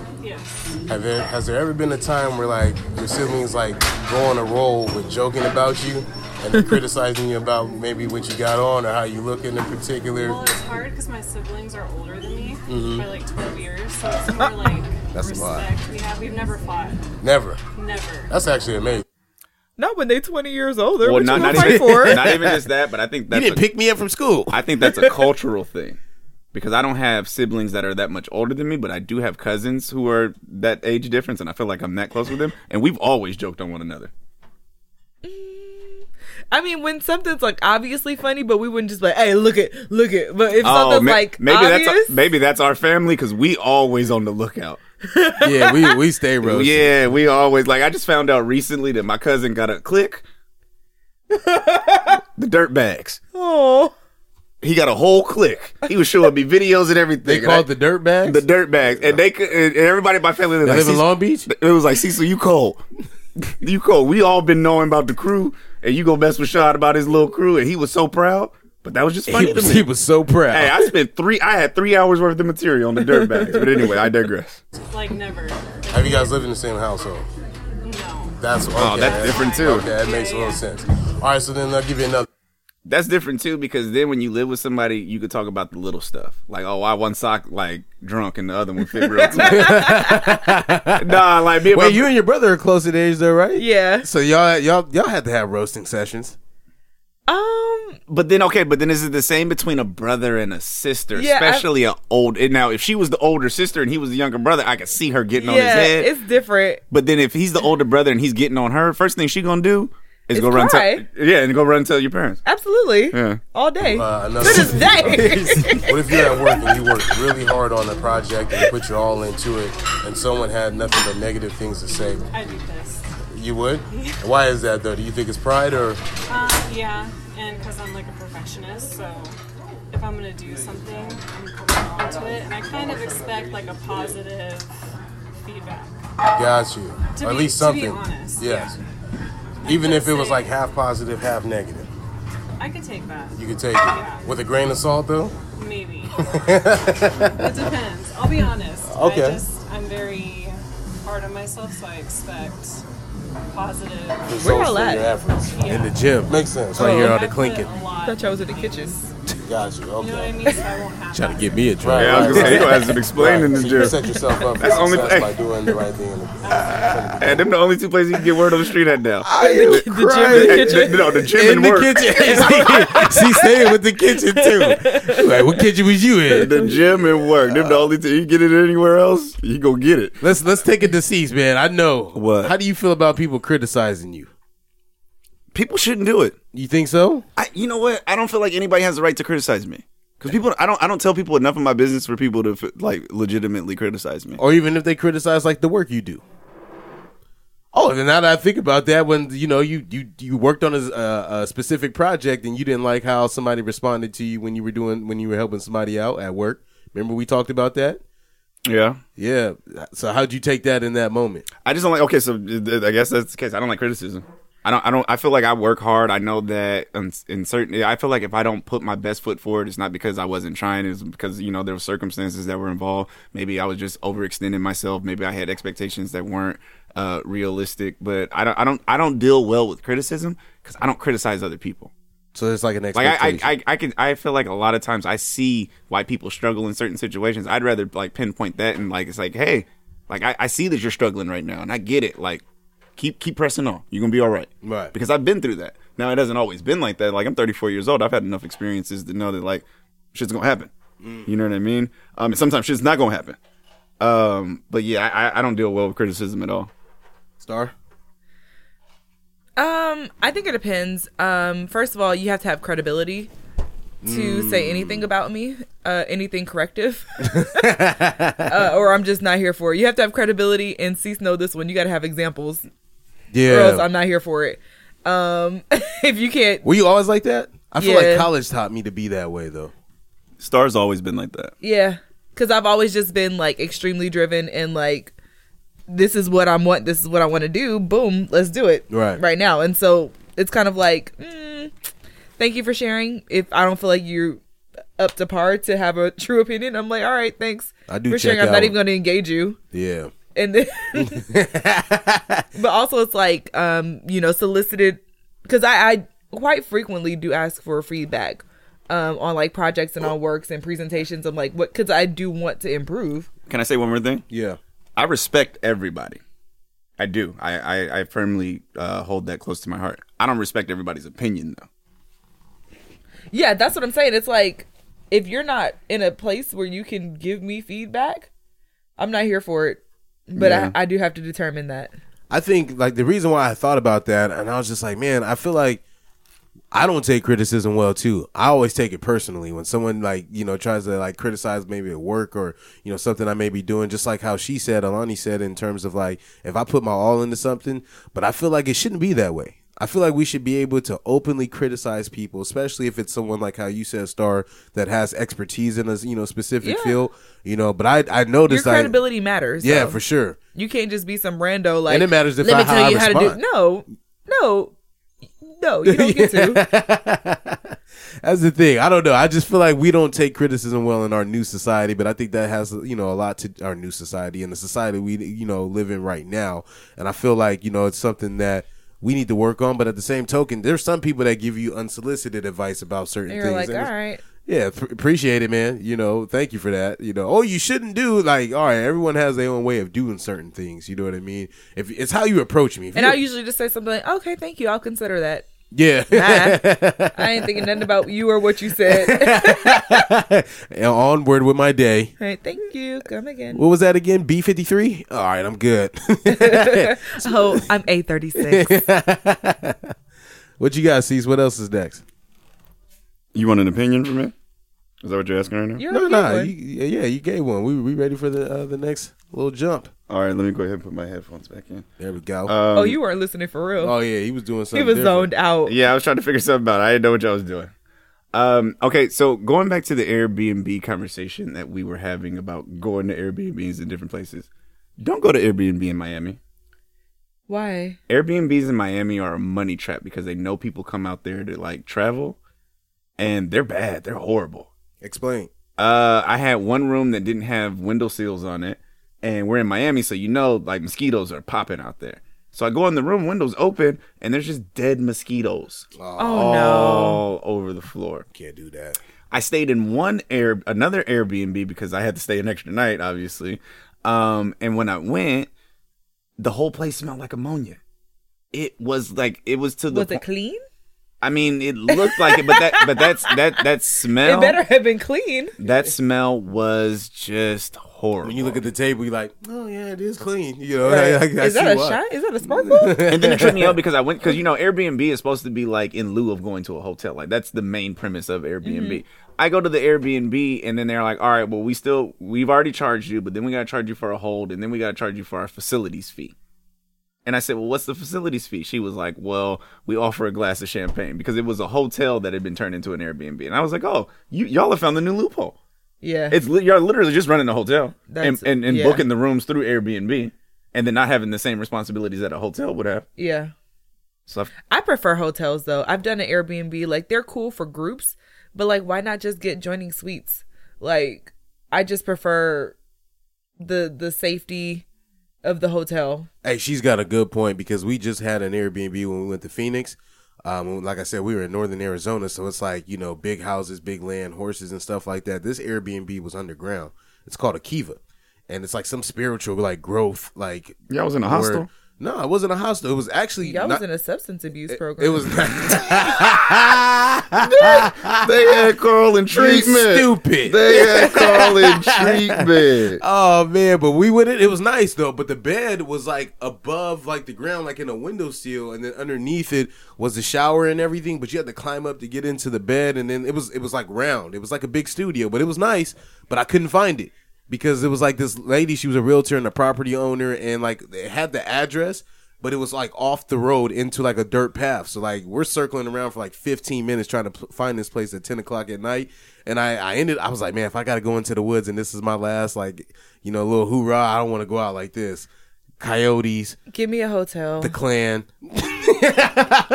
Have there, has there ever been a time where like your siblings like go on a roll with joking about you and they're criticizing you about maybe what you got on or how you look in particular? Well, it's hard because my siblings are older than me by like 12 years, so it's more like Mm-hmm. That's a lot. respect we have. We've never fought, Never. never. That's actually amazing. Not when they 20 years older. what not, you not gonna fight even, for? not even just that, but I think that's a- pick me up from school. I think that's a cultural thing because I don't have siblings that are that much older than me, but I do have cousins who are that age difference, and I feel like I'm that close with them. And we've always joked on one another. I mean, when something's like obviously funny, but we wouldn't just be like, "Hey, look it, look it." But if something's Oh, ma- like maybe obvious, that's maybe that's our family because we always on the lookout. yeah, we we stay Oh, roasted. Yeah, we always like. I just found out recently that my cousin got a click. the dirt bags. oh, He got a whole click. He was showing me videos and everything. They and call I- it the dirt bags. the dirt bags, and they could, and everybody in my family was They like, live in "Cece- Long Beach? It was like Cecil, you cold, you cold. We all been knowing about the crew, and you go mess with Sean about his little crew, and he was so proud. But that was just funny he, was, to he me. was so proud. Hey, I spent three. I had three hours worth of material on the dirt bags. But anyway, I digress. Like never. Have you guys lived in the same household? No. That's okay. Oh, that's different too. Okay, that makes a little sense. All right, so then I'll give you another. That's different too because then when you live with somebody, you could talk about the little stuff like, oh, I one sock like drunk and the other one fit real tight. nah, like me and my- Wait, you and your brother are close in age, though, right? yeah. So y'all y'all y'all had to have roasting sessions. Um, But then okay, but then is it the same between a brother and a sister, Yeah, I- especially an old? and Now, if she was the older sister and he was the younger brother, I could see her getting on his yeah, head. it's different. But then if he's the older brother and he's getting on her, first thing she gonna do? It's gonna run cry. to yeah, and go run and tell your parents. Absolutely. Yeah. All day. Uh, to another- this day. What if you're at work and you worked really hard on a project and you put your all into it, and someone had nothing but negative things to say? I'd be pissed. You would? Why is that though? Do you think it's pride or? Uh, yeah, and because I'm like a perfectionist, so if I'm gonna do something, I'm committing on to it, and I kind of expect like a positive feedback. Got you. To or at be- least to be something. honest, yes. yeah. Even I if it was say- like half positive, half negative, I could take that. you could take it with a grain of salt, though. Maybe. it depends. I'll be honest. Okay. I just, I'm very hard on myself, so I expect positive. Results y'all from at? your efforts. in the gym. Makes sense. I Right hear all I the put clinking. a lot Thought y'all was in the in kitchen. things. Got you. You know what I Okay. mean? So I won't have Trying to that. get me a drink. Right, Yeah, I was gonna say you right. gonna have to explain in this so you jail. set yourself up for That's only- success by doing the right thing. in the- And them the only two places you can get word on the street at now. the gym, the kitchen. no, the gym In and the work. kitchen. she stayed with the kitchen too. Like, what kitchen was you in? The gym and work. Them the only two you get it anywhere else, you go get it. Let's let's take a deceased man. I know. What? How do you feel about people criticizing you? People shouldn't do it. You think so? I, you know what? I don't feel like anybody has the right to criticize me because people. I don't. I don't tell people enough of my business for people to f- like legitimately criticize me. Or even if they criticize like the work you do. Oh, then now that I think about that, when you know you you you worked on a, a, a specific project and you didn't like how somebody responded to you when you were doing when you were helping somebody out at work. Remember we talked about that? Yeah. Yeah. So how'd you take that in that moment? I just don't like. Okay, so th- th- I guess that's the case. I don't like criticism. I don't. I don't. I feel like I work hard. I know that in, in certain. I feel like if I don't put my best foot forward, it's not because I wasn't trying. It's because you know there were circumstances that were involved. Maybe I was just overextending myself. Maybe I had expectations that weren't uh, realistic. But I don't. I don't. I don't deal well with criticism because I don't criticize other people. So it's like an Like I, expectation. I, I, I can, I feel like a lot of times I see why people struggle in certain situations. I'd rather like pinpoint that and like it's like, hey, like I, I see that you're struggling right now, and I get it. Like, keep, keep pressing on. You're gonna be all right. Right. Because I've been through that. Now it hasn't always been like that. Like I'm 34 years old. I've had enough experiences to know that like shit's gonna happen. You know what I mean? Um, and sometimes shit's not gonna happen. Um, but yeah, I, I- I don't deal well with criticism at all. Star. Um, I think it depends. Um, first of all, you have to have credibility to Mm. say anything about me, uh, anything corrective, uh, or I'm just not here for it. You have to have credibility and cease know this one. You got to have examples, Yeah. or else I'm not here for it. Um, if you can't, Were you always like that? I feel Yeah. like college taught me to be that way though. Star's always been like that. yeah, because I've always just been like extremely driven and like this is what I want. This is what I want to do. Boom, let's do it Right. right now. And so it's kind of like, mm, thank you for sharing. If I don't feel like you're up to par to have a true opinion, I'm like, all right, thanks I do for check sharing. I'm not out- even going to engage you. Yeah. And then, but also it's like, um, you know, solicited because I, I quite frequently do ask for feedback. Um, on like projects and on works and presentations, I'm like, what? Because I do want to improve. Can I say one more thing? Yeah. I respect everybody. I do. I I, I firmly uh, hold that close to my heart. I don't respect everybody's opinion though. Yeah, that's what I'm saying. It's like if you're not in a place where you can give me feedback, I'm not here for it. But Yeah. I, I do have to determine that. I think like the reason why I thought about that and I was just like, man, I feel like I don't take criticism well too. I always take it personally when someone like, you know, tries to like criticize maybe at work or, you know, something I may be doing, just like how she said, Alani said in terms of like if I put my all into something, but I feel like it shouldn't be that way. I feel like we should be able to openly criticize people, especially if it's someone like how you said, Star, that has expertise in a you know specific Yeah. field. You know, but I I Your noticed like credibility matters. yeah though. for sure. You can't just be some rando like. And it matters if Let I- me how tell I you how to respond." do. No, no, no. You don't get to. That's the thing. I don't know. I just feel like we don't take criticism well in our new society, but I think that has you know a lot to our new society and the society we you know live in right now. And I feel like you know it's something that we need to work on. But at the same token, there's some people that give you unsolicited advice about certain You're things. like, all And it's- right. yeah, pr- appreciate it, man. You know, thank you for that. You know, oh, you shouldn't do like all right. Everyone has their own way of doing certain things. You know what I mean? If it's how you approach me, If And you- I'll usually just say something like, okay, thank you. I'll consider that. yeah. Bye. I ain't thinking nothing about you or what you said. And onward with my day. All right, thank you. Come again. What was that again? B fifty three. All right, I'm good. Oh, I'm A36. What you got, Cease? What else is next? You want an opinion from me? Is that what you're asking right now? You're No, no, no, you, yeah, you gave one. We we ready for the uh, the next little jump? All right, let me go ahead and put my headphones back in. There we go. oh, you weren't listening for real. oh yeah, he was doing something. he was different. zoned out. Yeah, I was trying to figure something out. I didn't know what y'all was doing. Um, okay, so going back to the Airbnb conversation that we were having about going to Airbnbs in different places. Don't go to Airbnb in Miami. Why? Airbnbs in Miami are a money trap because they know people come out there to like travel and they're bad. They're horrible. Explain. Uh, I had one room that didn't have window seals on it, and we're in Miami, so you know, like mosquitoes are popping out there. So I go in the room, windows open, and there's just dead mosquitoes Oh, no. all over the floor. Can't do that. I stayed in one air, another Airbnb because I had to stay an extra night, obviously. Um, and when I went, the whole place smelled like ammonia. It was like it was to the. Was it point- clean? I mean, it looked like it, but that, but that's that that smell. It better have been clean. That smell was just horrible. When you look at the table, you're like, oh yeah, it is clean. You know, Oh, I, I, I Is see that a why. shot? Is that a sparkle? and then it tripped me out because I went because you know Airbnb is supposed to be like in lieu of going to a hotel. Like that's the main premise of Airbnb. I go to the Airbnb and then they're like, all right, well we still we've already charged you, but then we gotta charge you for a hold, and then we gotta charge you for our facilities fee. And I said, well, what's the facilities fee? She was like, well, we offer a glass of champagne because it was a hotel that had been turned into an Airbnb. And I was like, oh, you, y'all have found the new loophole. yeah. It's li- you're literally just running a hotel and That's- and, and yeah. booking the rooms through Airbnb, and then not having the same responsibilities that a hotel would have. yeah. So I've- I prefer hotels though. I've done an Airbnb. Like they're cool for groups, but like why not just get joining suites? Like I just prefer the the safety of the hotel. Hey, she's got a good point because we just had an Airbnb when we went to Phoenix. Um, like I said, we were in northern Arizona, so it's like you know, big houses, big land, horses, and stuff like that. This Airbnb was underground. It's called a kiva, and it's like some spiritual like growth. Like Yeah, I was in a word. hostel. No, it wasn't a hostel. It was actually Y'all not- was in a substance abuse program. it was they had Carl in treatment. Stupid. They had Carl in treatment. Oh man, but we went in. It was nice though. But the bed was like above, like the ground, like in a windowsill, and then underneath it was the shower and everything. But you had to climb up to get into the bed, and then it was it was like round. It was like a big studio, but it was nice. But I couldn't find it because it was like this lady. She was a realtor and a property owner, and like it had the address. But it was like off the road into like a dirt path. So like we're circling around for like 15 minutes trying to pl- find this place at 10 o'clock at night. And I, I ended, I was like, man, if I got to go into the woods and this is my last like, you know, little hoorah, I don't want to go out like this. Coyotes, give me a hotel. the Klan.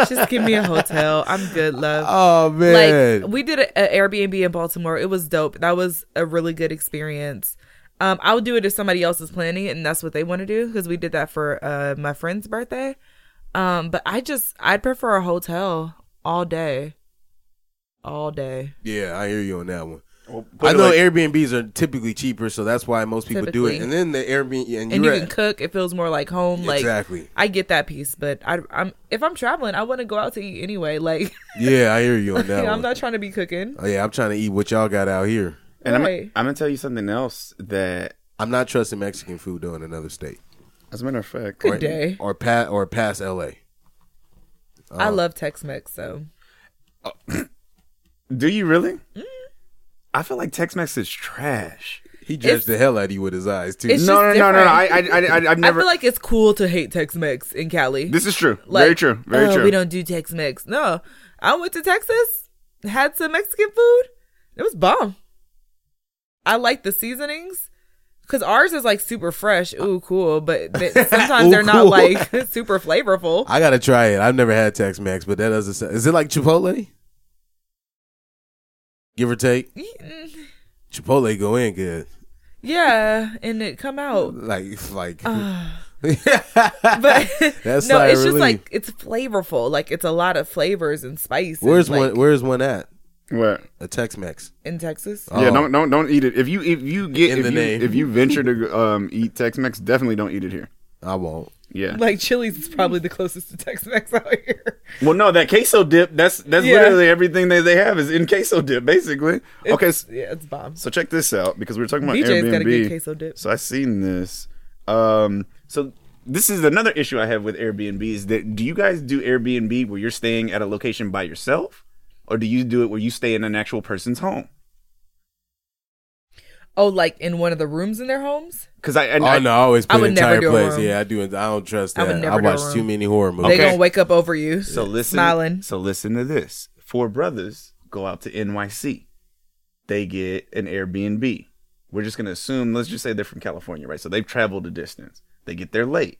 just give me a hotel. I'm good, love. Oh man, Like we did an Airbnb in Baltimore. It was dope. That was a really good experience. Um, I would do it if somebody else is planning it and that's what they want to do because we did that for uh, my friend's birthday. Um, but I just I'd prefer a hotel all day, all day. yeah, I hear you on that one. put I it know like- Airbnbs are typically cheaper, so that's why most people do it. Typically. And then the Airbnb, and, And you're you can at- cook. It feels more like home. Like Exactly. I get that piece, but I, I'm if I'm traveling, I want to go out to eat anyway. Like yeah, I hear you on that I'm one. not trying to be cooking. oh, yeah, I'm trying to eat what y'all got out here. And I'm, Right. I'm gonna tell you something else that, I'm not trusting Mexican food though in another state as a matter of fact, Good day. or pat or past Oh, LA. Uh, I love Tex-Mex, so do you really? Mm. I feel like Tex-Mex is trash. He judged the hell out of you with his eyes too. It's no, no, just no, no, no. I, I, different. I, I- I've never. I feel like it's cool to hate Tex-Mex in Cali. this is true. Like, very true. Very "Oh, true. We don't do Tex-Mex. No, I went to Texas, had some Mexican food. It was bomb. I like the seasonings because ours is like super fresh. Ooh, cool. But th- sometimes Ooh, they're not cool. like super flavorful. I gotta try it. I've never had Tex Mex, but that doesn't. Sound, is it like Chipotle? Give or take, Mm, Chipotle go in good. Yeah, and it come out. Like like. Uh, But That's no, sigh of it's just relief. like it's flavorful. Like it's a lot of flavors and spice. and, Where's like, one? Where's one at? What? A Tex Mex. in Texas? Yeah, Oh. don't don't don't eat it. If you if you get In if the you, name. if you venture to um eat Tex-Mex, definitely don't eat it here. I won't. Yeah. Like Chili's is probably the closest to Tex-Mex out here. Well, no, that queso dip. That's that's Yeah. literally everything that they have is in queso dip, basically. okay, s- Yeah, it's bomb. so check this out because we were talking about BJ's Airbnb. got a good queso dip. So I seen this. Um, so this is another issue I have with Airbnb is that do you guys do Airbnb where you're staying at a location by yourself, or do you do it where you stay in an actual person's home? Oh, like in one of the rooms in their homes? Because I, I, oh I- no, I always I put would an never entire do a place. room. Yeah, I do. I don't trust I that. would I, never do a watch too room. many horror movies. They Okay. gonna wake up over you. so listen. smiling. So listen to this. Four brothers go out to NYC. They get an Airbnb. We're just gonna assume. Let's just say they're from California, right? So they've traveled a distance. They get there late.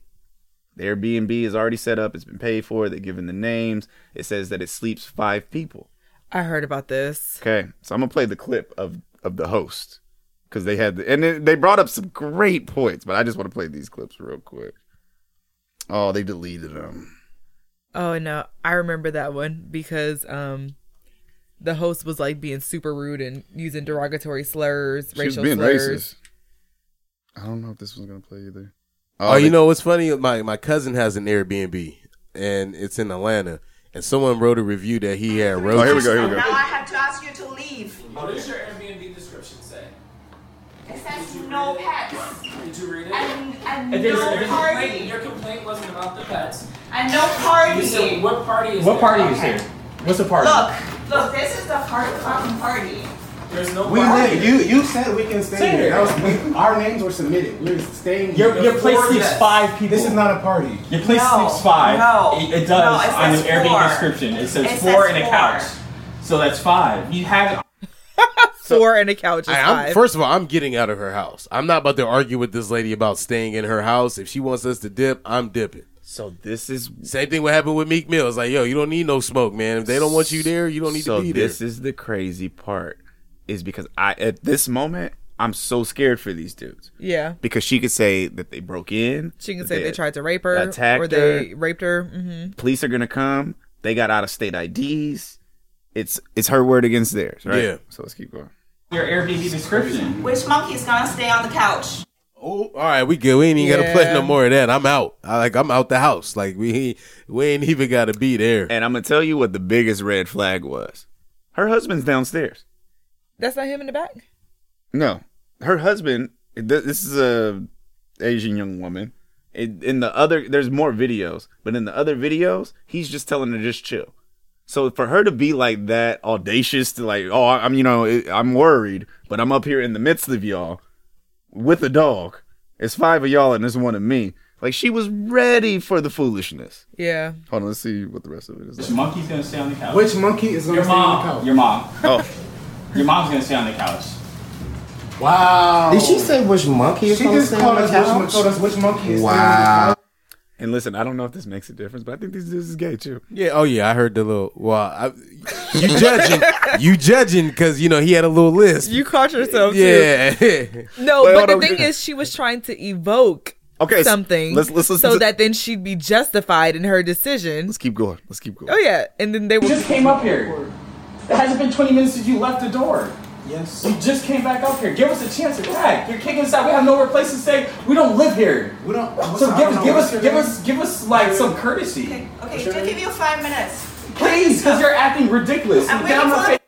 The Airbnb is already set up. It's been paid for. They're given the names. It says that it sleeps five people. I heard about this. Okay, so I'm gonna play the clip of of the host because they had the, and they- they brought up some great points, but I just want to play these clips real quick. Oh, they deleted them. Oh no, I remember that one because um, the host was like being super rude and using derogatory slurs, She was racial being slurs. racist. I don't know if this was gonna play either. Oh, they- you know what's funny? My my cousin has an Airbnb, and it's in Atlanta. And someone wrote a review that he had Oh, roaches. here we go. Here we Now go. I have to ask you to leave. What does your Airbnb description say? It says no pets. Did you read it? And, and If there's- if no there's a complaint- party. your complaint wasn't about the pets. And no You said, party. what party is What there? party is Okay. here? What's the party? Look, look, this is the hard fucking party. There's no We party. live- You you said we can stay Stay here. here. That was, we, our names were submitted. We're staying. Your- here. your place Four sleeps guests. five people. This is not a party. Your place No, sleeps five. no, it, it does no, it on your says Airbnb four. description. It says It four says and a four. couch. So that's five. You have Four and a couch is I, I'm, five. first of all, I'm getting out of her house. I'm not about to argue with this lady about staying in her house. If she wants us to dip, I'm dipping. So this is Same thing what happened with Meek Mill. It's like, yo, you don't need no smoke, man. If they don't want you there, you don't need so to be there. this is the crazy part, is because I at this moment I'm so scared for these dudes yeah, because she could say that they broke in. she can that say they, tried to rape her attacked or they raped her. hmm police are gonna come. They got out of state IDs. It's it's her word against theirs, right? Yeah. So let's keep going. your Airbnb description. Which monkey's gonna stay on the couch? Oh, all right, we good. We ain't even gotta play Yeah. no more of that. I'm out. I, like I'm out the house. Like we we ain't even gotta be there. And I'm gonna tell you what the biggest red flag was. Her husband's downstairs. That's not him in the back. No, her husband. th- This is a Asian young woman. In in the other, there's more videos, but in the other videos, he's just telling her just chill. So for her to be like that audacious, to like, oh, I'm you know, I'm worried, but I'm up here in the midst of y'all with a dog. It's five of y'all and it's one of me. Like she was ready for the foolishness. Yeah, Hold on, let's see what the rest of it is. Which monkey's gonna stay on the couch? Which monkey is going your to stay on the mom? couch? Your mom. Oh, Your mom's gonna stay on the couch. wow. Did she say which monkey is she gonna just stay called on us the which, couch? mon- told us which monkey is Wow. and listen, I don't know if this makes a difference, but I think these dudes is gay too. Yeah. Oh yeah. I heard the little. Well, I, you judging? you judging? Because you know he had a little list. you caught yourself. too. yeah. No, Wait, hold but the on. thing is, she was trying to evoke Okay, so something let's- let's listen so to- that then she'd be justified in her decision. Let's keep going. Let's keep going. Oh yeah, and then they You were just came up here. It hasn't been 20 minutes since you left the door. gonna- Yes. You just came back up here. Give us a chance to tag. You're kicking us out. We have nowhere place to stay. We don't live here. We don't. So I give don't us, know give what's us, your give name. us, give us like some courtesy, Okay, okay, just give you five minutes. please, because you're acting ridiculous. I'm Get waiting on my for the- face.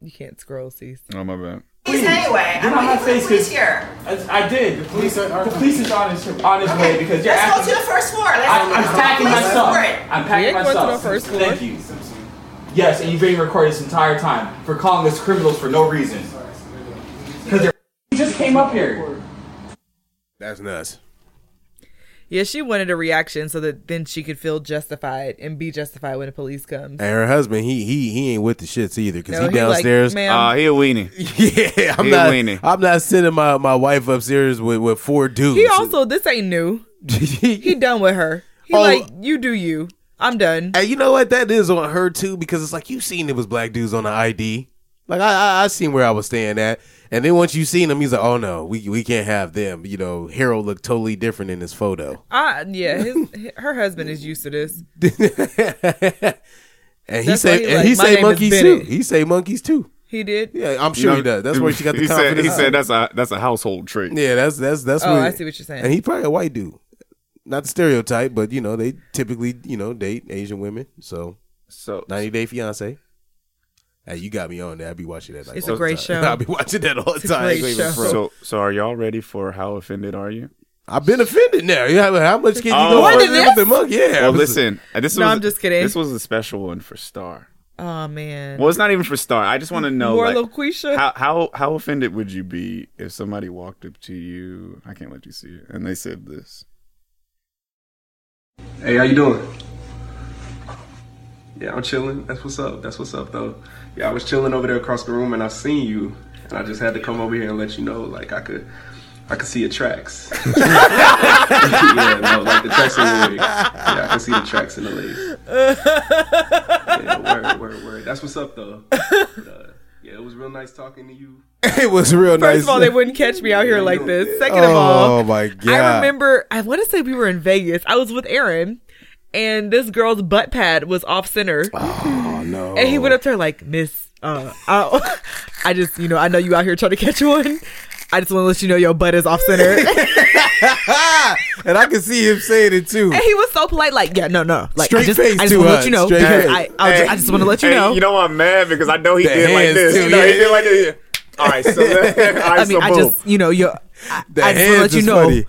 you can't scroll, cease. Oh my bad. Please anyway. Get I'm on my waiting for the face, police 'cause- here. I I did. The police, Police are- the police is on his, on his way because you're Let's go acting. to the first floor. Let's I, I'm let's packing go to the first myself. floor. I'm packing We're going to myself. the first floor. Thank you. Yes, and you've been recorded this entire time for calling us criminals for no reason. Because you're. You just came up here. That's nuts. Yeah, she wanted a reaction so that then she could feel justified and be justified when the police comes. And her husband, he he he ain't with the shits either. Because No, he he like, downstairs. "Ma'am." Ah, he a weenie. yeah. I'm He not. winning. I'm not sending my my wife upstairs with with four dudes. He also this ain't new. He done with her. He Oh. like you do you. I'm done. And you know what? That is on her too, because it's like you seen it was black dudes on the ID. Like I, I, I seen where I was staying at, and then once you seen him, he's like, "Oh no, we we can't have them." You know, Harold looked totally different in this photo, I yeah. His, her husband is used to this. and he That's why say he and like, he "My say name is monkeys too. Bennett." He say monkeys too. He did. Yeah, I'm sure he does. That's where she got the he confidence. Said, he said that's a that's a household trait. "Yeah, that's that's that's." Oh, where- I see what you're saying. And he probably a white dude, not the stereotype, but you know they typically you know date Asian women. So So 90 Day Fiance. Hey, you got me on that. I'll be watching that. Like, It's all a the great time. show. I'll be watching that all the It's a time. great Ain't even show. front. so so are y'all ready for how offended are you? I've been offended now. Yeah, like, how much can you Oh. go More further than with the monkey? Yeah. Well, listen. uh, This No, was, I'm just kidding. This was a special one for Star. Oh man. Well, it's not even for Star. I just want to know, More like, Loquisha. how how how offended would you be if somebody walked up to you? I can't let you see it, and they said this. Hey, how you doing? Yeah, I'm chilling. That's what's up. That's what's up, though. Yeah, I was chilling over there across the room, and I seen you, and I just had to come over here and let you know, like I could, I could see your tracks. yeah, no, like the tracks in the legs. Yeah, I could see the tracks in the legs. Yeah, word, word, word. That's what's up, though. But, uh, yeah, it was real nice talking to you. it was real First nice. of all, they wouldn't catch me out here like this. Second of Oh, all, my I God. remember. I want to say we were in Vegas. I was with Aaron, and this girl's butt pad was off center. Oh no! And he went up to her like, Miss, uh, I, I just, you know, I know you out here trying to catch one. I just want to let you know your butt is off center. and I can see him saying it too. And he was so polite, like, yeah, no, no, like, I Straight just, face I just to want to us. let you know Straight because face. I, I, was- I just want to let you Hey, know. You know I'm mad because I know Oh, he The did like hands, this. too, No, he yeah. did like this. All right, so all right, I mean, so I boom. just, you know, your, I, The I just want to hands let you is know. funny.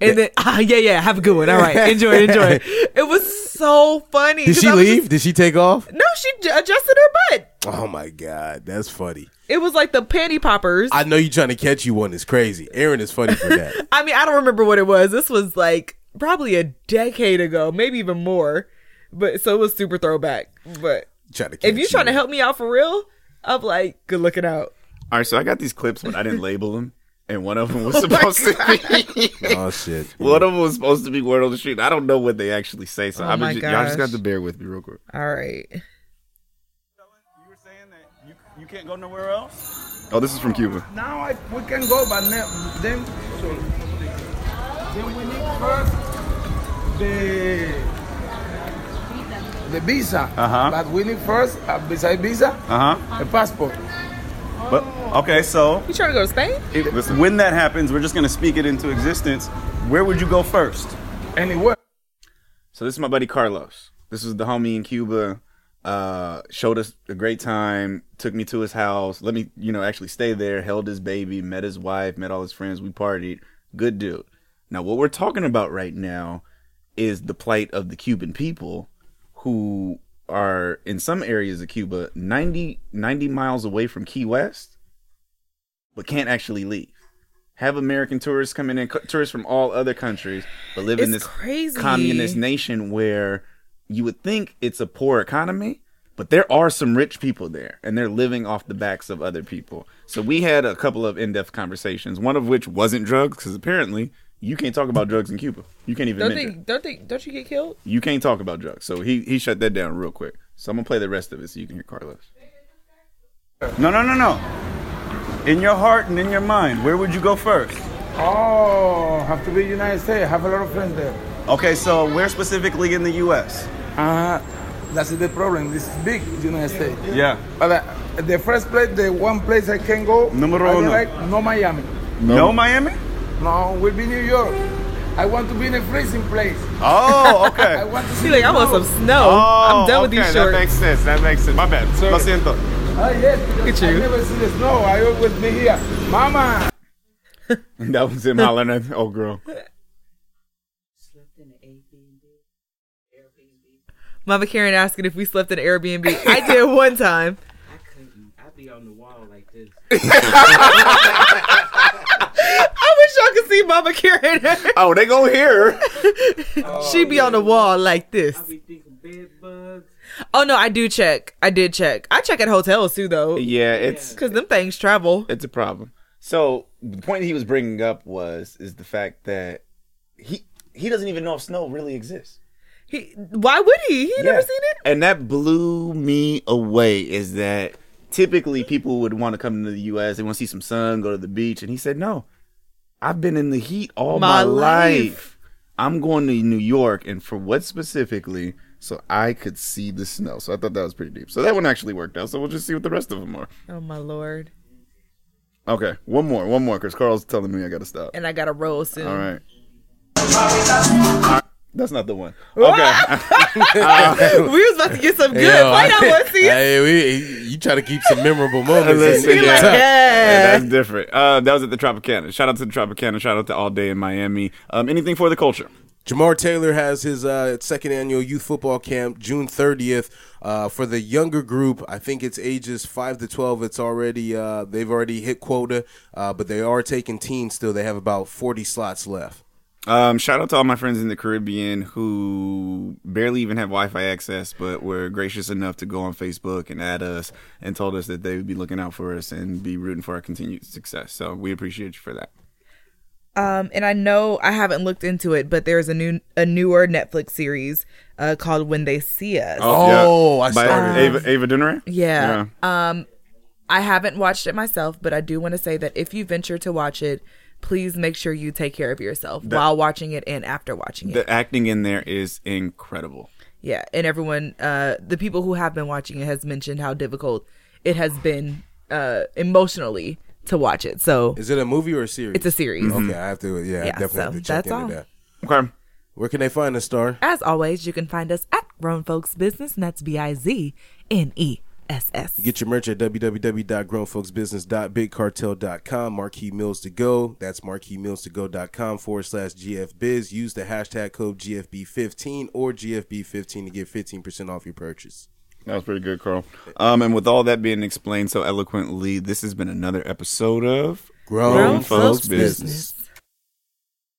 And then, ah, yeah, yeah, have a good one. All right, enjoy, enjoy. It was so funny. Did 'cause she I was leave? Did she take off? just- no, she j- adjusted her butt. Oh my god, that's funny. It was like the panty poppers. I, I know you trying to catch you one is crazy. Aaron is funny for that. mean, I don't remember what it was. This was like probably a decade ago, maybe even more. But so it was super throwback. But Trying to if you're catch trying to you. help me out for real, I'm like, good looking out. All right, so I got these clips, but I didn't label them, and one of them was Oh my supposed to be. oh shit! One of them was supposed to be word on the street. I don't know what they actually say, so Oh I'm my just, y'all just gosh. got to bear with me real quick. All right. You can't go nowhere else. Oh, this is from Cuba. Now I, we can go, but ne- then so, then we need first the the visa. Uh-huh. But we need first uh, beside visa Uh huh. a passport. But okay, so You trying to go to Spain? it- when that happens, we're just gonna speak it into existence. Where would you go first? Anywhere. So this is my buddy Carlos. This is the homie in Cuba. Uh, showed us a great time. Took me to his house. Let me, you know, actually stay there. Held his baby. Met his wife. Met all his friends. We partied. Good dude. Now what we're talking about right now is the plight of the Cuban people who are in some areas of Cuba 90, 90 miles away from Key West, but can't actually leave. Have American tourists coming in, co- tourists from all other countries, but live in It's this crazy. communist nation where you would think it's a poor economy, but there are some rich people there and they're living off the backs of other people. So we had a couple of in depth conversations, one of which wasn't drugs, because apparently you can't talk about drugs in Cuba. You can't even Don't mention think, don't think, don't you get killed? you can't talk about drugs. So he he shut that down real quick. So I'm gonna play the rest of it so you can hear Carlos. No, no, no, no. In your heart and in your mind, where would you go first? Oh, have to be United States. Have a lot of friends there. Okay, so where specifically in the U.S.? Uh, that's the problem. This is big United States. Yeah. But uh, the first place, the one place I can go, Número I don't uno. like no Miami. No, Miami? No, will be New York. I want to be in a freezing place. Oh, okay. I want to See, like, I want some snow. I'm done with these shorts. sense. Oh, That makes sense. My bad. Lo siento. Oh yes, because I never see the snow. I always be here, Mama. That was him hollering at the old girl. Mama Karen asking if we slept in Airbnb. I did one time. I wish y'all could see Mama Karen. oh, they gonna hear. Oh, she be on the wall like this. Oh no, I do check. I did check. I check at hotels too, though. Yeah, it's- because them things travel. It's a problem. So the point he was bringing up was is the fact that he he doesn't even know if snow really exists. He why would he? He never seen it. And that blew me away is that typically people would want to come to the US, they want to see some sun, go to the beach. And he said, No, I've been in the heat all my, My life. life." I'm going to New York. And for what specifically? So I could see the snow. So I thought that was pretty deep. So that one actually worked out. So we'll just see what the rest of them are. Oh my lord! Okay, one more, one more, because Carl's telling me I got to stop. And I got a roll soon. All right. That's not the one. Okay. we was about to get some good. Play that one, see? Hey, we, you you try to keep some memorable moments. Listen, in there. yeah. Yeah, that's different. Uh, that was at the Tropicana. Shout out to the Tropicana. Shout out to All Day in Miami. Um, anything for the culture? Jamar Taylor has his uh, second annual youth football camp June 30th uh, for the younger group. I think it's ages five to 12. It's already uh, they've already hit quota, uh, but they are taking teens still. They have about 40 slots left. Um, shout out to all my friends in the Caribbean who barely even have Wi-Fi access, but were gracious enough to go on Facebook and add us and told us that they would be looking out for us and be rooting for our continued success. So we appreciate you for that. Um, and I know I haven't looked into it, but there's a new a newer Netflix series uh, called When They See Us. Oh. yeah. By Ava, Ava Dunnery. Yeah. Um, I haven't watched it myself, but I do want to say that if you venture to watch it, please make sure you take care of yourself That- while watching it and after watching it. The acting in there is incredible. yeah, and everyone, uh, the people who have been watching it has mentioned how difficult it has been uh, emotionally to watch it. So, is it a movie or a series? It's a series. Okay, I have to. Yeah, I definitely have to check that's into all. that. Okay. Where can they find us, Star? As always, you can find us at Grown Folks Business, and that's B I Z N E S S. Get your merch at www.grownfolksbusiness.bigcartel.com. Marquee Mills to Go. That's marqueemillstogo.com forward slash GFBiz. Use the hashtag code GFB15 or GFB15 to get 15% off your purchase. That was pretty good, Carl. Um, and with all that being explained so eloquently, this has been another episode of Grown Folks Business.